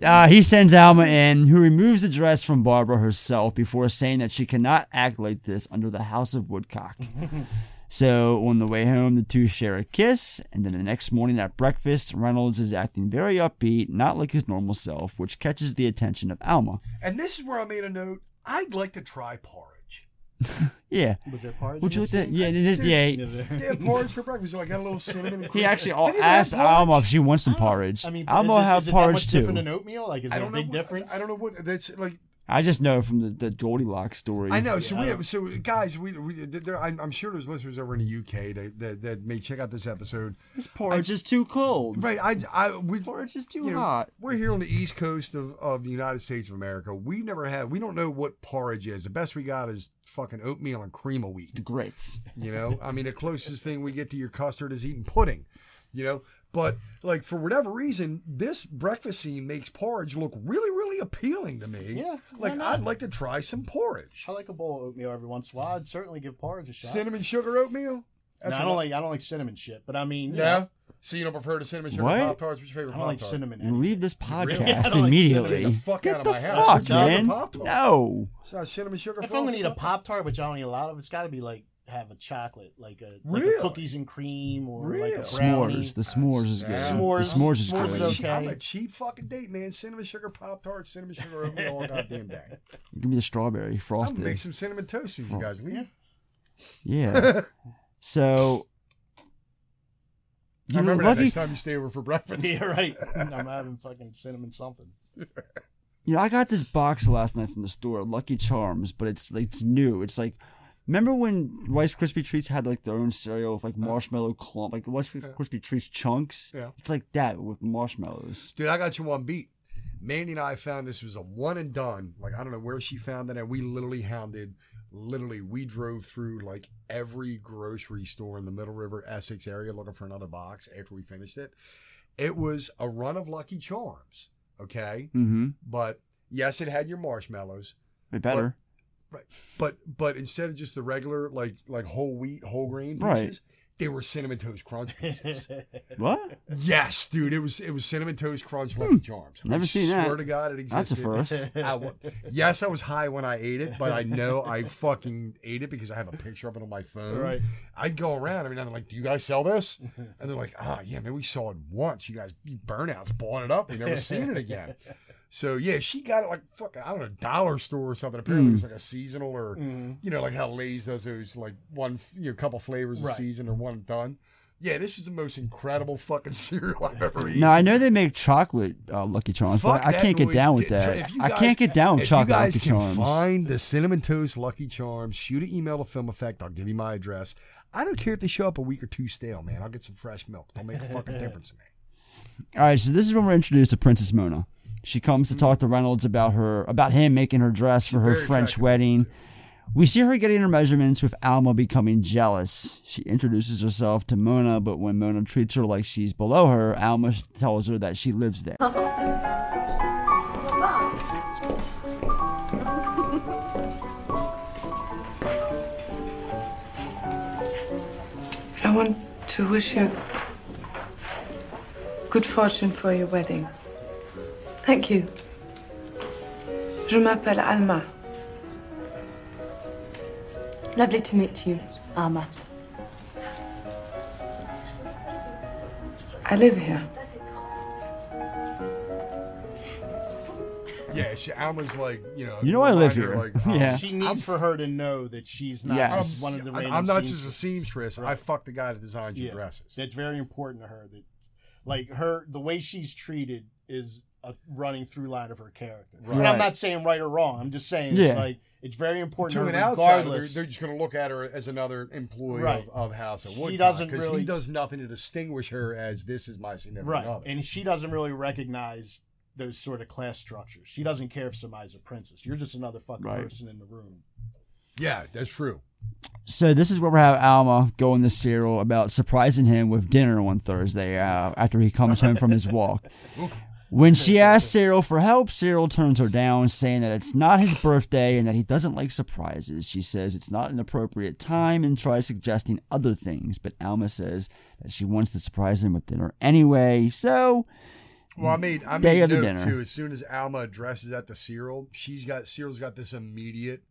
Uh, he sends Alma in, who removes the dress from Barbara herself before saying that she cannot act like this under the House of Woodcock. so on the way home, the two share a kiss, and then the next morning at breakfast, Reynolds is acting very upbeat, not like his normal self, which catches the attention of Alma. And this is where I made a note. I'd like to try porridge. Yeah. Was there parts? Would you like that? Yeah, it is, yeah. They have porridge for breakfast. So I got a little cinnamon. and He cream. actually Have you ever had asked porridge? Alma if she wants some porridge. I mean, Alma will is it, have is it that porridge much too. different than oatmeal? Like, is I there a don't know. big What, difference? I don't know what that's like. I just know from the, the Goldilocks story. I know. So we have, so guys, we, we there, I'm, I'm sure there's listeners over in the UK that, that, that may check out this episode. This porridge is too cold. Right. I I we Porridge is too you know, hot. We're here on the east coast of, of the United States of America. We never had. We don't know what porridge is. The best we got is fucking oatmeal and cream of wheat. Grits. You know, I mean, the closest thing we get to your custard is eating pudding, you know. But like for whatever reason, this breakfast scene makes porridge look really, really appealing to me. Yeah, why like not? I'd like to try some porridge. I like a bowl of oatmeal every once in a while. I'd certainly give porridge a shot. Cinnamon sugar oatmeal. No, I what don't like I don't like cinnamon shit, but I mean, Yeah. yeah, So you don't prefer the cinnamon sugar What? pop tarts? What's your I favorite don't pop like tart? cinnamon. And leave this podcast Really? I don't like immediately. cinnamon. Get the fuck out of my house. fuck, Would you have a man. Pop-Tart? No. So cinnamon sugar. If I'm frosting gonna eat a pop- pop tart, which I don't eat a lot of, it's got to be like have a chocolate, like a, like Really? a cookies and cream or like a Really? brownie. S'mores. The s'mores is good. Yeah. The s'mores S'mores. is S'mores good. is Shit, I'm okay. a cheap fucking date, man. Cinnamon sugar pop tart, cinnamon sugar oatmeal all goddamn day. Give me the strawberry I'm gonna frosted. make some cinnamon toast if you guys leave. Yeah. so. I You were remember that lucky. next time you stay over for breakfast. yeah, right. I'm having fucking cinnamon something. You know, I got this box last night from the store, Lucky Charms, but it's like it's new. It's like, remember when Rice Krispie treats had like their own cereal with like marshmallow clump, like Rice Krispie treats chunks. Yeah. It's like that with marshmallows. Dude, I got you one beat. Mandy and I found this was a one and done. Like I don't know where she found it, and we literally hounded. Literally, we drove through like every grocery store in the Middle River, Essex area looking for another box after we finished it. It was a run of Lucky Charms. Okay. Mm-hmm. But yes, it had your marshmallows. It better. Right. But but instead of just the regular like like whole wheat, whole grain pieces, Right. they were cinnamon toast crunch pieces. What? yes, dude, it was it was cinnamon toast crunch Lucky Charms. Hmm. Never I seen that. Swear to God, it That's a existed. first. I wa- yes, I was high when I ate it, but I know I fucking ate it because I have a picture of it on my phone. Right. I'd go around. I mean, I'm like, "Do you guys sell this?" And they're like, "Ah, yeah, man, we saw it once. You guys, you burnouts, bought it up. We never seen it again." So yeah, she got it like fucking I don't know dollar store or something. Apparently it was like a seasonal or Mm. you know like how Lay's does those like one you know couple flavors a Right. season or one and done. Yeah, this was the most incredible fucking cereal I've ever eaten. Now I know they make chocolate uh, Lucky Charms, Fuck but I that can't get noise. down with Did- that. if you I can't guys- get down with if chocolate you guys Lucky can Charms. find the cinnamon toast Lucky Charms, shoot an email to Film Effect. I'll give you my address. I don't care if they show up a week or two stale, man. I'll get some fresh milk. Don't make a fucking difference to me. All right, so this is when we're introduced to Princess Mona. She comes to talk to Reynolds about her about him making her dress for her very French attractive wedding. We see her getting her measurements with Alma becoming jealous. She introduces herself to Mona, but when Mona treats her like she's below her, Alma tells her that she lives there. I want to wish you good fortune for your wedding. Thank you. Je m'appelle Alma. Lovely to meet you, Alma. I live here. Yeah, she, Alma's like, you know, You know I live here. reminder, oh, Yeah. She needs for her to know that she's not Yes. just one of the I'm, random I'm not seamstresses. just a seamstress. I fucked the guy that designed your dresses. That's very important to her. That, like her, the way she's treated is a running through line of her character. And Right. I'm not saying right or wrong. I'm just saying Yeah. it's like it's very important To to, an her, outsider, they're, regardless. they're just going to look at her as another employee Right. of, of House of She Woodcock. doesn't 'cause really- he does nothing to distinguish her as this is my significant right, other. and she doesn't really recognize those sort of class structures. She doesn't care if somebody's a princess. You're just another fucking Right. person in the room. Yeah, that's true. So this is where we have Alma going to Cyril about surprising him with dinner on Thursday uh, after he comes home from his walk. When she asks Cyril for help, Cyril turns her down, saying that it's not his birthday and that he doesn't like surprises. She says it's not an appropriate time and tries suggesting other things, but Alma says that she wants to surprise him with dinner anyway. So Well, I made I Day made of the note dinner. too. As soon as Alma addresses at the Cyril, she's got Cyril's got this immediate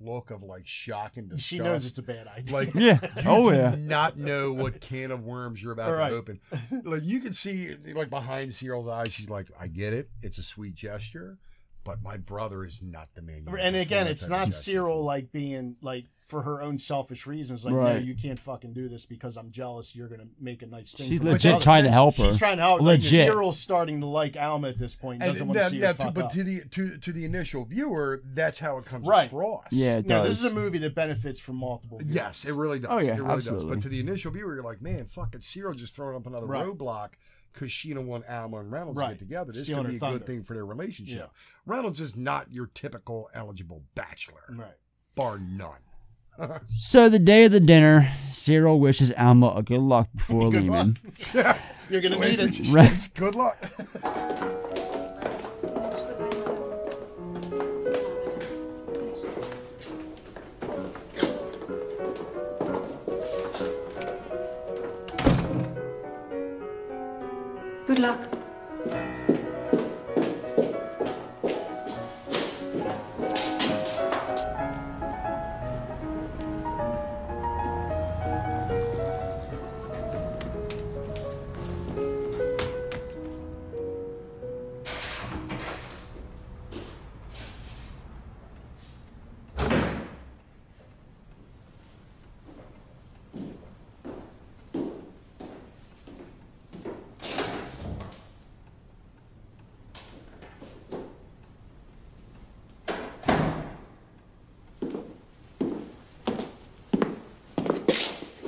look of like shock and disgust. She knows it's a bad idea. Like, Yeah. you Oh, do yeah. Not know what can of worms you're about Right. to open. Like you can see, like behind Cyril's eyes, she's like, "I get it. It's a sweet gesture, but my brother is not the man." you and perform again, that it's type of not gesture Cyril like being like for her own selfish reasons. Like, no, Right. you can't fucking do this because I'm jealous. You're gonna make a nice thing. She's for my legit brother." trying to help her. She's trying to help. Legit. Like, Cyril's starting to like Alma at this point. And Doesn't want to now- see now her to- fuck but up. to the to, to the initial viewer, that's how it comes Right. across. yeah, it no, does. this is a movie that benefits from multiple. Views. Yes, it really does. Oh, yeah, it really absolutely. does. But to the initial viewer, you're like, man, fucking Cyril just throwing up another Right. roadblock because she don't want Alma and Reynolds Right. to get together. This Stealing could be her a thunder. good thing for their relationship. Reynolds is not your typical eligible bachelor, Right. bar none. So the day of the dinner, Cyril wishes Alma a good luck before Good leaving. luck. You're gonna So need basically it. she Right. says, Good luck. Good luck.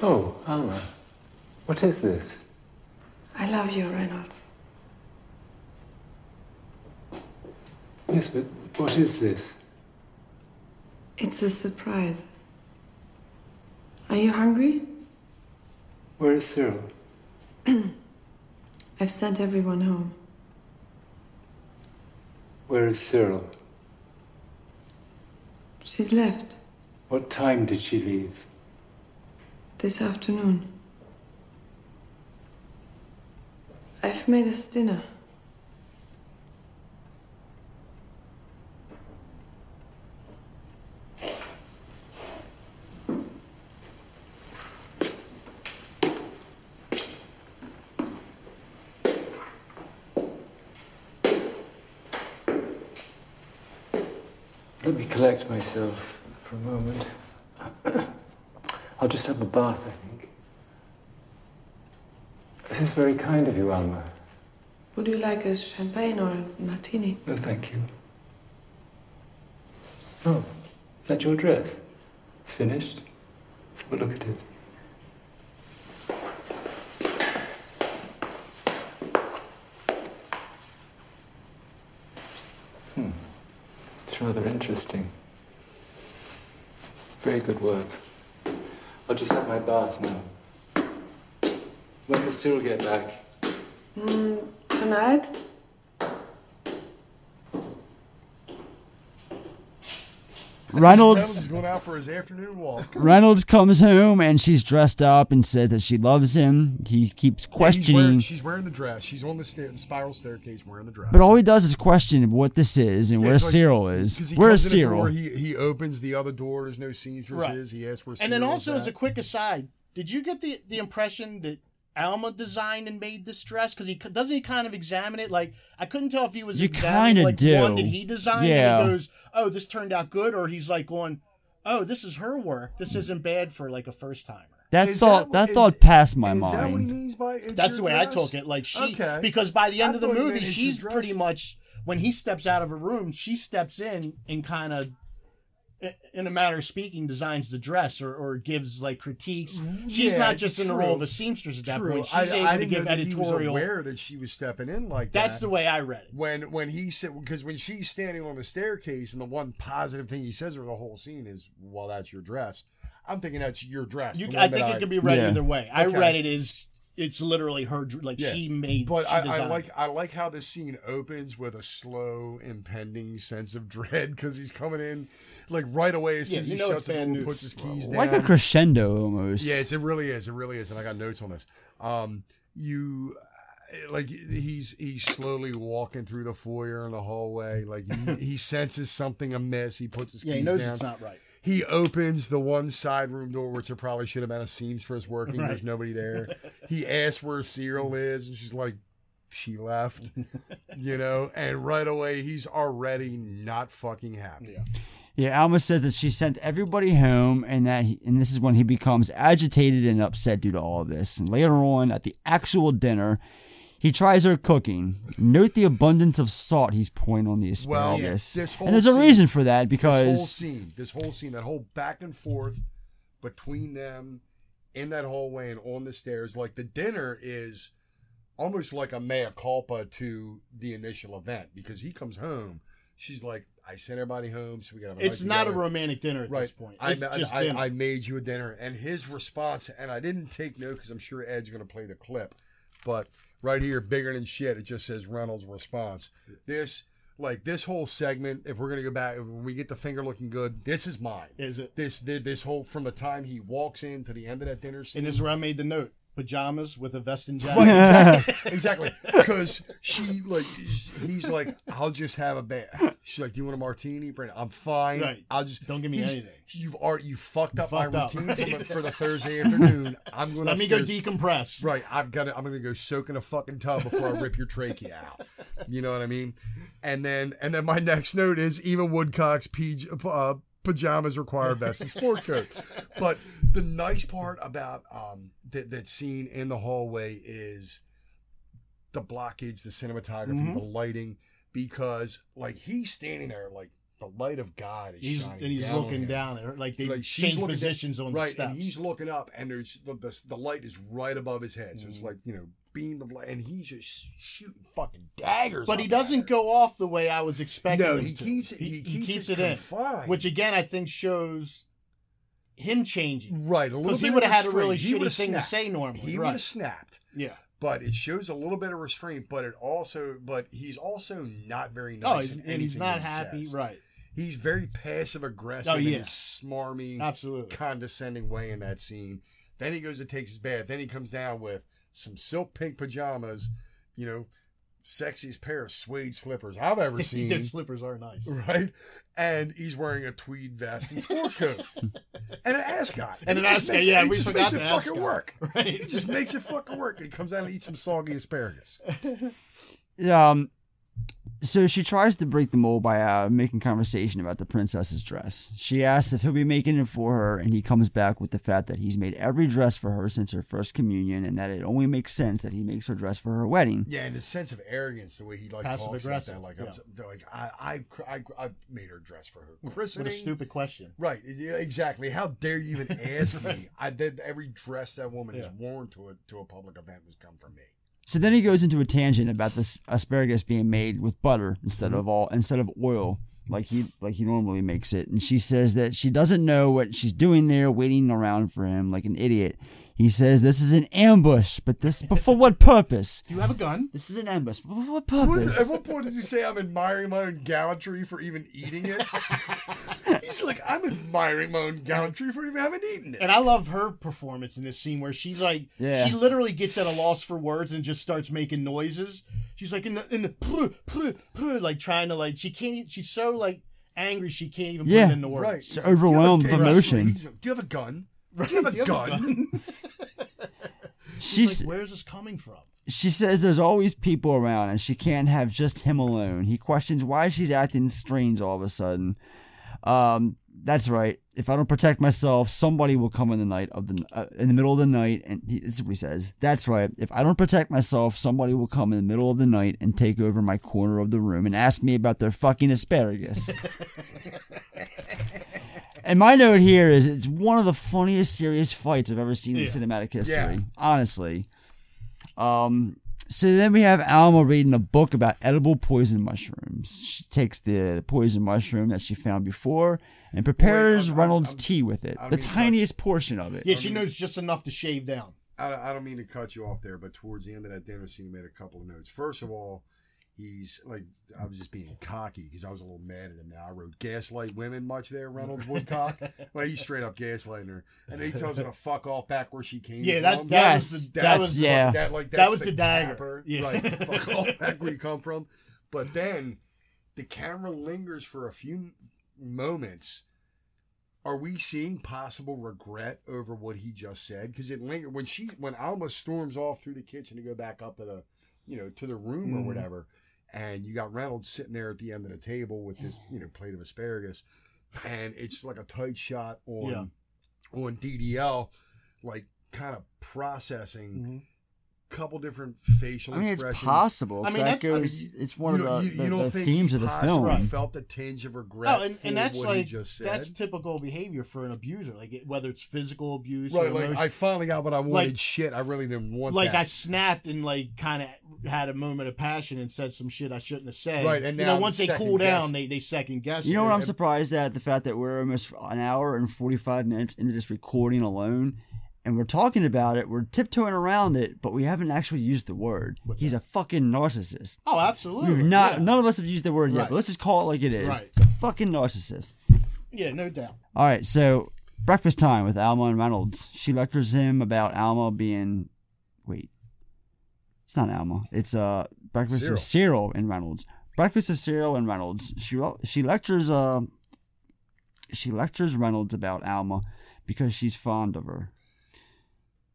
Oh, Alma. What is this? I love you, Reynolds. Yes, but what is this? It's a surprise. Are you hungry? Where is Cyril? I've sent everyone home. Where is Cyril? She's left What time did she leave? this afternoon. I've made us dinner. Let me collect myself for a moment. I'll just have a bath, I think. This is very kind of you, Alma. Would you like a champagne or a martini? No, thank you. Oh, is that your dress? It's finished. Let's have a look at it. Hmm. It's rather interesting. Very good work. I'll just have my bath now. When does Cyril get back? Mm, tonight? Reynolds going out for his afternoon walk. Reynolds comes home and she's dressed up and says that she loves him. He keeps She's wearing, questioning, she's wearing the dress. She's on the, stair, the spiral staircase wearing the dress. but all he does is question what this is and Yeah, where it's like- Cyril 'cause is. he Where comes is in the door, Cyril? He, he opens the other door. There's no seamstress. Right. Is. He asks where And then Cyril's also, as at. a quick aside, did you get the the impression that Alma designed and made this dress? Because he doesn't he kind of examine it. Like I couldn't tell if he was You examining kinda like do. one that he designed. Yeah. And he goes, "Oh, this turned out good," or he's like going, "Oh, this is her work. This isn't bad for like a first timer." That Is thought that- that, is- thought passed my is mind. that what he means by it's That's your the way dress? I took it. Like she, Okay. because by the end I of the thought he meant movie, it's your she's dress. pretty much when he steps out of her room, she steps in and kind of, in a matter of speaking, designs the dress or, or gives like critiques. She's Yeah, not just in the role true. of a seamstress at that True. point. She's I, able I to didn't give know that He editorial. was aware that she was stepping in like that. That's the way I read it. When when he said because when she's standing on the staircase and the one positive thing he says over the whole scene is, "Well, that's your dress." I'm thinking that's your dress. You, the I one think that it could be read Okay. either way. I read it as it's literally her, dr- like Yeah. she made. But she I, I designed like I like how this scene opens with a slow impending sense of dread because he's coming in like right away as soon Yeah, as you he know shuts it's the door bad and news. puts his keys down. like a crescendo almost. Yeah, it's, it really is. It really is, and I got notes on this. Um, you uh, like he's he's slowly walking through the foyer and the hallway. Like he, he senses something amiss. He puts his Yeah, keys he knows down. it's not right. He opens the one side room door, which there probably should have been a seamstress working. There's Right. nobody there. He asks where Cyril is, and she's like, "She left," you know. And right away, he's already not fucking happy. Yeah, Alma says that she sent everybody home, and that he, and this is when he becomes agitated and upset due to all of this. And later on, at the actual dinner, he tries her cooking. Note the abundance of salt he's pouring on the Well, asparagus. this whole and there's a scene- reason for that this whole because scene, this whole scene, that whole back and forth between them in that hallway and on the stairs, like the dinner is almost like a mea culpa to the initial event because he comes home, she's like, "I sent everybody home, so we got." It's not a romantic dinner at Right. this point. I, It's ma- just I, dinner. I made you a dinner. And his response, and I didn't take note because I'm sure Ed's going to play the clip, but right here, bigger than shit, it just says Reynolds' response. This, like, this whole segment, if we're going to go back, when we get the finger looking good, this is mine. Is it? This, thi- this whole, from the time he walks in to the end of that dinner scene. and this is where I made the note: pajamas with a vest and jacket. Right, exactly. exactly. Because she like he's like, I'll just have a bit. She's like, Do you want a martini? Brandon, I'm fine. Right. I'll just Don't give me he's- anything. You've already you fucked up fucked my up. routine for, my- for the Thursday afternoon. I'm gonna Let me go upstairs. decompress. Right. I've got to, I'm gonna go soak in a fucking tub before I rip your trachea out. You know what I mean? And then and then my next note is even Woodcock's PJ, uh, pajamas require vest and sport coat. But the nice part about um that that scene in the hallway is the blockage, the cinematography, Mhm. the lighting, because like he's standing there like the light of God is He's, shining and he's down on looking him down at her. Like they she's change looking positions down- on right, the steps. and he's looking up, and there's the, the the light is right above his head, Mm. so it's like you know beam of light, and he's just shooting fucking daggers. but he up doesn't go off the way I was expecting. No, him he to. keeps it- he keeps it confined. which again I think shows him changing. Right, a little because he bit would have of had a really restraint. He shitty would've thing to snapped. say normally. He would right. have snapped. Yeah. but it shows a little bit of restraint. But it also, but he's also not very Oh, nice. he's- in and he's anything not that he happy, says. right. He's very passive aggressive Oh, in yeah. his smarmy, Absolutely. condescending way in that scene. Then he goes and takes his bath. Then he comes down with some silk pink pajamas, you know, sexiest pair of suede slippers I've ever seen. Their slippers are nice. Right, and he's wearing a tweed vest and sport coat, and an ascot, And it an just ascot, makes- yeah, it we just forgot makes it the fucking ascot. work. Right. It just makes it fucking work, and he comes out and eats some soggy asparagus. Um, so she tries to break the mold by uh, making conversation about the princess's dress. She asks if he'll be making it for her, and he comes back with the fact that he's made every dress for her since her first communion, and that it only makes sense that he makes her dress for her wedding. Yeah, and his sense of arrogance, the way he like Passive talks aggressive, like that, yeah. like, I'm, they're like I, I, cr- I, cr- I made her dress for her christening. What a stupid question. Right, yeah, exactly. How dare you even ask me? I did every dress that woman is Yeah. worn to a to a public event was come from me. So then he goes into a tangent about this asparagus being made with butter instead of all instead of oil like he like he normally makes it and she says that she doesn't know what she's doing there waiting around for him like an idiot. He says this is an ambush, but this but for what purpose? Do you have a gun? This is an ambush. but For what What is- purpose? at what point does he say I'm admiring my own gallantry for even eating it? He's like, I'm admiring my own gallantry for even having eaten it. And I love her performance in this scene where she's like, Yeah. she literally gets at a loss for words and just starts making noises. She's like, in the, in the, pru, pru, pru, like trying to like, she can't, e- she's so like angry she can't even Yeah. put it into words. Right. So overwhelmed with He's like, emotion. he's like, Do you have a gun? Do you have a Do you have a gun? She's Like, where's this coming from? She says there's always people around and she can't have just him alone. He questions why she's acting strange all of a sudden. Um, that's right. If I don't protect myself, somebody will come in the night of the uh, in the middle of the night and he, that's what he says. That's right. If I don't protect myself, somebody will come in the middle of the night and take over my corner of the room and ask me about their fucking asparagus. and my note here is it's one of the funniest serious fights I've ever seen in Yeah. cinematic history. Yeah. Honestly. Um, so then we have Alma reading a book about edible poison mushrooms. She takes the poison mushroom that she found before and prepares Reynolds tea with it, the tiniest portion of it. Yeah, she knows just enough to shave down. I, I don't mean to cut you off there, but towards the end of that dinner scene, he made a couple of notes. First of all, he's like, I was just being cocky because I was a little mad at him. Now I wrote gaslight women much there, Reynolds Woodcock. like he's straight up gaslighting her, and then he tells her to fuck off back where she came Yeah, that's- from. that was Yes, the- that that's- was- yeah. that like That that's was the, the dagger. capper, Yeah. right? fuck off back where you come from. But then the camera lingers for a few moments are we seeing possible regret over what he just said? Because it lingered when she when Alma storms off through the kitchen to go back up to the you know to the room or Mm. Mhm. whatever, and you got Reynolds sitting there at the end of the table with this you know plate of asparagus, and it's like a tight shot on Yeah. on DDL, like kind of processing. Couple different facial Mm-hmm. I mean, it's expressions. possible. I 'cause mean, that that's- I mean, goes, it's one of you the, don't- you, the- you don't the think themes he of the possibly film. felt the tinge of regret No, Oh, and, for and that's what he like just said. that's typical behavior for an abuser, like it, whether it's physical abuse Right, or like emotion- I finally got what I wanted. Like- shit, I really didn't want like I that. snapped and like kind of had a moment of passion and said some shit I shouldn't have said. Right, and you now know, once they second cool guess. down, they they second guess. You know it. what I'm surprised at? The fact that we're almost an hour and 45 minutes into this recording alone, and we're talking about it, we're tiptoeing around it, but we haven't actually used the word. He's a fucking narcissist. Oh, absolutely. We've not, yeah. None of us have used the word yet, Right. but let's just call it like it is. Right. He's a fucking narcissist. yeah, no doubt. All right, so breakfast time with Alma and Reynolds. She lectures him about Alma being. Wait, it's not Alma. It's uh breakfast of Cyril and Reynolds. Breakfast of Cyril and Reynolds. She le- she lectures uh she lectures Reynolds about Alma because she's fond of her.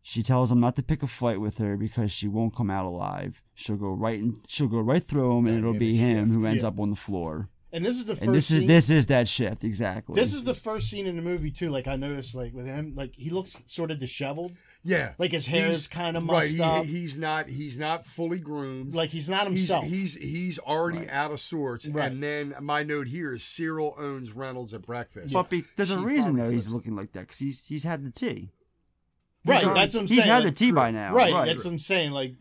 She tells him not to pick a fight with her because she won't come out alive. She'll go right in, she'll go right through him, and it'll be him who ends Yeah. up on the floor. And this is the first. And this is scene- this is that shift exactly. This is the first scene in the movie too. Like I noticed, like with him, like he looks sort of disheveled. yeah, Like his hair He's- is kind of right. mussed he- up. he's not. He's not fully groomed. like he's not He's, himself. he's he's already out of sorts, Right. and then my note here is Cyril owns Reynolds at breakfast. But be, there's a She reason finally though he's flips. looking like that because he's he's had the tea. right. he's- That's what I'm he's saying. had the like- tea by now. Right, Right. That's what I'm saying. Like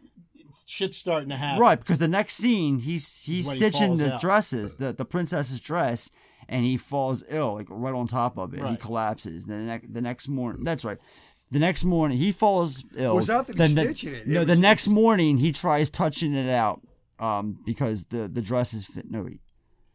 shit's starting to happen. Right, because the next scene he's he's When he stitching falls the out. dresses, the the princess's dress, and he falls ill like right on top of it. He Right. collapses. Then the, ne- the next morning, that's right. The next morning, he falls ill. Was that that Then he's the, stitching it? It No, was- the next morning he tries touching it out um, because the the dress is fit. No, he-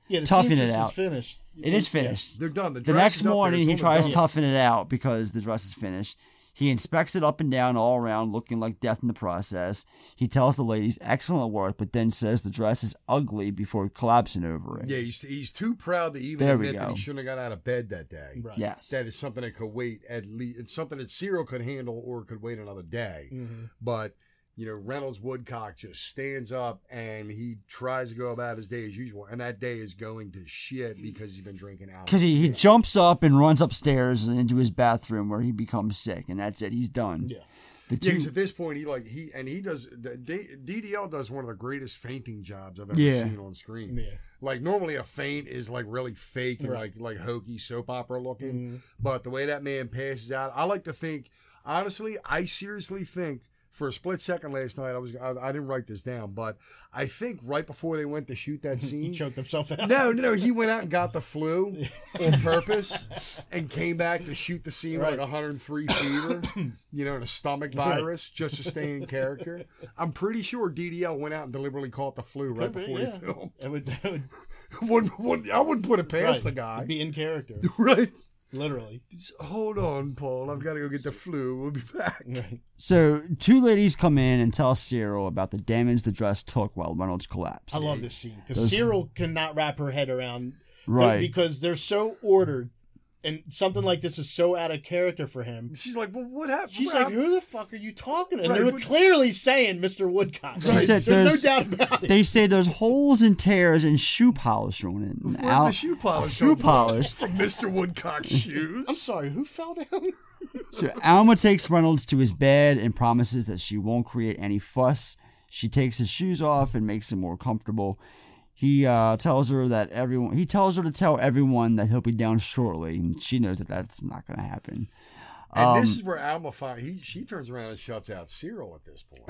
Yeah, the toughing it seamstress is out. finished. It is Yeah. finished. They're done. The the dress next is up there. morning It's he all tries done. toughing it out because the dress is finished. He inspects it up and down all around, looking like death in the process. He tells the ladies, "Excellent work," but then says the dress is ugly before collapsing over it. Yeah, he's, he's too proud to even There we admit that he go. shouldn't have got out of bed that day. Right. Yes. That is something that could wait at least. It's something that Cyril could handle or could wait another day. Mm-hmm. Mhm. But, you know, Reynolds Woodcock just stands up and he tries to go about his day as usual. And that day is going to shit because he's been drinking out. Because he, he jumps up and runs upstairs and into his bathroom where he becomes sick, and that's it. He's done. Yeah. The Yeah, two, 'cause at this point, he like he and he does the D- DDL does one of the greatest fainting jobs I've ever Yeah. seen on screen. Yeah. Like normally a faint is like really fake and Right. like like hokey soap opera looking, Mhm. but the way that man passes out, I like to think honestly, I seriously think for a split second last night, I was I, I didn't write this down, but I think right before they went to shoot that scene, he choked himself out. No, no, no, he went out and got the flu on purpose and came back to shoot the scene with, like 103 fever, you know, and a stomach Right. virus just to stay in character. I'm pretty sure DDL went out and deliberately caught the flu right Could be, before yeah. he filmed. It would, it would Wouldn't- wouldn't- I wouldn't put it past Right. the guy. Be in character. right. Literally. Hold on, Paul. I've got to go get the flu. We'll be back. so two ladies come in and tell Cyril about the damage the dress took while Reynolds collapsed. I love this scene because Those- Cyril cannot wrap her head around they're- Right. because they're so ordered, and something like this is so out of character for him. She's like, "Well, what happened?" She's Well, like, I'm- "Who the fuck are you talking?" to?" And Right, they were but- clearly saying, "Mr. Woodcock." She Like, said there's, no doubt about it. They say there's holes and tears and shoe polish on it. and Where'd the out- shoe polish Shoe come from? polish. From Mr. Woodcock's shoes. I'm sorry, who fell down? So Alma takes Reynolds to his bed and promises that she won't create any fuss. She takes his shoes off and makes him more comfortable. He uh, tells her that everyone. He tells her to tell everyone that he'll be down shortly. And she knows that that's not going to happen. And Um, this is where Alma finds he she turns around and shuts out Cyril at this point.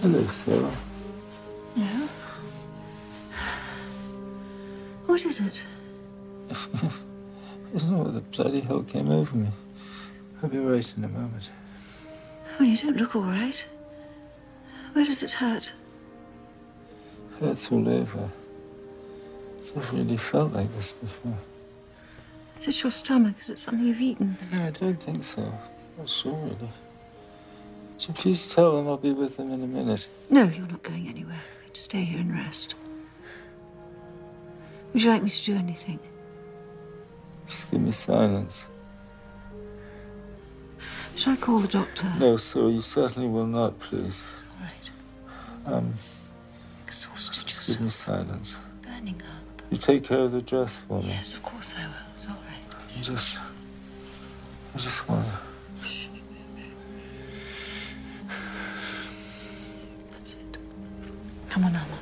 Hello, Sarah. No. What is it? I don't know what the bloody hell came over me. I'll be all right in a moment. Oh, you don't look all right. Where does it hurt? Hurts all over. It's never really felt like this before. Is it your stomach? Is it something you've eaten? No, I don't think so. Not sure, really. Would you please tell them I'll be with them in a minute? No, you're not going anywhere. You're going to stay here and rest. Would you like me to do anything? Just give me silence. Shall I call the doctor? No, Sarah, you certainly will not, please. All right. Um. Exhausted Just give me silence. Burning up. You take care of the dress for me. Yes, of course I will. It's all right. I just. I just want to. Come on, Alma.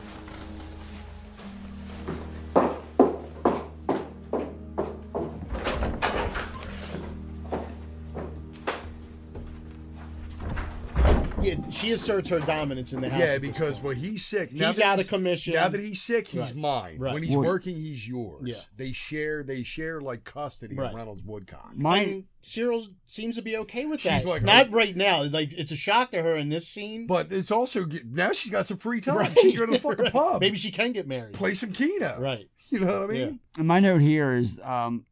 Yeah, she asserts her dominance in the house. Yeah, because when he's sick, now He's that out of commission. Now that he's sick, he's Right. mine. Right. When he's Well- working, he's yours. Yeah. They share they share like custody Right. of Reynolds Woodcock. and Cyril seems to be okay with She's that. like, Not right now. Like it's a shock to her in this scene. But it's also get- now she's got some free time. She can go to the fucking pub. Maybe she can get married. play some keno. Right. You know what I mean? And my note here is um,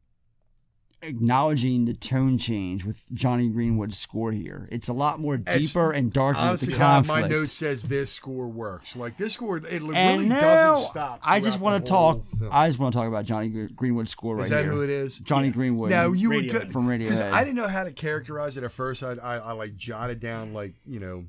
acknowledging the tone change with Johnny Greenwood's score here. It's a lot more It's- deeper and darker with Honestly, the God, conflict. my note says this score works. Like this score, it really and now doesn't stop. I just want to talk. I just want to talk about Johnny Gre- Greenwood's score right Is that here. who it is? Johnny Greenwood. Now you Radiohead. would from because Radiohead. I didn't know how to characterize it at first. I, I, I like jotted down like you know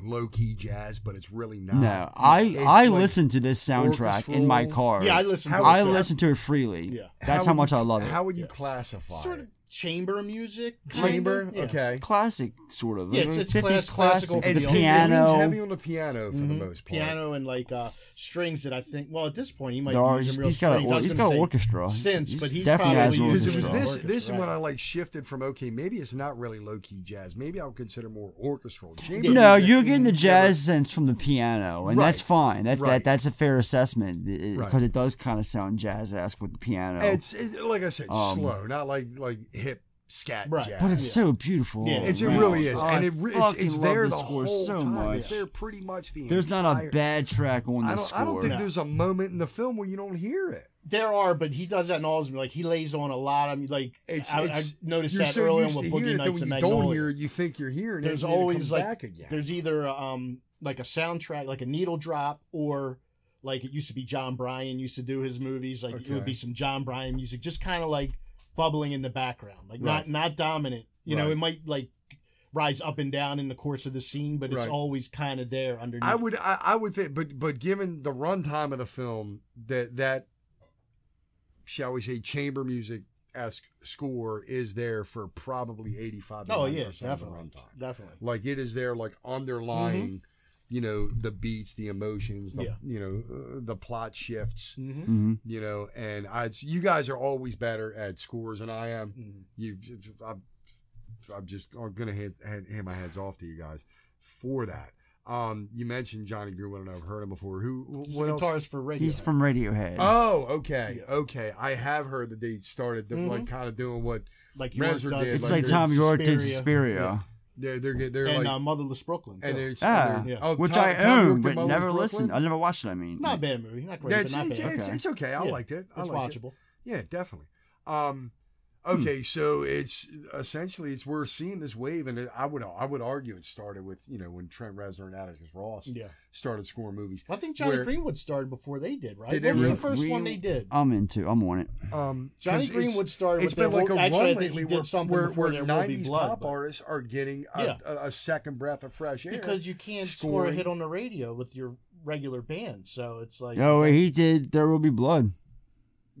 low key jazz, but it's really not. No, I Uh, It's I like listened to this soundtrack in my orchestral. car. Yeah, I listened to I it, too. listened to it freely. Yeah. that's how, would much you- I love it. How would you classify? Sort of it? chamber music. Chamber, kinda? Yeah. okay. Classic, sort of. Yeah, Like it's, it's 50s class, classical. classic. for It's the old- piano. heavy on the piano for the Mhm. most part. Piano and like uh, strings that I think. Well, at this point, he might There are- be using real he's got a strings. I or- was he's gonna got a say orchestra. Synths, He's but he's definitely probably has an using Because it was orchestra. this. this is right. when I like shifted from okay, maybe it's not really low key jazz. Maybe I would consider more orchestral. Chamber No, music, you're getting the mm, jazz sense from the piano, and that's Right. fine. That, Right. that that's a fair assessment because Right. it does kind of sound jazz-esque with the piano. never- It's it, like I said, Um, slow, not like like hip scat Right. jazz. but it's so beautiful. Yeah. It's, it all really around. is, Oh, and I it re- it's, fucking it's love there the the, score whole so time. much. It's there pretty much the There's not a entire- bad track on I the don't, score. I don't think No. there's a moment in the film where you don't hear it. There are, but he does that in all his like he lays on a lot. I mean, like It's, I, it's- I noticed you're that so earlier on used with to hearing Boogie it that Nights when and you don't Magnolia. hear it, you think you're hearing it. There's and then it always comes like back again. there's either um like a soundtrack, like a needle drop, or like it used to be John Bryan used to do his movies. Like it Okay. would be some John Bryan music, just kind of like bubbling in the background, like Right. not not dominant. You know, Right. it might like rise up and down in the course of the scene, but it's Right. always kind of there underneath. I would I, I would think but but given the runtime of the film that that shall we say chamber music esque score is there for probably eighty five Oh yeah, of the definitely, runtime. definitely. Like it is there like underlying you know the beats, the emotions, the Mm-hmm. Yeah. you know uh, the plot shifts. Mhm. Mhm. You know, and I it's- you guys are always better at scores than I am. Mhm. You've I'm, I'm just I'm gonna hand, hand, hand my heads off to you guys for that. Um, you mentioned Johnny Greenwood, and I've heard him before. Who? He's what the else? guitarist for radio. He's from Radiohead. Oh, okay, okay. I have heard that they started to, like Mm-hmm. kind of doing what like York Reznor does. did. it's like like they're- Tom York did Suspiria. Suspiria. They're they're get- they're and like uh, Motherless Brooklyn. and they're, too. Ah, they're- Yeah. oh, which Tom- I Tom York own did but Mother's never Brooklyn? listened. I never watched it. I mean, not a bad movie, not great, Yeah, but it's, not it's, bad. it's, Okay. it's okay. I Yeah, liked it. I it's liked it. watchable. Yeah, definitely. Um, Hmm. okay, so it's essentially it's we're seeing this wave, and it, I would I would argue it started with you know when Trent Reznor and Atticus Ross Yeah. started scoring movies. I think Johnny where, Greenwood started before they did, right? Did they what was really? the first one they did? I'm into. I'm on it. um, Johnny 'cause it's- Greenwood started It's with been their like a Wo- actually, I run think he lately did where, something where, before where There Will Be 90s Blood, pop but- artists are getting a, Yeah. a, a second breath of fresh air Because you can't score a scoring- hit on the radio with your regular band, so it's like Oh, he did. There will be blood.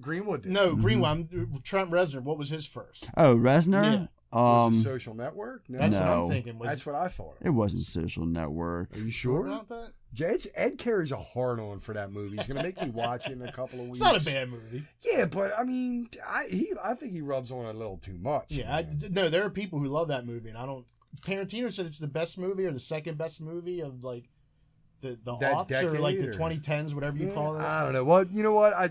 Greenwood did. no Greenwood. I'm, uh, Trent Reznor. What was his first? Oh, Resner. was Um, it Social Network. No, That's what No. I'm thinking. Was that's what I thought. it wasn't Social Network. Are you sure? about that? Ed, Ed carries a hard on for that movie. He's gonna make me watch it in a couple of weeks. It's not a bad movie. Yeah, but I mean, I he I think he rubs on it a little too much. Yeah, I, man. no, there are people who love that movie, and I don't. Tarantino said it's the best movie or the second best movie of like the the That aughts or like the decade or- 2010s, whatever you Yeah, call it. I don't know. Well, you know what? I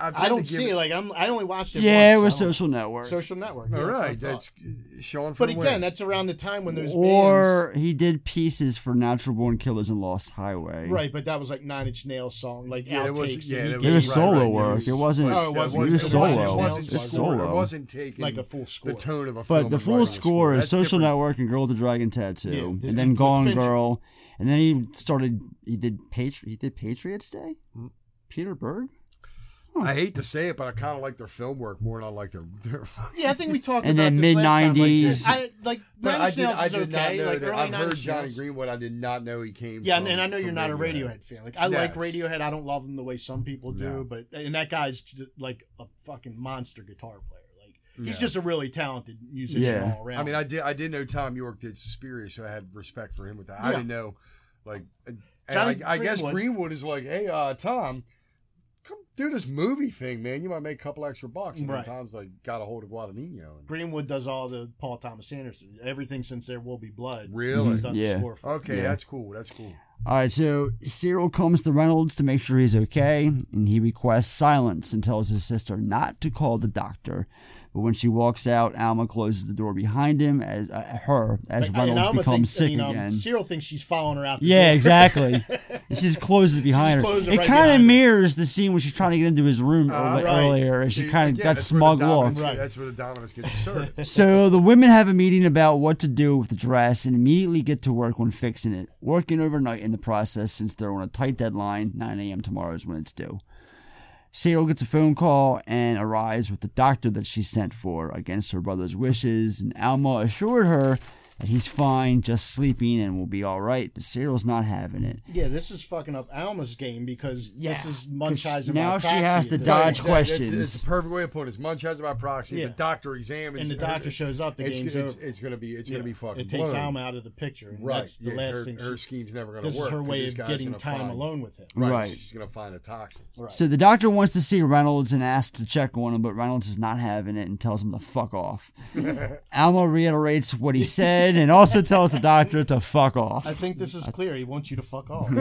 I've I don't see it. Like I'm, I only watched it. Yeah, once, it was so I don't- Social Network. Social network. yeah, All that's what I right, thought. that's uh, Sean for But the again, win. that's around the time when those Or he did pieces for Natural Born Killers and Lost Highway. bands, right? But that was like Nine Inch Nails song, like yeah, outtakes. it was yeah, that he it It gave was right, you. solo right, it work. was- It wasn't- No, oh, it wasn't. It It was wasn't- solo. It wasn't It was scored. It solo. wasn't taking Like a full score. The tone of a film. But the and full writing a score is That's Social different. Network and Girl with the Dragon Yeah, Tattoo, the- and then Gone Fincher. Girl, and then he started. He did Patri- He did Patriots Day. Mm. Peter Berg. I hate to say it, but I kind of like their film work more than I like their their. Yeah, I think we talked And about then this last time, like, mid-nineties. I like But Nine I Inch did. Nails I is did okay. not know Like that. early I've Nine heard Inch Johnny Nails. Greenwood. I did not know he came. Yeah, and- from- and I know from you're not Radiohead. a Radiohead fan. Like I Yes. like Radiohead. I don't love them the way some people do, No. but and that guy's j- like a fucking monster guitar player. Like he's Yeah. just a really talented musician Yeah. all around. I mean, I did. I did know Tom York did Suspiria, so I had respect for him with that. I Yeah. didn't know, like, and Johnny I, I guess Greenwood- Greenwood is like, hey, uh, Tom, come do this movie thing, man. You might make a couple extra bucks. And Right. then Tom's like, got a hold of Guadagnino. And, Greenwood does all the Paul Thomas Anderson, everything since there will be blood. Really? He's done the Yeah. score for. okay, Yeah. that's cool. That's cool. All right, so Cyril comes to Reynolds to make sure he's okay, and he requests silence and tells his sister not to call the doctor. But when she walks out, Alma closes the door behind him as uh, her as Like, I- and Reynolds Alma becomes thinks- I sick mean, um, again. Cyril thinks she's following her out. The Yeah, door. exactly. she just closes behind her. closes it it right kind behind of her. mirrors the scene when she's trying to get into his room Uh, earli- right. earlier, and she See, kind of again, got that's where the smug look. dominance- Right. That's where the dominance gets asserted. So the women have a meeting about what to do with the dress and immediately get to work on fixing it, working overnight in the process since they're on a tight deadline. 9 a.m. tomorrow is when it's due. Cyril gets a phone call and arrives with the doctor that she sent for against her brother's wishes, and Alma assured her that he's fine, just sleeping, and will be all right. But Cyril's not having it. Yeah, this is fucking up Alma's game because this is Munchausen. now by she proxy has at to this dodge point. Dodge questions. It's, it's the perfect way of putting it. It's Munchausen by proxy. Yeah. If the doctor examines And the doctor shows up, the it's, game's it's, over. It's gonna be. It's Yeah. gonna be fucking. It takes blown. Alma out of the picture. and Right. That's the Yeah, last her- thing. her she- scheme's never gonna This work is her 'cause way this of guy's getting gonna time find- alone with him. Right. Right. She's gonna find a toxin. So the doctor wants to see Reynolds and asks to check on him, but Reynolds is not having it and tells him to fuck off. Alma reiterates what he said and also tells the doctor to fuck off. I think this is clear. He wants you to fuck off. I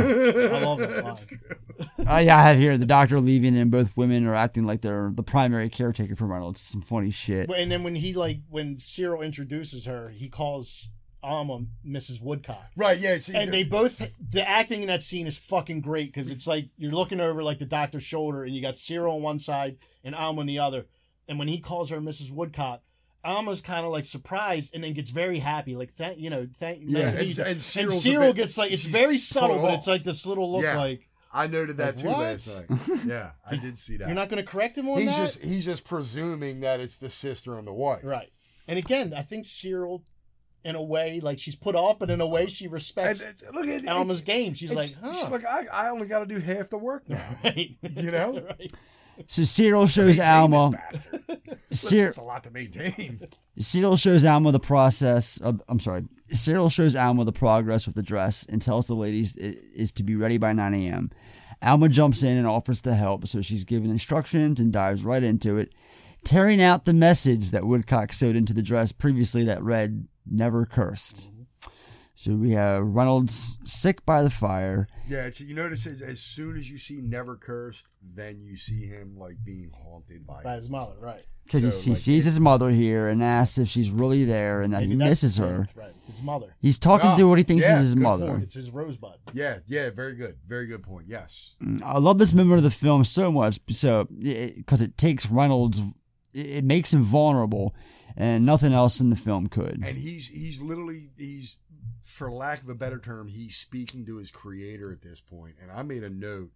love that line. I, Uh, I have here the doctor leaving and both women are acting like they're the primary caretaker for Reynolds. Some funny shit. Well, And then when he like when Cyril introduces her, he calls Alma Mrs. Woodcock. Right. Yeah. See, And they both the acting in that scene is fucking great because it's like you're looking over like the doctor's shoulder and you got Cyril on one side and Alma on the other. And when he calls her Mrs. Woodcock, Alma's kind of like surprised and then gets very happy, like thank you know thank Yeah, nice and- to meet you. and and Cyril's a Cyril bit- gets like it's she's very subtle, thrown but it's off. like this little look Yeah. like I noted that Like, too what? last night. Yeah, I did see that. you're not going to correct him on he's that. just he's just presuming that it's the sister and the wife. Right. And again, I think Cyril, in a way, like she's put off, but in a way she respects Look at Alma's game. She's like, it's- huh. she's like, I, I only got to do half the work now. Right. You know, So Cyril shows Alma. Listen, Cyr- it's a lot to maintain. Cyril shows Alma the process. Of, I'm sorry. Cyril shows Alma the progress with the dress and tells the ladies it is to be ready by 9 a.m. Alma jumps in and offers to help, so she's given instructions and dives right into it, tearing out the message that Woodcock sewed into the dress previously that read, Never cursed. So we have Reynolds sick by the fire. Yeah, it's, you notice as, as soon as you see Never Cursed, then you see him like being haunted by. by his mother, right? Because So, he like, sees his mother here and asks if she's really there and that Maybe he that's misses the her. truth, Right. His mother. He's talking Ah, to what he thinks yeah, is his good mother. point. It's his rosebud. Yeah, yeah, very good, very good point. Yes, I love this moment of the film so much, so because it takes Reynolds, it it makes him vulnerable, and nothing else in the film could. and he's he's literally he's for lack of a better term, he's speaking to his creator at this point. And I made a note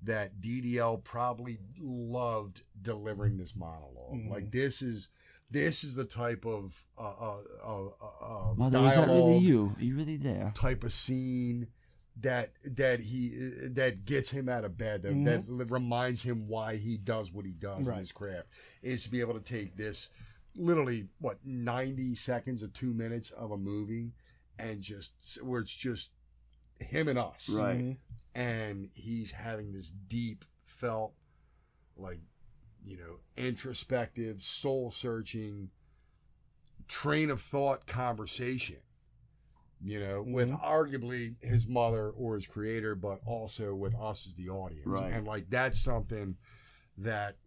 that DDL probably loved delivering this monolog Mm-hmm. Mhm. Like this is this is the type of uh, uh, uh, uh, uh, Mother, is that really dialogue you? Are you really there? type of scene that that he that gets him out of bed that, that reminds him why he does what he does in Right. his craft is to be able to take this literally what 90 seconds or 2 minutes of a movie and just where it's just him and us Mhm. and he's having this deep felt like you know introspective soul searching train of thought conversation you know with Mhm. arguably his mother or his creator but also with us as the audience Right. and like that's something that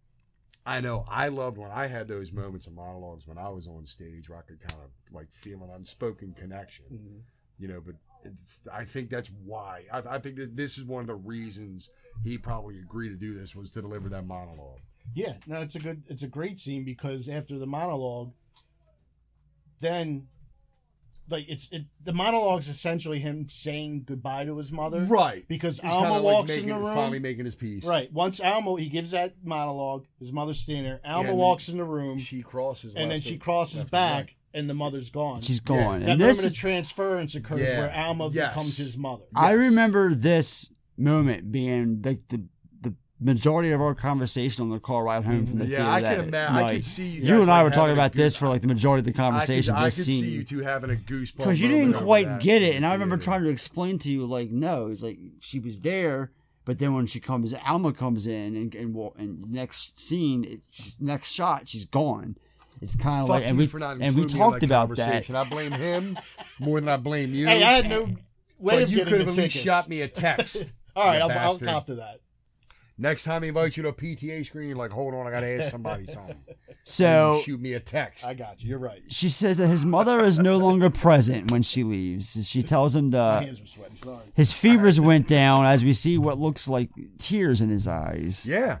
I know I loved when I had those moments of monologues when I was on stage where I could kind of like feel an unspoken connection Mhm. you know but it's- i think that's why I, I think that this is one of the reasons he probably agreed to do this was to deliver that monologue Yeah. No, it's a good. It's a great scene because after the monologue, then. Like it's it, the monologue's essentially him saying goodbye to his mother, right Because He's Alma kinda, walks making, in the room, finally making his piece Right. Once Alma, he gives that monologue. His mother's standing there. Alma Yeah, and walks then in the room, she crosses and then left she and- crosses left and back, right. and the mother's gone. She's gone, that and moment this. of transference occurs Yeah. where Alma Yes. becomes his mother. I Yes. remember this moment being like the, the majority of our conversation on the car ride home from the Mm, Yeah, theater. I can that imma- I night. could see You you guys, and I like, were talking having a about this good- for like the majority of the conversation. i could, I this could scene. see you two having a goosebump because you moment didn't over quite that. get it. And I remember Yeah. trying to explain to you, like, no, it's like she was there, but then when she comes, Alma comes in, and and, wa- and next scene, it, she's, next shot, she's gone. It's kind of Fuck like, and you we for not and we including me on talked about that. conversation. I blame him more than I blame you. Hey, I had no way but of you getting could have the at least tickets. shot me a text. All right, you I'll, I'll bastard. cop to that. Next time he invites you to a PTA screen, you're like, hold on, I gotta ask somebody something. So You shoot me a text. I got you. You're right. she says that his mother is no longer present when she leaves. She tells him My to. hands were sweating. Sorry. His fevers went down as we see what looks like tears in his eyes. yeah.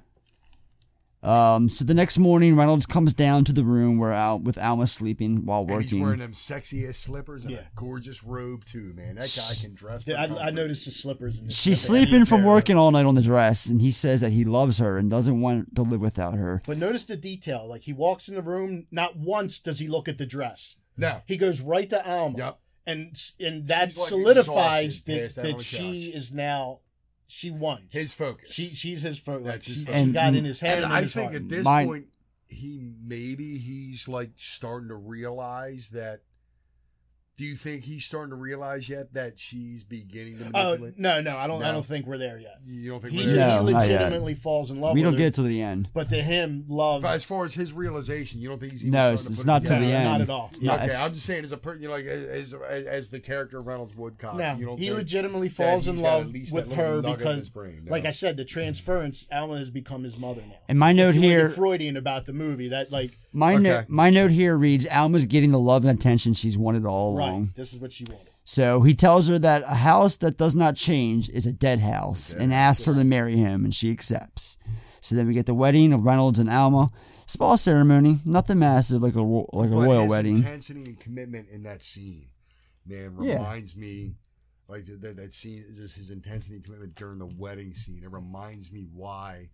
Um, so the next morning, Reynolds comes down to the room where Al, with Alma sleeping while And he's working. wearing them sexy ass slippers and Yeah. a gorgeous robe too, man. That guy can dress. For Yeah, comfort. I, I noticed the slippers. In this She's photo. I didn't sleeping from care. working all night on the dress, and he says that he loves her and doesn't want to live without her. But notice the detail. Like he walks in the room, not once does he look at the dress. No. He goes right to Alma. Yep. And and that She's, like, solidifies exhausted that, past that that other she is now she won. His focus. She she's his focus. Like, That's his she, focus. she got in his And head. And, in I his think heart. at this Mine- point, he maybe he's like starting to realize that. Do you think he's starting to realize yet that she's beginning to Oh manipulate? no, no, I don't. I don't think we're there yet. You don't think He, we're there? No, he not yet. legitimately falls in love. we with don't her, get to the end. But to him, love. But as far as his realization, you don't think he's even No, starting it's- to it's put it not to together? the No, end. not at all. It's not- okay, it's- I'm just saying as a per- you know, like as, as as the character of Reynolds Woodcock. No, you don't he think legitimately that falls in he's got at love least that with little her nugget in because, his brain, no. like I said, the transference. Alma has become his mother now. And my note If you were here- Freudian about the movie that like My no, note, my note here reads: Alma's getting the love and attention she's wanted all along. right. This is what she wanted. So he tells her that a house that does not change is a dead house and asks her to marry him, and she accepts. So then we get the wedding of Reynolds and Alma. Small ceremony, nothing massive like a ro- like a but royal his wedding. intensity and commitment in that scene, man, Yeah. reminds me like that, that, that scene is just his intensity and commitment during the wedding scene. It reminds me why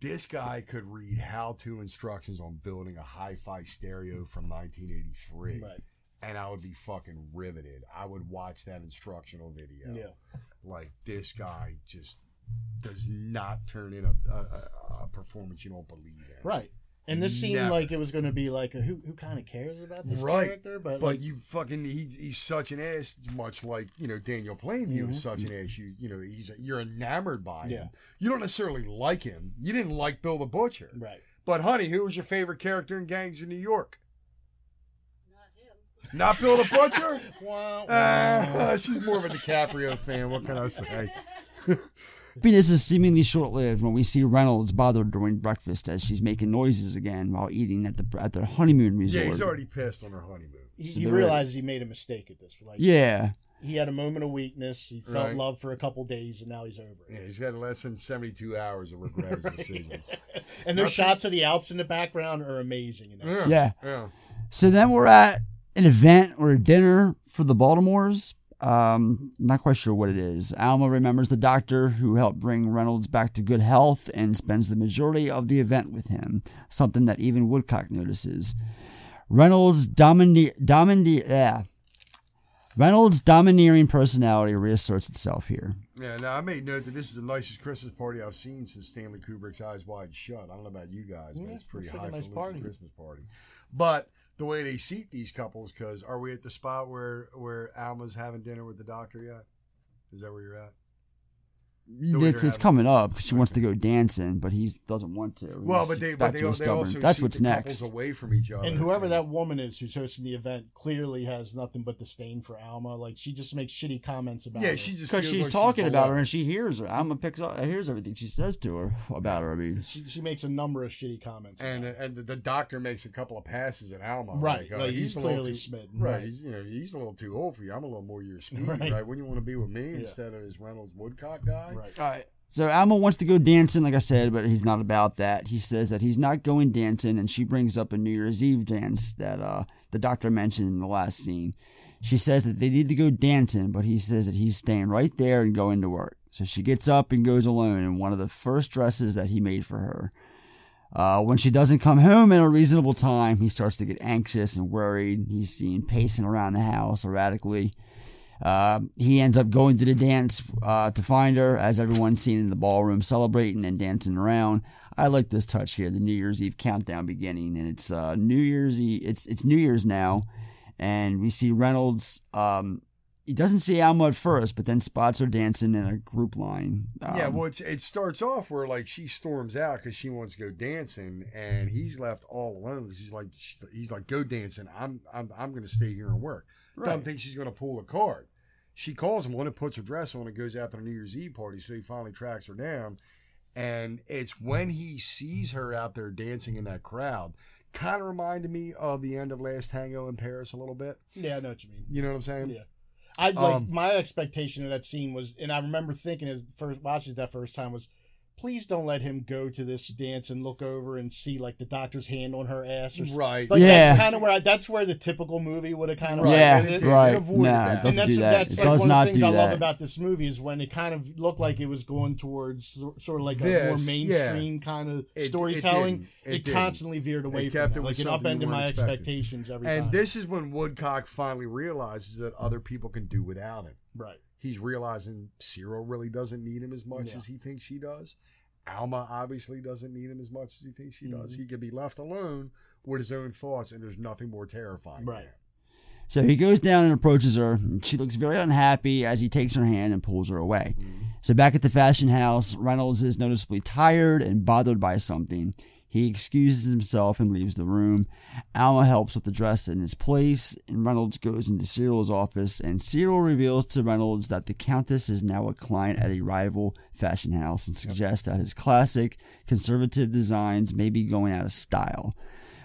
this guy could read how-to instructions on building a hi-fi stereo from 1983, Right. and I would be fucking riveted. I would watch that instructional video. Yeah. Like this guy just does not turn in a, a, a- a performance you don't believe in. Right. And this seemed Never. like it was going to be like a, who who kind of cares about this right. character, but, like, you fucking he, he's such an ass, much like you know Daniel Plainview is such an ass. You you know he's you're enamored by Mm-hmm. Yeah. him. You don't necessarily like him. You didn't like Bill the Butcher, right. but honey, who was your favorite character in Gangs of New York? Not Bill the Butcher. Wah, wah. Ah, she's more of a DiCaprio fan. What can I say? Happiness is seemingly short lived when we see Reynolds bothered during breakfast as she's making noises again while eating at the at their honeymoon resort. Yeah, he's already pissed on her honeymoon. he, So he they're- realized he made a mistake at this. Like Yeah. he had a moment of weakness. He felt Right. love for a couple days, and now he's over. it. Yeah, he's got less than seventy-two hours of regret his decisions. And those shots of the Alps in the background are amazing. In Yeah, that Yeah. yeah. So then we're at an event or a dinner for the Baltimores. Um, not quite sure what it is. Alma remembers the doctor who helped bring Reynolds back to good health and spends the majority of the event with him, something that even Woodcock notices. Reynolds' domineer, domineer, yeah. Reynolds' domineering personality reasserts itself here. Yeah, now I made note that this is the nicest Christmas party I've seen since Stanley Kubrick's Eyes Wide Shut. I don't know about you guys, but Yeah, it's pretty looks high like a nice party. Christmas party. But the way they seat these couples, because are we at the spot where where Alma's having dinner with the doctor yet? Is that where you're at? The way It's, they're it's having- coming up 'cause she wants to go dancing, but he doesn't want to. Well, He's but they back but they, to they his also stubborn. That's seat what's the next. couples away from each other. And whoever that woman is who's hosting the event clearly has nothing but disdain for Alma. Like she just makes shitty comments about yeah, her. she just because feels she's like talking about below. her and she hears her. Alma picks up, hears everything she says to her about her. I mean, she she makes a number of shitty comments. And and the, the doctor makes a couple of passes at Alma. Right, oh, like, he's a little clearly too- smitten, Right, right. he's you know he's a little too old for you. I'm a little more your speed. Right, Right. wouldn't you want to be with me Yeah. instead of this Reynolds Woodcock guy? Right. so Alma wants to go dancing, like I said, but he's not about that. He says that he's not going dancing, and she brings up a New Year's Eve dance that uh, the doctor mentioned in the last scene. She says that they need to go dancing, but he says that he's staying right there and going to work. So she gets up and goes alone in one of the first dresses that he made for her. Uh, when she doesn't come home in a reasonable time, he starts to get anxious and worried. He's seen pacing around the house erratically. Uh, he ends up going to the dance uh, to find her, as everyone's seen in the ballroom celebrating and dancing around. I like this touch here, the New Year's Eve countdown beginning, and it's uh, New Year's Eve. It's it's New Year's now, and we see Reynolds. Um, he doesn't see Alma at first, but then spots her dancing in a group line. Um, yeah, well, it's, it starts off where like she storms out because she wants to go dancing, and he's left all alone because he's like he's like go dancing. I'm I'm I'm gonna stay here and work. Doesn't think she's gonna pull a card. She calls him one and puts her dress on and goes out to the New Year's Eve party. So he finally tracks her down, and it's when he sees her out there dancing in that crowd. Kind of reminded me of the end of Last Tango in Paris a little bit. yeah, I know what you mean. You know what I'm saying? Yeah. I like Um, my expectation of that scene was, and I remember thinking as first watching it that first time was, please don't let him go to this dance and look over and see like the doctor's hand on her ass. Or s- Right. Like Yeah. that's kind of where I, that's where the typical movie would have kind of Yeah, And right. and avoided No, it that. doesn't and that's do that. that's It like does one not of the things do I love that. about this movie is when it kind of looked like it was going towards so- sort of like a more This, yeah. mainstream kind of It- it storytelling. didn't. It, didn't. constantly veered away from kept- that. it was Like it something you upended my weren't expecting. expectations every and time. this is when Woodcock finally realizes that other people can do without him. right. He's realizing Cyril really doesn't need him as much as he thinks she does. Alma obviously doesn't need him as much as he thinks she does. Mhm. He can be left alone with his own thoughts, and there's nothing more terrifying. Right. than So he goes down and approaches her. and She looks very unhappy as he takes her hand and pulls her away. Mm. So back at the fashion house, Reynolds is noticeably tired and bothered by something. He excuses himself and leaves the room. Alma helps with the dress in his place, and Reynolds goes into Cyril's office, and Cyril reveals to Reynolds that the Countess is now a client at a rival fashion house and suggests that his classic conservative designs may be going out of style.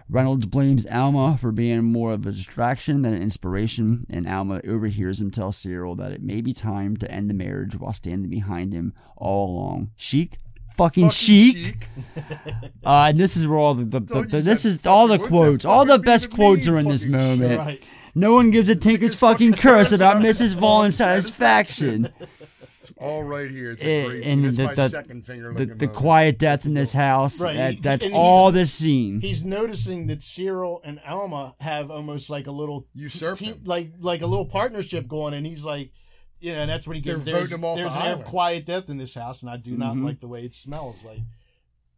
Reynolds blames Alma for being more of a distraction than an inspiration, and Alma overhears him tell Cyril that it may be time to end the marriage while standing behind him all along. Chic? Fucking, chic. uh, and this is where all the, the, the, Don't you this say is all the fucking, what's that quotes, all the fucking best even quotes mean, are in this fucking chic? moment. Right. No one gives a tinker's fucking curse about Mrs. Vaughn's satisfaction. It's all right here. It's Eh, a crazy. and That's the, my the- second finger the, looking the moment. quiet death in this house. Right, that- he- that's and he's- all this Mm-hmm. scene. He's noticing that Cyril and Alma have almost like a little Usurp te- him. like like a little partnership going, and he's like, you know, and that's what he They're gives. voting there's him off there's the an air of island. Mm-hmm. quiet death in this house, and I do not Mhm. like the way it smells. Like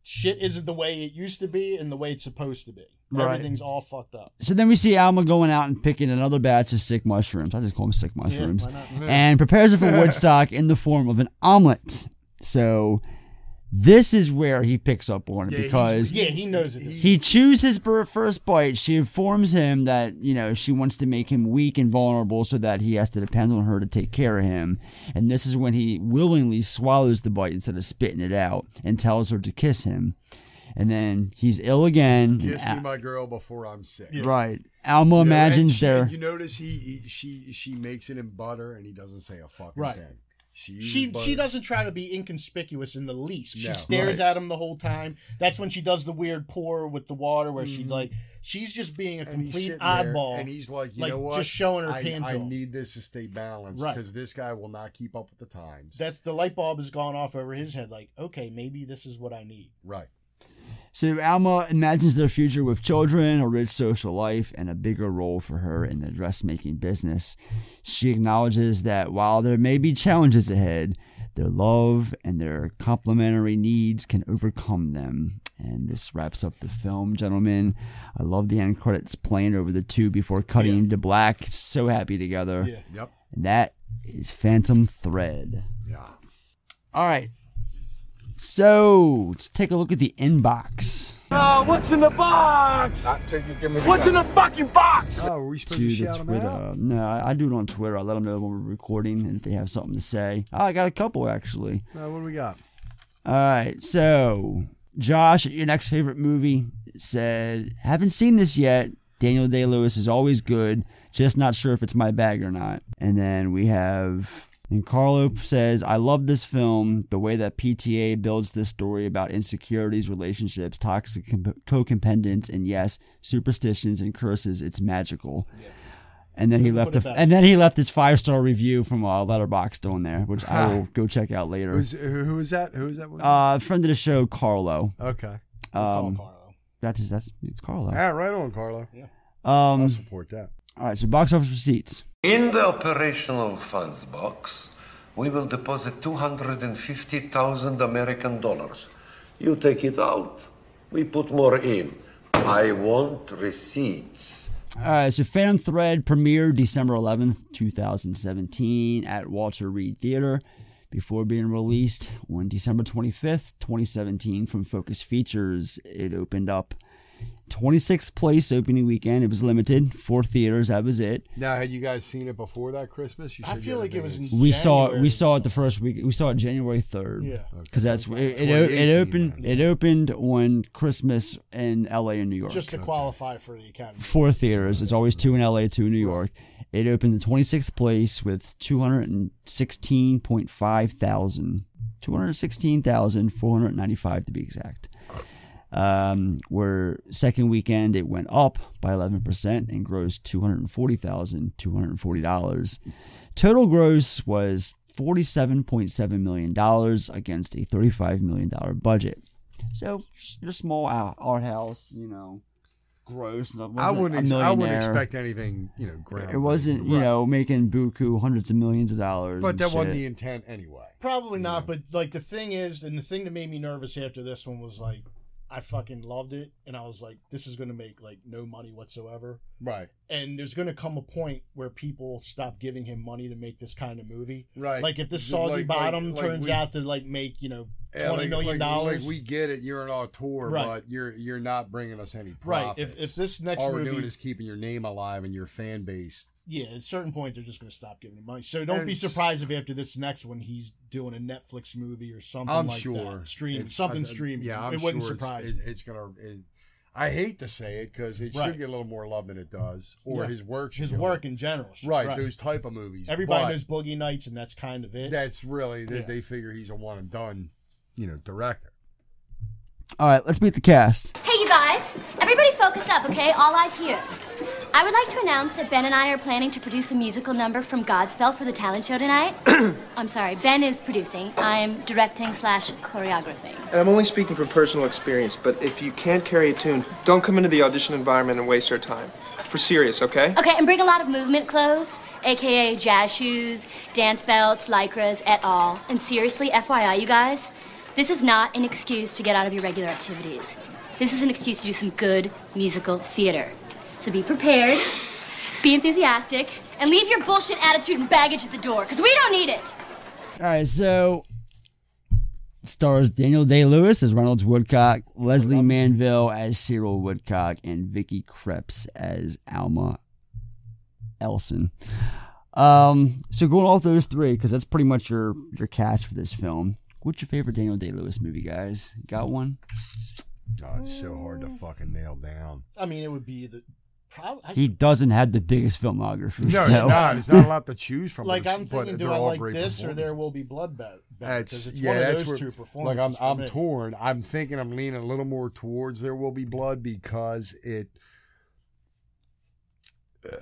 shit isn't the way it used to be, and the way it's supposed to be. Right. Everything's all fucked up. So then we see Alma going out and picking another batch of sick mushrooms. I just call them sick mushrooms. not? and prepares it for Woodstock in the form of an omelet. So this is where he picks up on it Yeah, he's- because Yeah, he knows it. he chews his bir- first bite. She informs him that, you know, she wants to make him weak and vulnerable so that he has to depend on her to take care of him. And this is when he willingly swallows the bite instead of spitting it out and tells her to kiss him. And then he's ill again. Kiss and me, my girl, before I'm sick. Al- Right. Alma You know, and imagines she- their. and You notice he, he she she makes it in butter, and he doesn't say a fucking Right. thing. She uses She she butter. doesn't try to be inconspicuous in the least. She No. stares Right. at him the whole time. That's when she does the weird pour with the water, where she like she's just being a Mm. And he's complete sitting there, oddball. and he's like, you know what? Just showing her I, hand I to him. need this to stay balanced Right. because this guy will not keep up with the times. That's the light bulb has gone off over his head. Like, okay, maybe this is what I need. right. So Alma imagines their future with children, a rich social life, and a bigger role for her in the dressmaking business. She acknowledges that while there may be challenges ahead, their love and their complementary needs can overcome them. And this wraps up the film, gentlemen. I love the end credits playing over the two before cutting to black. So happy together. Yeah. Yep. And that is Phantom Thread. Yeah. All right. So let's take a look at the inbox. Oh, what's in the box? What's in the fucking box? Oh, are we supposed to to, the shout him Twitter. out? No, I I do it on Twitter. I let them know when we're recording and if they have something to say. Oh, I got a couple actually. No, Uh, what do we got? All right, so Josh, your next favorite movie said, "Haven't seen this yet." Daniel Day Lewis is always good. Just not sure if it's my bag or not. And then we have. And Carlo says, I love this film, the way that PTA builds this story about insecurities, relationships, toxic comp- co compendence, and yes, superstitions and curses. It's magical. And then he left, a, it that and then he left his five star review from uh, Letterboxd on there, which I will go check out later. Who's, who, who is that? Who is that? One? Uh, friend of the show, Carlo. okay. Um, Carlo. that's his, that's it's Carlo. Um, Ah, right on, Carlo. all I'll support that. right. So box office receipts. In the operational funds box, we will deposit 250,000 American dollars. You take it out, we put more in. I want receipts. All right. So Phantom Thread premiered December eleventh, two thousand seventeen, at Walter Reed Theater, before being released on December twenty fifth, twenty seventeen, from Focus Features. It opened up. 26th place opening weekend. It was limited. Four theaters. That was it. Now, had you guys seen it before that Christmas? You I said you feel had a like it big- was. In We saw it. January. We saw it the first week. We saw it January third. Yeah. because that's it. It, o- it 2018 opened. It opened on Christmas in L.A. and New York. just to qualify for the Academy. four theaters. It's always two in L.A., two in New York. It opened in 26th place with 216.5 thousand. 216,495 to be exact. Um, where second weekend it went up by 11% and grossed $240,240. Total gross was $47.7 million against a $35 million budget. So, your small ou- art house, you know, gross. and it I wasn't wouldn't. a Ex- I wouldn't millionaire. expect anything. You know, ground. It wasn't, you know, making buku hundreds of millions of dollars. But and that wasn't shit. the intent anyway. Probably not, but like the thing is, and the thing that made me nervous after this one was like, I fucking loved it, and I was like, this is gonna make like no money whatsoever. Right. And there's gonna come a point where people stop giving him money to make this kind of movie. Right. Like if this Just soggy like- bottom like- like turns we- out to like make you know Yeah, twenty million dollars. Like we get it. You're an auteur, Right. but you're you're not bringing us any Right, profits. if- if this next all we're movie- doing is keeping your name alive and your fan base. yeah, at a certain point they're just gonna stop giving him money. So don't And be s- surprised if after this next one he's doing a Netflix movie or something I'm like sure that. Stream It's- something I- streaming. Yeah, I'm it wouldn't sure it's- surprise. It, it's gonna. It, I hate to say it because it Right. should get a little more love than it does, or Yeah. his work. should His get a work little- in general. should- Right, those type of movies. Everybody but knows Boogie Nights, and that's kind of it. That's really they, Yeah. they figure he's a one and done, you know, director. All right, let's meet the cast. Hey, you guys. Everybody focus up, okay? All eyes here. I would like to announce that Ben and I are planning to produce a musical number from Godspell for the talent show tonight. I'm sorry, Ben is producing. I'm directing slash choreographing. And I'm only speaking from personal experience, but if you can't carry a tune, don't come into the audition environment and waste our time. For serious, okay? Okay, and bring a lot of movement clothes, aka jazz shoes, dance belts, lycras, et al. And seriously, FYI, you guys, this is not an excuse to get out of your regular activities. This is an excuse to do some good musical theater. So be prepared, be enthusiastic, and leave your bullshit attitude and baggage at the door, because we don't need it! All right, so stars Daniel Day Lewis as Reynolds Woodcock, Leslie Manville as Cyril Woodcock, and Vicky Krebs as Alma Elson. Um, so going off those three, because that's pretty much your your cast for this film. What's your favorite Daniel Day Lewis movie, guys? Got one? Oh, it's so hard to fucking nail down. I mean, it would be the probably. He doesn't have the biggest filmography. No, so. it's not. It's not a lot to choose from. Like but I'm it's- but thinking, do they're I all like great this or performances. there will be blood bath? That's Because it's yeah. one of that's those where, two like performances. I'm for I'm me. torn. I'm thinking I'm leaning a little more towards there will be blood because it. uh,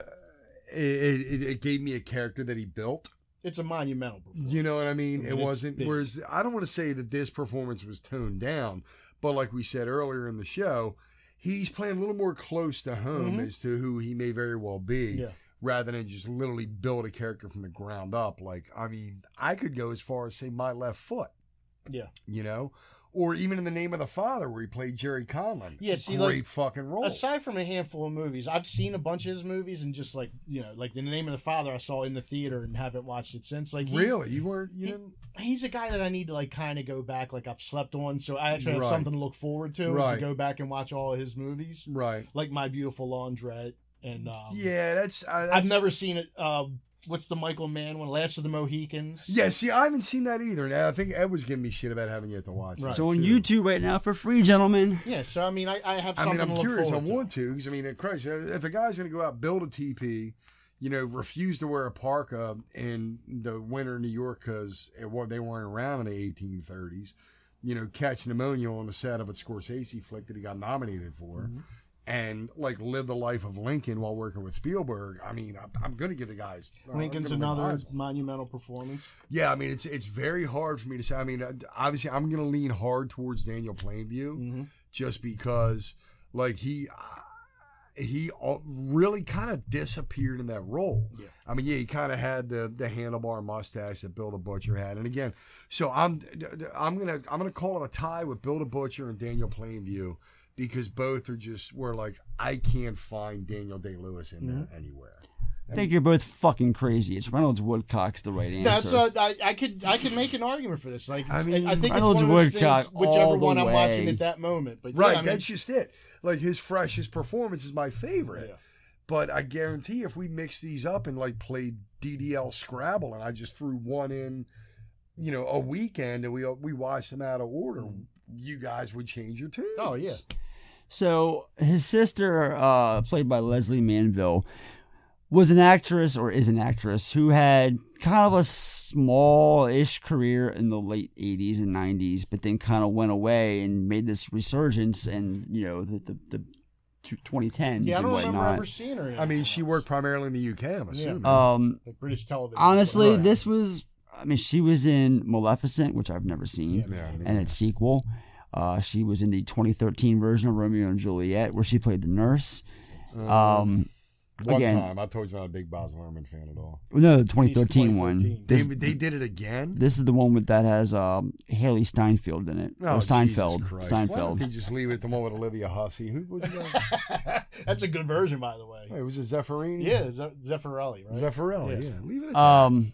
It, it it gave me a character that he built. It's a monumental. performance. You know what I mean? I mean, It it's wasn't. big. Whereas I don't want to say that this performance was toned down, but like we said earlier in the show, he's playing a little more close to home Mhm. as to who he may very well be, Yeah. rather than just literally build a character from the ground up. Like I mean, I could go as far as say my left foot, Yeah. you know, or even in the name of the father where he played Jerry Conlon. Yeah, see, great like, fucking role. Aside from a handful of movies, I've seen a bunch of his movies and just like you know, like the name of the father I saw in the theater and haven't watched it since. Like he's- really, you weren't. You he- didn't. he's a guy that I need to like kind of go back. Like I've slept on, so I actually have Right. something to look forward to. Is to Right. go back and watch all of his movies. Right. Like My Beautiful Laundrette, and um, Yeah, that's, uh, I've that's- never seen it. Uh, what's the Michael Mann one? Last of the Mohicans. Yeah, see, I haven't seen that either, and I think Ed was giving me shit about having yet to watch. that, So on too. YouTube right now for free, gentlemen. Yeah, so I mean, I, I have I something mean, I'm to look curious. I forward to. want to because I mean, Christ, if a guy's going to go out build a teepee, you know, refuse to wear a parka in the winter in New York because they weren't around in the 1830s, you know, catch pneumonia on the set of a Scorsese flick that he got nominated for, Mm-hmm. and like live the life of Lincoln while working with Spielberg. I mean, I'm, I'm going to give the guys I'm Lincoln's gonna give another his- monumental performance. Yeah, I mean, it's it's very hard for me to say. I mean, uh, obviously, I'm going to lean hard towards Daniel Plainview just because, like, he uh, he al- really kind of disappeared in that role. Yeah. I mean, yeah, he kind of had the the handlebar mustache that Bill the Butcher had, and again, so I'm I'm gonna I'm gonna call it a tie with Bill the Butcher and Daniel Plainview because both are just were like I can't find Daniel Day Lewis in there anywhere. I think you're both fucking crazy. It's Reynolds Woodcock's the right answer. That's uh, I, I could I could make an argument for this. Like I, I mean, I think Reynolds it's one of those Woodcock things, whichever all the one I'm watching way. at that moment. But right, yeah, I mean, that's just it. Like his freshest performance is my favorite. But I guarantee if we mix these up and like played DDL Scrabble and I just threw one in, you know, a weekend and we uh, we watched them out of order, you guys would change your tunes. Mm-hmm. Oh yeah. So his sister, uh, played by Leslie Manville, was an actress or is an actress who had kind of a small-ish career in the late 80s and 90s but then kind of went away and made this resurgence and you know the the, the 2010s Yeah, I and don't remember whatnot ever seeing her. in I mean, she worked primarily in the UK, I'm assuming. um like British television. honestly this was i mean she was in maleficent which i've never seen and its sequel uh, she was in the 2013 version of romeo and juliet where she played the nurse Uh, um, One again time, I told you I'm not a big Boz Lerman fan at all. no the 2013 one They, they did it again. this is the one with that has um, haley steinfeld in it Oh, or Jesus steinfeld Christ. Why don't steinfeld they just leave it at the moment Olivia Hussey? Who was that? That's a good version, by the way. it was a Zeffirelli. Yeah, Ze- Zeffirelli, right? Zeffirelli. Yeah. leave it at um,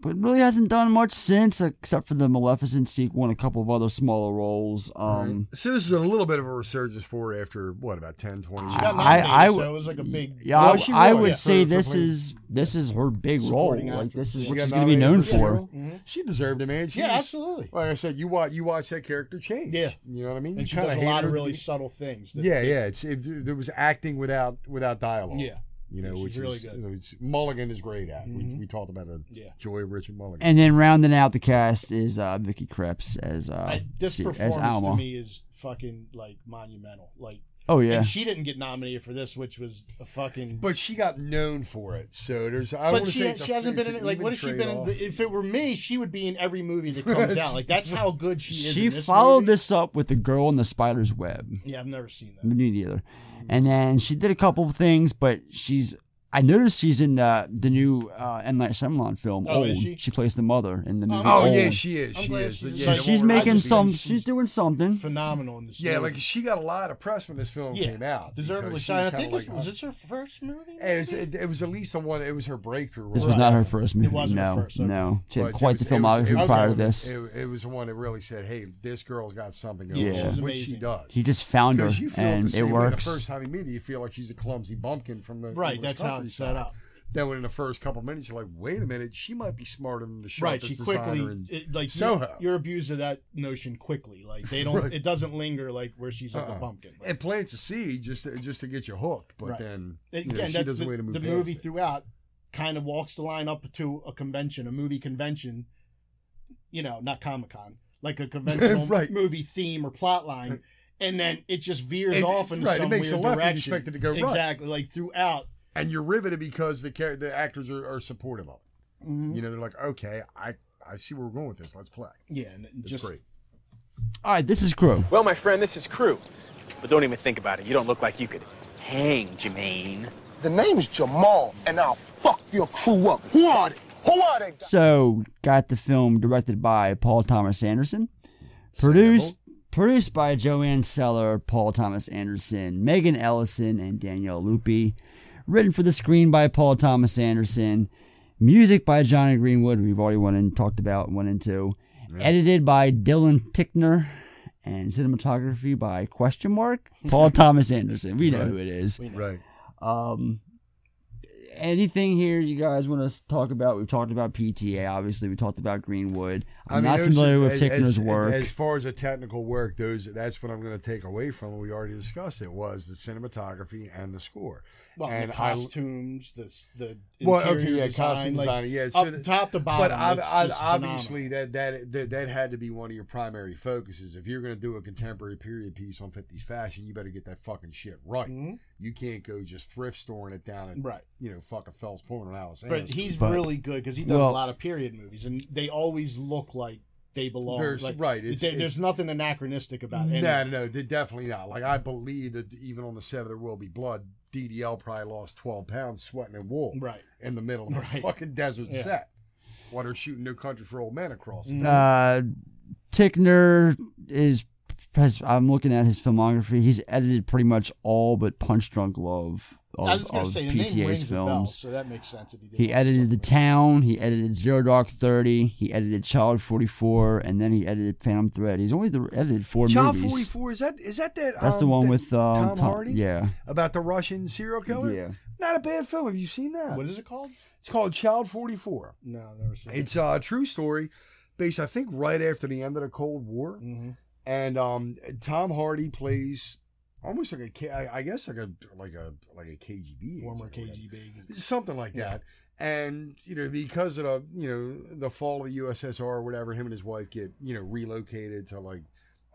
but really hasn't done much since except for the maleficent sequel and a couple of other smaller roles um, that. So this is a little bit of a resurgence for her after what about 10, 20 years? She got nominated, so it was like a big. Yeah, Well, I, she I was, would yeah, say for- for this playing- is this is her big role. Supporting Like this is She what got she's going to be known nominated for. Cheryl. She deserved it, man. She Mm-hmm. Yeah, was- absolutely. Like I said, you watch you watch that character change. Yeah, you know what I mean. And You she does kinda a hate lot her of to really be- subtle things. that- Yeah, yeah. It's it, there was acting without without dialogue. Yeah. you know, She's which really is, good. Mm-hmm. you know, it's- Mulligan is great at. We, we talked about it. Yeah. Joy of Richard Mulligan. And then rounding out the cast is uh, Vicky Krebs as uh, I, this Sue- performance as Alma. to me is fucking like monumental. Like, Oh, yeah. and she didn't get nominated for this, which was a fucking. but she got known for it, so there's. I but wanna she, say it's a- she hasn't been it's in an like even what has she been in? trade-off. If it were me, she would be in every movie that comes out. Like that's how good she is. She in this followed movie. this up with the girl in the spider's web. Yeah, I've never seen that. Me neither. And then she did a couple of things, but she's. I noticed she's in the the new uh, M Night Shyamalan film. Oh, Old. is she? plays the mother in the movie. Oh yeah, Old. she is. She is. she's yeah, like- the she's one where making I just- some- she's doing something phenomenal in this. Yeah, movie. like she got a lot of press when this film Yeah, came out. deservedly. because So I was think kinda this was this her first movie. It was, it, it was at least the one. It was her breakthrough. This role. was not her first movie. It wasn't no, her first. okay. no, she had But it quite was- the it was- filmography it was- prior to this. It, it was the one that really said, "Hey, this girl's got something going Yeah. on," She's which she does. He just found her, Because you feel and the it same Way the works. first time you meet her, you feel like she's a clumsy bumpkin from the Right, English that's how countryside. it's set up. Then within the first couple minutes, you're like, "Wait a minute, she might be smarter than the right sharpest she designer quickly in it, like Soho." you're, you're abused of that notion quickly like they don't Right. it doesn't linger like where she's like Uh-uh. a pumpkin It plants a seed just to, just to get you hooked, but Right. then It- you know, again she that's doesn't the, wait to move the past movie it. throughout kind of walks the line up to a convention a movie convention you know not comic-con like a conventional Right. movie theme or plot line and then it just veers It- off into right, it some makes weird a left and you direction expect it to go right. exactly like throughout and you're riveted because the char- the actors are, are supportive of it. You know, they're like, okay, I I see where we're going with this. Let's play. yeah and It's just great. All right, this is crew. Well, my friend, this is crew. But don't even think about it. You don't look like you could hang, Jermaine. The name's Jamal, and I'll fuck your crew up. Who are they? Who are they? So, got the film directed by Paul Thomas Anderson, produced produced by Joanne Seller, Paul Thomas Anderson, Megan Ellison, and Danielle Lupi, written for the screen by Paul Thomas Anderson, music by Johnny Greenwood. We've already went and talked about went into, edited by Dylan Tickner, and cinematography by question mark Paul Thomas Anderson. We know who it is. Right. Um, anything here you guys want to talk about? We've talked about PTA, obviously. We talked about Greenwood. I'm not those familiar are- with as- Tickner's as- work. As far as the technical work, those that's what I'm going to take away from what we already discussed. It was the cinematography and the score. Well, and the I- costumes, the the well, interior okay, yeah, design, costume like, design, yeah, up top to bottom. But ob- it's ob- just phenomenal. obviously, that, that that that had to be one of your primary focuses. If you're going to do a contemporary period piece on 50s fashion, you better get that fucking shit right. You can't go just thrift storing it down and Mm-hmm. Right. you know, fucking Fells Point or Alice. But Anderson. he's really good because he does Well- a lot of period movies, and they always look like they belong. There's- like, right, it's- there- it- there's nothing anachronistic about No, it. no, no, de- definitely not. Like I believe that even on the set of There Will Be Blood, DDL probably lost twelve pounds sweating in wool, Right. in the middle of the Right. fucking desert Yeah. set. What are shooting New Country for Old Men across? it. uh, Tickner is. Has, I'm looking at his filmography. He's edited pretty much all but Punch Drunk Love of, I was going of to say the name PTA's rings a bell, films. so that makes sense. If he, did He that. edited The Town, he edited Zero Dark Thirty, he edited Child Forty Four, and then he edited Phantom Thread. He's only the, edited four Child movies. forty four is that is that that? That's the um, one that with, um, Tom Tom- Hardy. yeah. about the Russian serial killer. Yeah. not a bad film. Have you seen that? What is it called? It's called Child forty four. No, I've never seen. it. It's a true story, based I Mm-hmm. think right after the end of the Cold War, and um, Tom Hardy plays almost like a K, I I guess like a like a like a KGB Former agent or whatever. KGB. something like that. And you know, because of the you know the fall of the USSR or whatever, him and his wife get you know relocated to like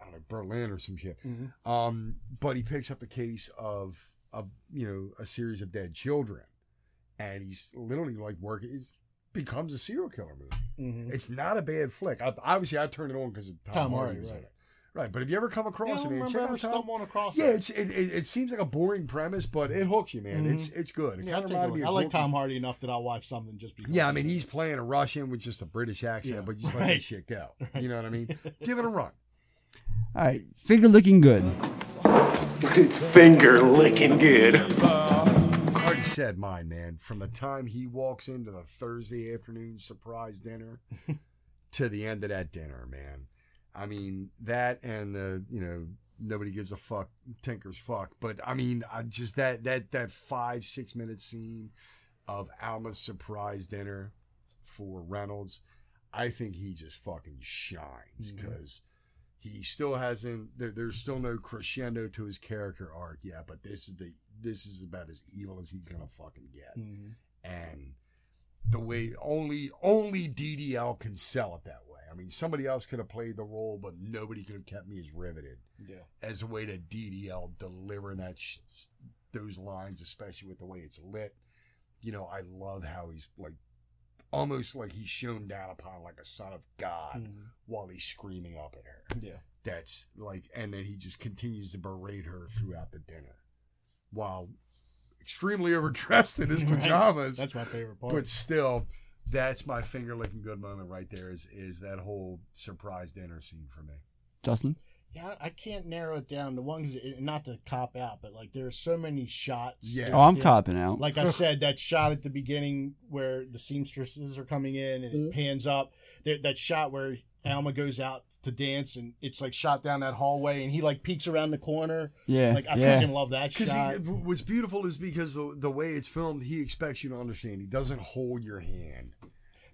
I don't know Berlin or some shit. Mhm. Um, but he picks up the case of a you know a series of dead children, and he's literally like working. He's, becomes a serial killer movie. Mhm. It's not a bad flick. I, obviously, I turned it on because Tom, Tom Hardy, Hardy, was in right. it. Right, but if you ever come across Yeah, I it, man, remember check ever out Tom. stumbling across yeah, it. it's it, it, it seems like a boring premise, but it hooks you, man. Mhm. It's it's good. It Yeah, I'll kind of take a reminded look. me. Of I like Brooklyn. Tom Hardy enough that I'll watch something just because. Yeah, I mean he's playing a Russian with just a British accent, Yeah. but you just let that Right. shit go. You know what I mean? Give it a run. All right, finger looking good. It's finger licking good. I already said mine, man. From the time he walks into the Thursday afternoon surprise dinner to the end of that dinner, man. I mean, that and the, you know, nobody gives a fuck, Tinker's fuck. But I mean, I just that, that, that five, six minute scene of Alma's surprise dinner for Reynolds, I think he just fucking shines Mhm. because he still hasn't there, there's still no crescendo to his character arc yet but this is the this is about as evil as he's gonna fucking get and the way only only ddl can sell it that way i mean somebody else could have played the role but nobody could have kept me as riveted Yeah. as a way to ddl delivering that sh- those lines especially with the way it's lit you know i love how he's like almost like he's shown down upon like a son of god while he's screaming up at her Mm-hmm. Yeah. that's like and then he just continues to berate her throughout the dinner while extremely overdressed in his Right. pajamas That's my favorite part. but still that's my finger licking good moment right there is is that whole surprise dinner scene for me Justin? Yeah, I can't narrow it down. The ones, not to cop out, but like there's so many shots. Yeah. that Oh, I'm still- copping out. Like I said, that shot at the beginning where the seamstresses are coming in and Mm-hmm. it pans up. That, that shot where Alma goes out to dance and it's like shot down that hallway and he like peeks around the corner. Yeah, Like I yeah. fucking love that because shot. what's beautiful is because the, the way it's filmed he expects you to understand he doesn't hold your hand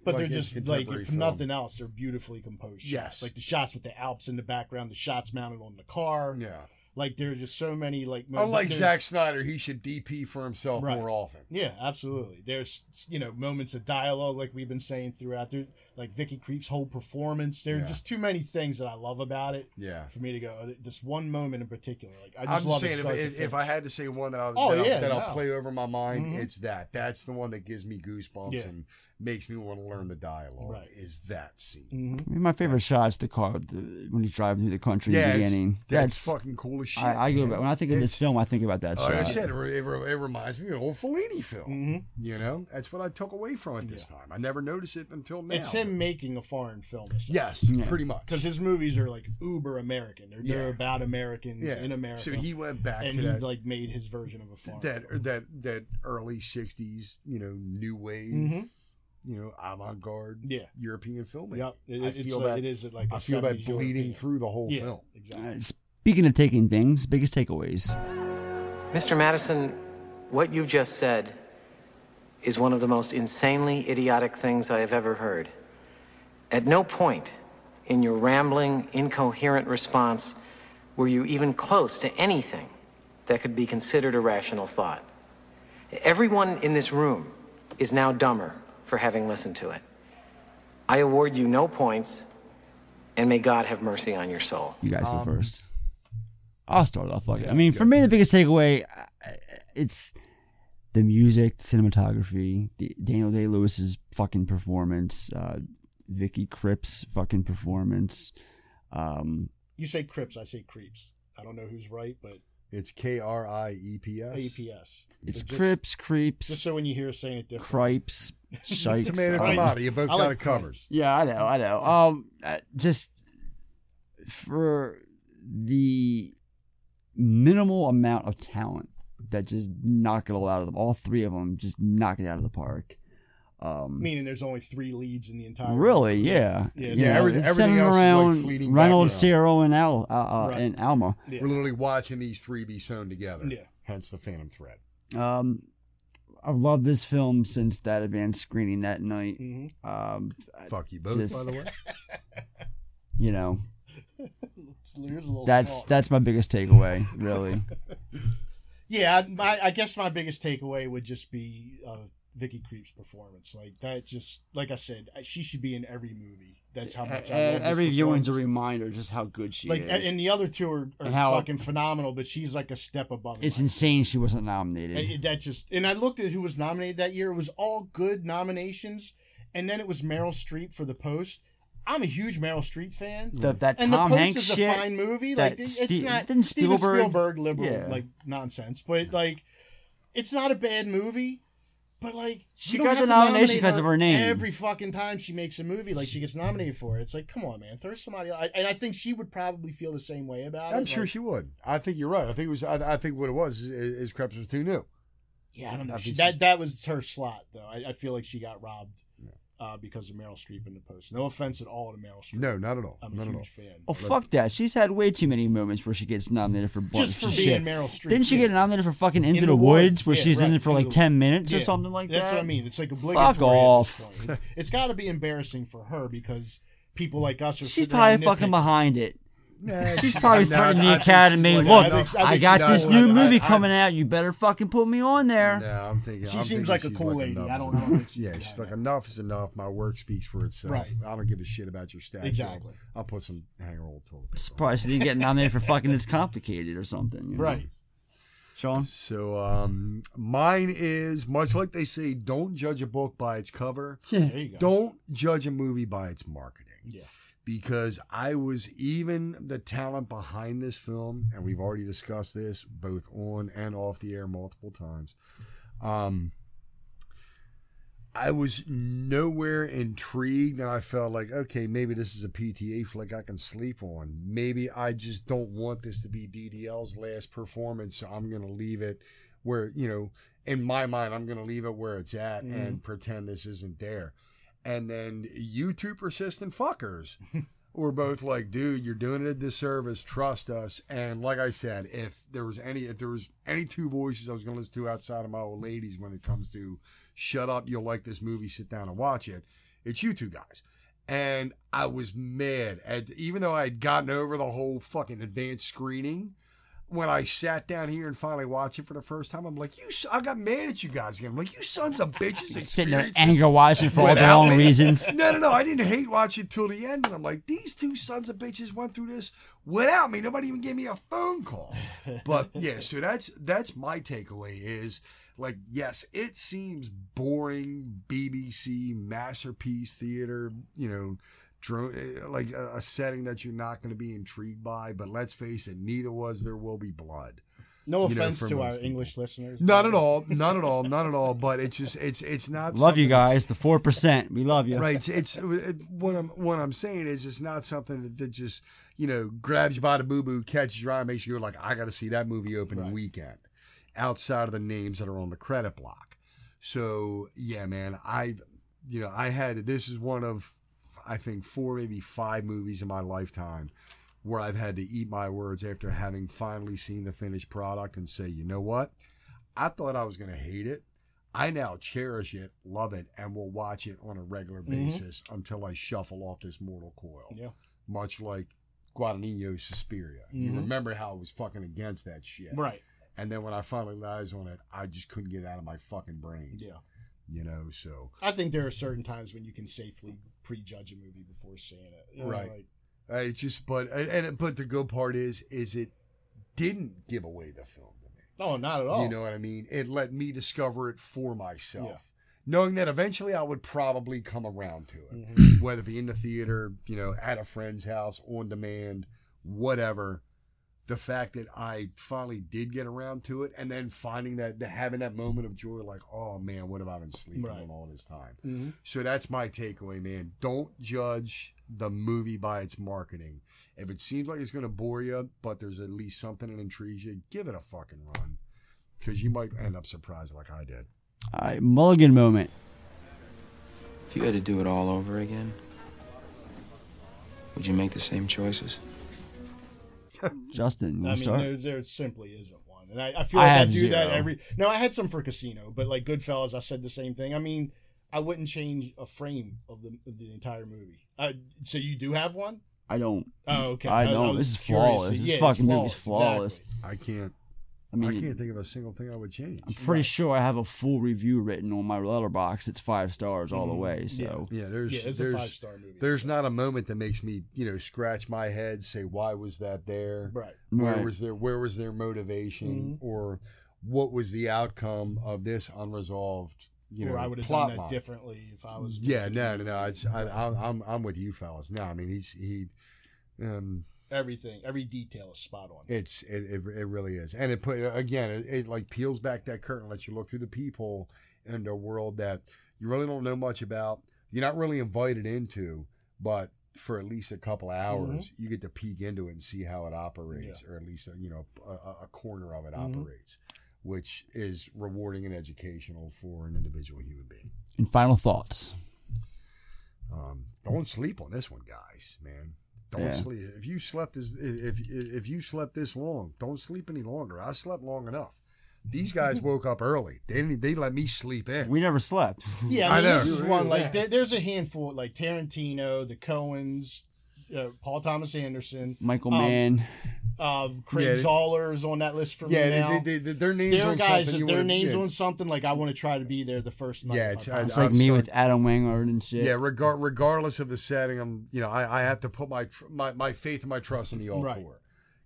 But like they're in just like contemporary if film. nothing else, they're beautifully composed. shots. Yes. like the shots with the Alps in the background, the shots mounted on the car. Yeah, like there are just so many like. moments- unlike there's- Zack Snyder he should DP for himself Right. more often Yeah, absolutely. There's you know moments of dialogue like we've been saying throughout. There, like Vicky Creep's whole performance. There are Yeah. just too many things that I love about it. Yeah. for me to go uh, this one moment in particular. Like I I just am love just saying, if, it start to if, if finish. I had to say one that I'll Oh, that, yeah, I'll, that no. I'll play over my mind, Mhm. it's that. That's the one that gives me goosebumps Yeah. and makes me want to learn the dialogue. Right. Is that scene? Mm-hmm. I mean, my favorite shot is the car with the, when he's driving through the country Yeah, in the it's- beginning. that's fucking cool as shit, I, I go man. back when I think of this It's- Oh, film, I think about that Like I shot. said, it, re- it, re- it reminds me of an old Fellini film. Mm-hmm. You know, that's what I took away from it this time. I never noticed it until now. it's him making a foreign film. Yes, pretty much. Because his movies are like uber American. They're, they're Yeah. about Americans Yeah. in America. So he went back and to he that- like made his version of a foreign. that that that early '60s, you know, new wave, Mhm. you know, avant-garde, Yeah. European filmmaking. Yep. It- I it's feel a- that it is like a I feel that 70s bleeding through the whole Yeah, film. Exactly. Speaking of taking things, biggest takeaways. Mr. Madison, what you just said is one of the most insanely idiotic things I have ever heard. At no point in your rambling, incoherent response were you even close to anything that could be considered a rational thought. Everyone in this room is now dumber for having listened to it. I award you no points, and may God have mercy on your soul. You guys Um, go first. I'll start off. Fuck it. I mean, for me, the biggest takeaway, I- I- it's the music, the cinematography, the, Daniel Day Lewis's fucking performance, uh, Vicky Cripp's fucking performance. Um, You say Crips, I say Creeps. I don't know who's right, but It's K R I E P S. APS. it's So just- Crips, Creeps, Just so when you hear us saying it different. Cripes, Shikes. Tomato, I- tomato. You both I got like it covered. Yeah, I know, I know. Um, uh, just for the minimal amount of talent that just knock it all out of them. All three of them just knock it out of the park. Um, Meaning there's only three leads in the entire. really, yeah, Yeah, You yeah, know, every- it's everything centered else is like around fleeting Reynolds, background. Cyril, and Al, uh, uh, Right. and Alma. We're literally watching these three be sewn together. Yeah. Hence the Phantom Thread. Um, I've loved this film since that advanced screening that night. Mhm. Mm-hmm. Um, Fuck you both, by the way. You know, There's a little that's salt. that's my biggest takeaway, really. yeah, I, I guess my biggest takeaway would just be uh, Vicky Creep's performance. Like that, just like I said, she should be in every movie. That's how much I love this E-, Every viewing's a performance. reminder just how good she like, is. and the other two are, are And how- fucking phenomenal, but she's like a step above. it's insane she wasn't nominated. And it- that just and I looked at who was nominated that year. It was all good nominations, and then it was Meryl Streep for The Post. I'm a huge Meryl Streep fan. The- that and Tom The Post Hanks is a shit, fine movie. that Like it- it's Ste- not didn't Steven Spielberg- Spielberg liberal Yeah. like nonsense, but like it's not a bad movie. But like She you don't got have the to nomination nominate because of her name. Every fucking time she makes a movie, like she gets nominated for it. It's like, come on, man, throw somebody. I, and I think she would probably feel the same way about it. I'm sure like- she would. I think you're right. I think it was. I, I think what it was is, is Krebs was too new. Yeah, I don't know. I She, think that that was her slot though. I, I feel like she got robbed uh, because of Meryl Streep in the post. No offense at all to Meryl Streep. No, not at all. I'm a Not at huge all. fan. Oh fuck that! She's had way too many moments where she gets nominated for bunch Just for of shit. being Meryl Streep, Didn't she yeah. get nominated for fucking In Into the, Woods, where yeah, she's in right, it for Into like the ten Woods. minutes or Yeah. something like that? That's what I mean. It's like obligatory. Fuck off. At this point. It's, it's got to be embarrassing for her because people like us are. She's sitting around probably fucking nitpicking. behind it. Nah, she's she- probably nah, threatening I the think she's Academy. like, Look, I I, think- I think got she's this like, new I- movie I- coming out. You better fucking put me on there. No, I'm thinking. She I'm thinking seems like a she's cool lady. enough I is don't know enough. that she's Yeah, like she's like enough is enough. My work speaks for itself. Right. I don't give a shit about your statue. Exactly. I'll put some hanger old toilet paper. Surprised she didn't get nominated for fucking It's Complicated or something. you know? Right. Sean. So um, mine is much like they say: don't judge a book by its cover. There you go. Don't judge a movie by its marketing. Yeah. Because I was even the talent behind this film, and we've already discussed this both on and off the air multiple times. Um, I was nowhere intrigued, and I felt like, okay, maybe this is a PTA flick I can sleep on. Maybe I just don't want this to be DDL's last performance, so I'm going to leave it where, you know, in my mind, I'm going to leave it where it's at Mhm. and pretend this isn't there. And then you two persistent fuckers were both like, dude, you're doing it a disservice. Trust us. And like I said, if there was any, if there was any two voices I was going to listen to outside of my old ladies when it comes to shut up, you'll like this movie, sit down and watch it, it's you two guys. And I was mad at, even though I had gotten over the whole fucking advanced screening, when I sat down here and finally watched it for the first time, I'm like, you, s- I got mad at you guys again. I'm like, you sons of bitches. Sitting there experienced this anger watching for all the without wrong me. reasons. No, no, no. I didn't hate watching till the end, and I'm like, these two sons of bitches went through this without me. Nobody even gave me a phone call. But yeah, so that's that's my takeaway is like, yes, it seems boring BBC masterpiece theater, you know, drone like a, a setting that you're not going to be intrigued by. But let's face it, neither was There Will Be Blood. Um, No You know, offense for to our most people. English listeners. Not at all, not at all, not at all. But it's just it's it's Love not. you something that's- guys. The four percent. We love you. Right. It's, it's it, what I'm what I'm saying is it's not something that, that just you know grabs you by the boo boo, catches your eye, and makes you go like I got to see that movie opening weekend. Outside of the names that are on the credit block, so yeah, man, I you know I had this is one of I think four maybe five movies in my lifetime where I've had to eat my words after having finally seen the finished product and say you know what I thought I was going to hate it. I now cherish it, love it, and will watch it on a regular Mhm. basis until I shuffle off this mortal coil. Yeah. Much like Guadagnino Suspiria. You Mhm. remember how I was fucking against that shit. Right. And then when I finally lies on it, I just couldn't get it out of my fucking brain. Yeah. You know, so. I think there are certain times when you can safely prejudge a movie before seeing it. You know, Right. like- Uh, It's just, but, and, and- but the good part is, is it didn't give away the film to me. no, not at all. You know what I mean? It let me discover it for myself, knowing that eventually I would probably come around to it, whether it be in the theater, you know, at a friend's house, on demand, whatever. The fact that I finally did get around to it, and then finding that the- having that moment of joy, like, oh man, what have I been sleeping Right. on all this time? Mhm. So that's my takeaway, man. Don't judge the movie by its marketing. If it seems like it's going to bore you, but there's at least something that intrigues you, give it a fucking run. Because you might end up surprised like I did. All right. Mulligan moment. If you had to do it all over again, would you make the same choices? Justin, you want I mean, to start? there, there simply isn't one, and I, I feel I like I, have do that zero. every. No, I had some for Casino, but like Goodfellas, I said the same thing. I mean, I wouldn't change a frame of the of the entire movie. Uh, so you do have one? I don't. Oh, okay. Mm, I I- I don't. was this is curious. flawless. This Yeah, it's fucking movie's flawless, flawless. I can't. I mean, I can't think of a single thing I would change. I'm pretty sure I have a full review written on my letterbox. It's five stars all the Mhm. way. So Yeah, there's Yeah, it's a there's five-star movie. there's not a moment that makes me you know scratch my head, say why was that there? Right. Mm-hmm. Where Right. was their where was their motivation or what was the outcome of this unresolved? You know, or I would have plot done that line? differently if I was. Yeah, no, no, no. It's, I, I'm I'm I'm with you fellas. No, I mean he's he. Um, Everything, every detail is spot on. It's it, it, it really is, and it put again it, it like peels back that curtain, lets you look through the peephole into a world that you really don't know much about. You're not really invited into, but for at least a couple of hours, you get to peek into it and see how it operates, or at least you know a, a- a corner of it Mhm. operates, which is rewarding and educational for an individual human being. and final thoughts. Um, don't sleep on this one, guys, man. Don't Yeah. sleep. If you slept this, if if you slept this long, don't sleep any longer. I slept long enough. These guys woke up early. They didn't, they let me sleep in. We never slept. Yeah, I mean, this is know. one like there, there's a handful like Tarantino, the Coens, uh, Paul Thomas Anderson, Michael um, Mann. uh, Craig Yeah. Zoller is on that list for Yeah, me they- now. they- they- their names There are on guys. something If you their wanna- names yeah. on something, like I want to try to be there the first night. Yeah, if it's, I It's I- like I'm me sorry. with Adam Wingard and shit. Yeah, regard, regardless of the setting, I'm you know I, I have to put my tr- my my faith and my trust in the auteur Right.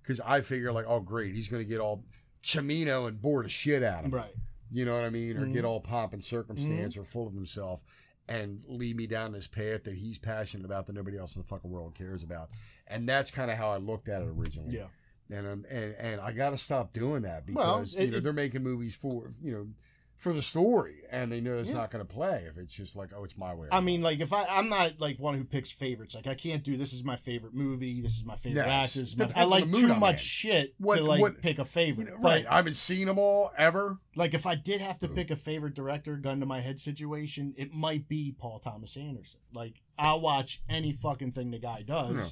because I figure like oh great he's gonna get all Chimino and bore the shit out of him. Right. You know what I mean, or get Mhm. all pomp and circumstance Mm-hmm. or full of himself. And lead me down this path that he's passionate about that nobody else in the fucking world cares about, and that's kind of how I looked at it originally. Yeah. and um, and and I got to stop doing that Well, because it- you know it- they're making movies for you know for the story, and they know it's Yeah. not going to play if it's just like oh it's my way. or I mean, like if I, I'm not like one who picks favorites. Like I can't do this is my favorite movie. This is my favorite Yeah, actor. this is my- depends I on the like mood too I'm much in. shit What- to like what- pick a favorite. Right. But, I haven't seen them all ever. like if I did have to Hmm. pick a favorite director, gun to my head situation, it might be Paul Thomas Anderson. Like I'll watch any fucking thing the guy does Yeah.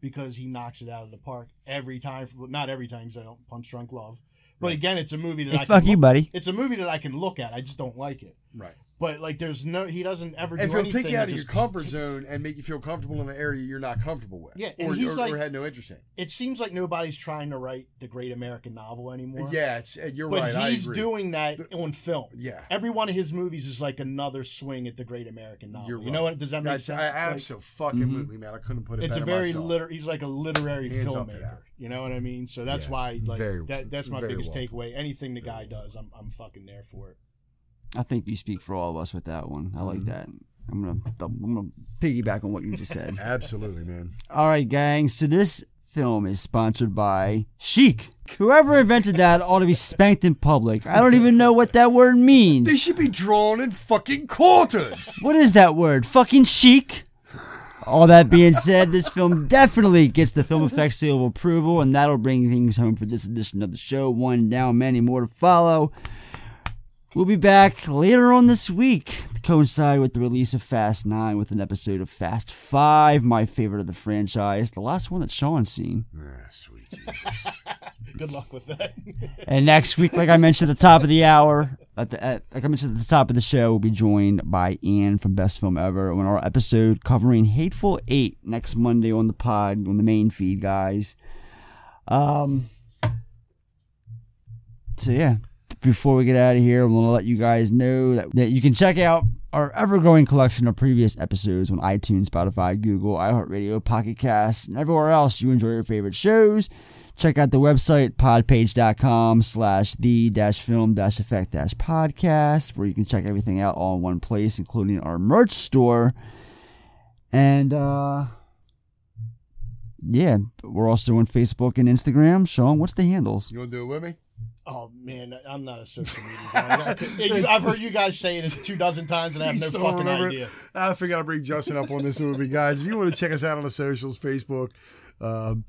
because he knocks it out of the park every time. Well, Not every time because I don't punch drunk love. But again, it's a movie that Hey, I fuck can you, look- buddy. It's a movie that I can look at. I just don't like it. Right. But like, there's no. He doesn't ever. If do he'll take anything you out that of your just- comfort zone and make you feel comfortable in an area you're not comfortable with, Yeah, and or, he's or, like- or had no interest in. It seems like nobody's trying to write the great American novel anymore. Yeah, it's, uh, you're but right. I he's agree. doing that on film. yeah. every one of his movies is like another swing at the great American novel. You're Oh, you right. know what? Does that make That's sense? I, Like, absolutely fucking movie, man. I couldn't put it. it's a better very myself. liter. He's like a literary Hands up to filmmaker. that. You know what I mean? So that's Yeah. why, like, Very- that, that's my very biggest well. takeaway. Anything the guy does, I'm, I'm fucking there for it. I think you speak for all of us with that one. I Mm-hmm. like that. I'm gonna I'm gonna piggyback on what you just said. Absolutely, man. All right, gang. So this film is sponsored by Chic. Whoever invented that ought to be spanked in public. I don't even know what that word They means. should be drawn in fucking quarters. What is that word? Fucking chic. All that being said, this film definitely gets the film effects seal of approval, and that'll bring things home for this edition of the show. One down, many more to follow. We'll be back later on this week to coincide with the release of Fast 9 with an episode of Fast 5, my favorite of the franchise, the last one that Sean's seen. sweet Good luck with that. And next week, like I mentioned at the top of the hour, at the, at, like I mentioned at the top of the show, we'll be joined by Ian from Best Film Ever on our episode covering Hateful Eight next Monday on the pod, on the main feed, guys. Um. So yeah, before we get out of here, I'm gonna let you guys know that, that you can check out our ever-growing collection of previous episodes on iTunes, Spotify, Google, iHeartRadio, Pocket Casts, and everywhere else you enjoy your favorite shows. Check out the website podpage.com slash the dash film dash effect dash podcast where you can check everything out all in one place, including our merch store. And uh yeah, we're also on Facebook and Instagram. Sean, what's the handles? You want to do it with me? Oh man, I'm not a social media guy. You- I've heard you guys say it two dozen times, and I have You no still fucking remember it? idea. I forgot to bring Justin up on this movie, guys. If you want to check us out on the socials, Facebook, um,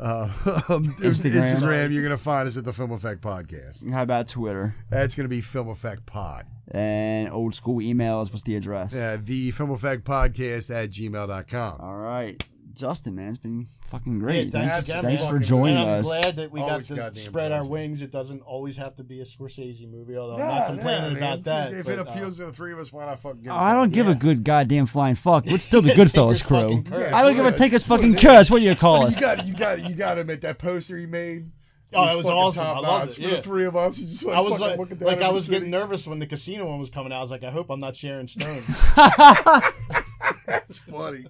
uh, Instagram. Instagram, you're going to find us at the Film Effect Podcast. How about Twitter? That's going to be Film Effect Pod. And old school emails, what's the address? Uh, the Film Effect Podcast at gmail.com. All right. Justin, man, it's been fucking great. Yeah, thanks Jeff. thanks for Fucking- joining and I'm us. glad that we Always got to goddamn spread our pleasure. wings. It doesn't always have to be a Scorsese movie, although Yeah, I'm not yeah, complaining man. about that. If it but, uh, appeals to the three of us, why not fucking give Oh, it I don't give a good goddamn flying fuck. It's still the Take Goodfellas his crew. fucking curse. I don't give a Yeah, take us it's- fucking curse. What do you call you us? got you got you got to admit that poster he made Oh, that It was fucking awesome. top I loved notch. it. For the yeah. three of us, you just like, I was fucking like, look at that like in I the was city. getting nervous when the casino one was coming out. I was like, I hope I'm not Sharon Stone. That's funny.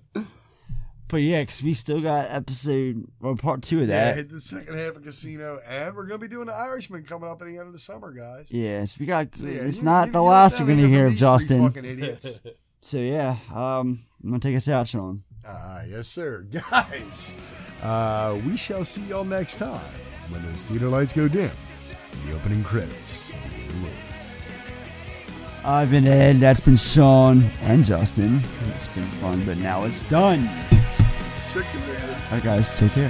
But yeah, because we still got episode or part two of Yeah, that. hit the second half of Casino, and we're gonna be doing the Irishman coming up at the end of the summer, guys. Yeah, so we got. So, yeah, it's you- not you- the you last don't you're gonna have anything hear of from these three Justin. fucking idiots. So yeah, um, I'm gonna take us out, Sean. Ah, yes, sir. Guys, uh, we shall see y'all next time when those theater lights go dim, the opening credits begin to roll. I've been Ed. That's been Sean and Justin. It's been fun, but now it's done. Check the man. All right, guys, take care.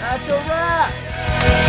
That's a wrap.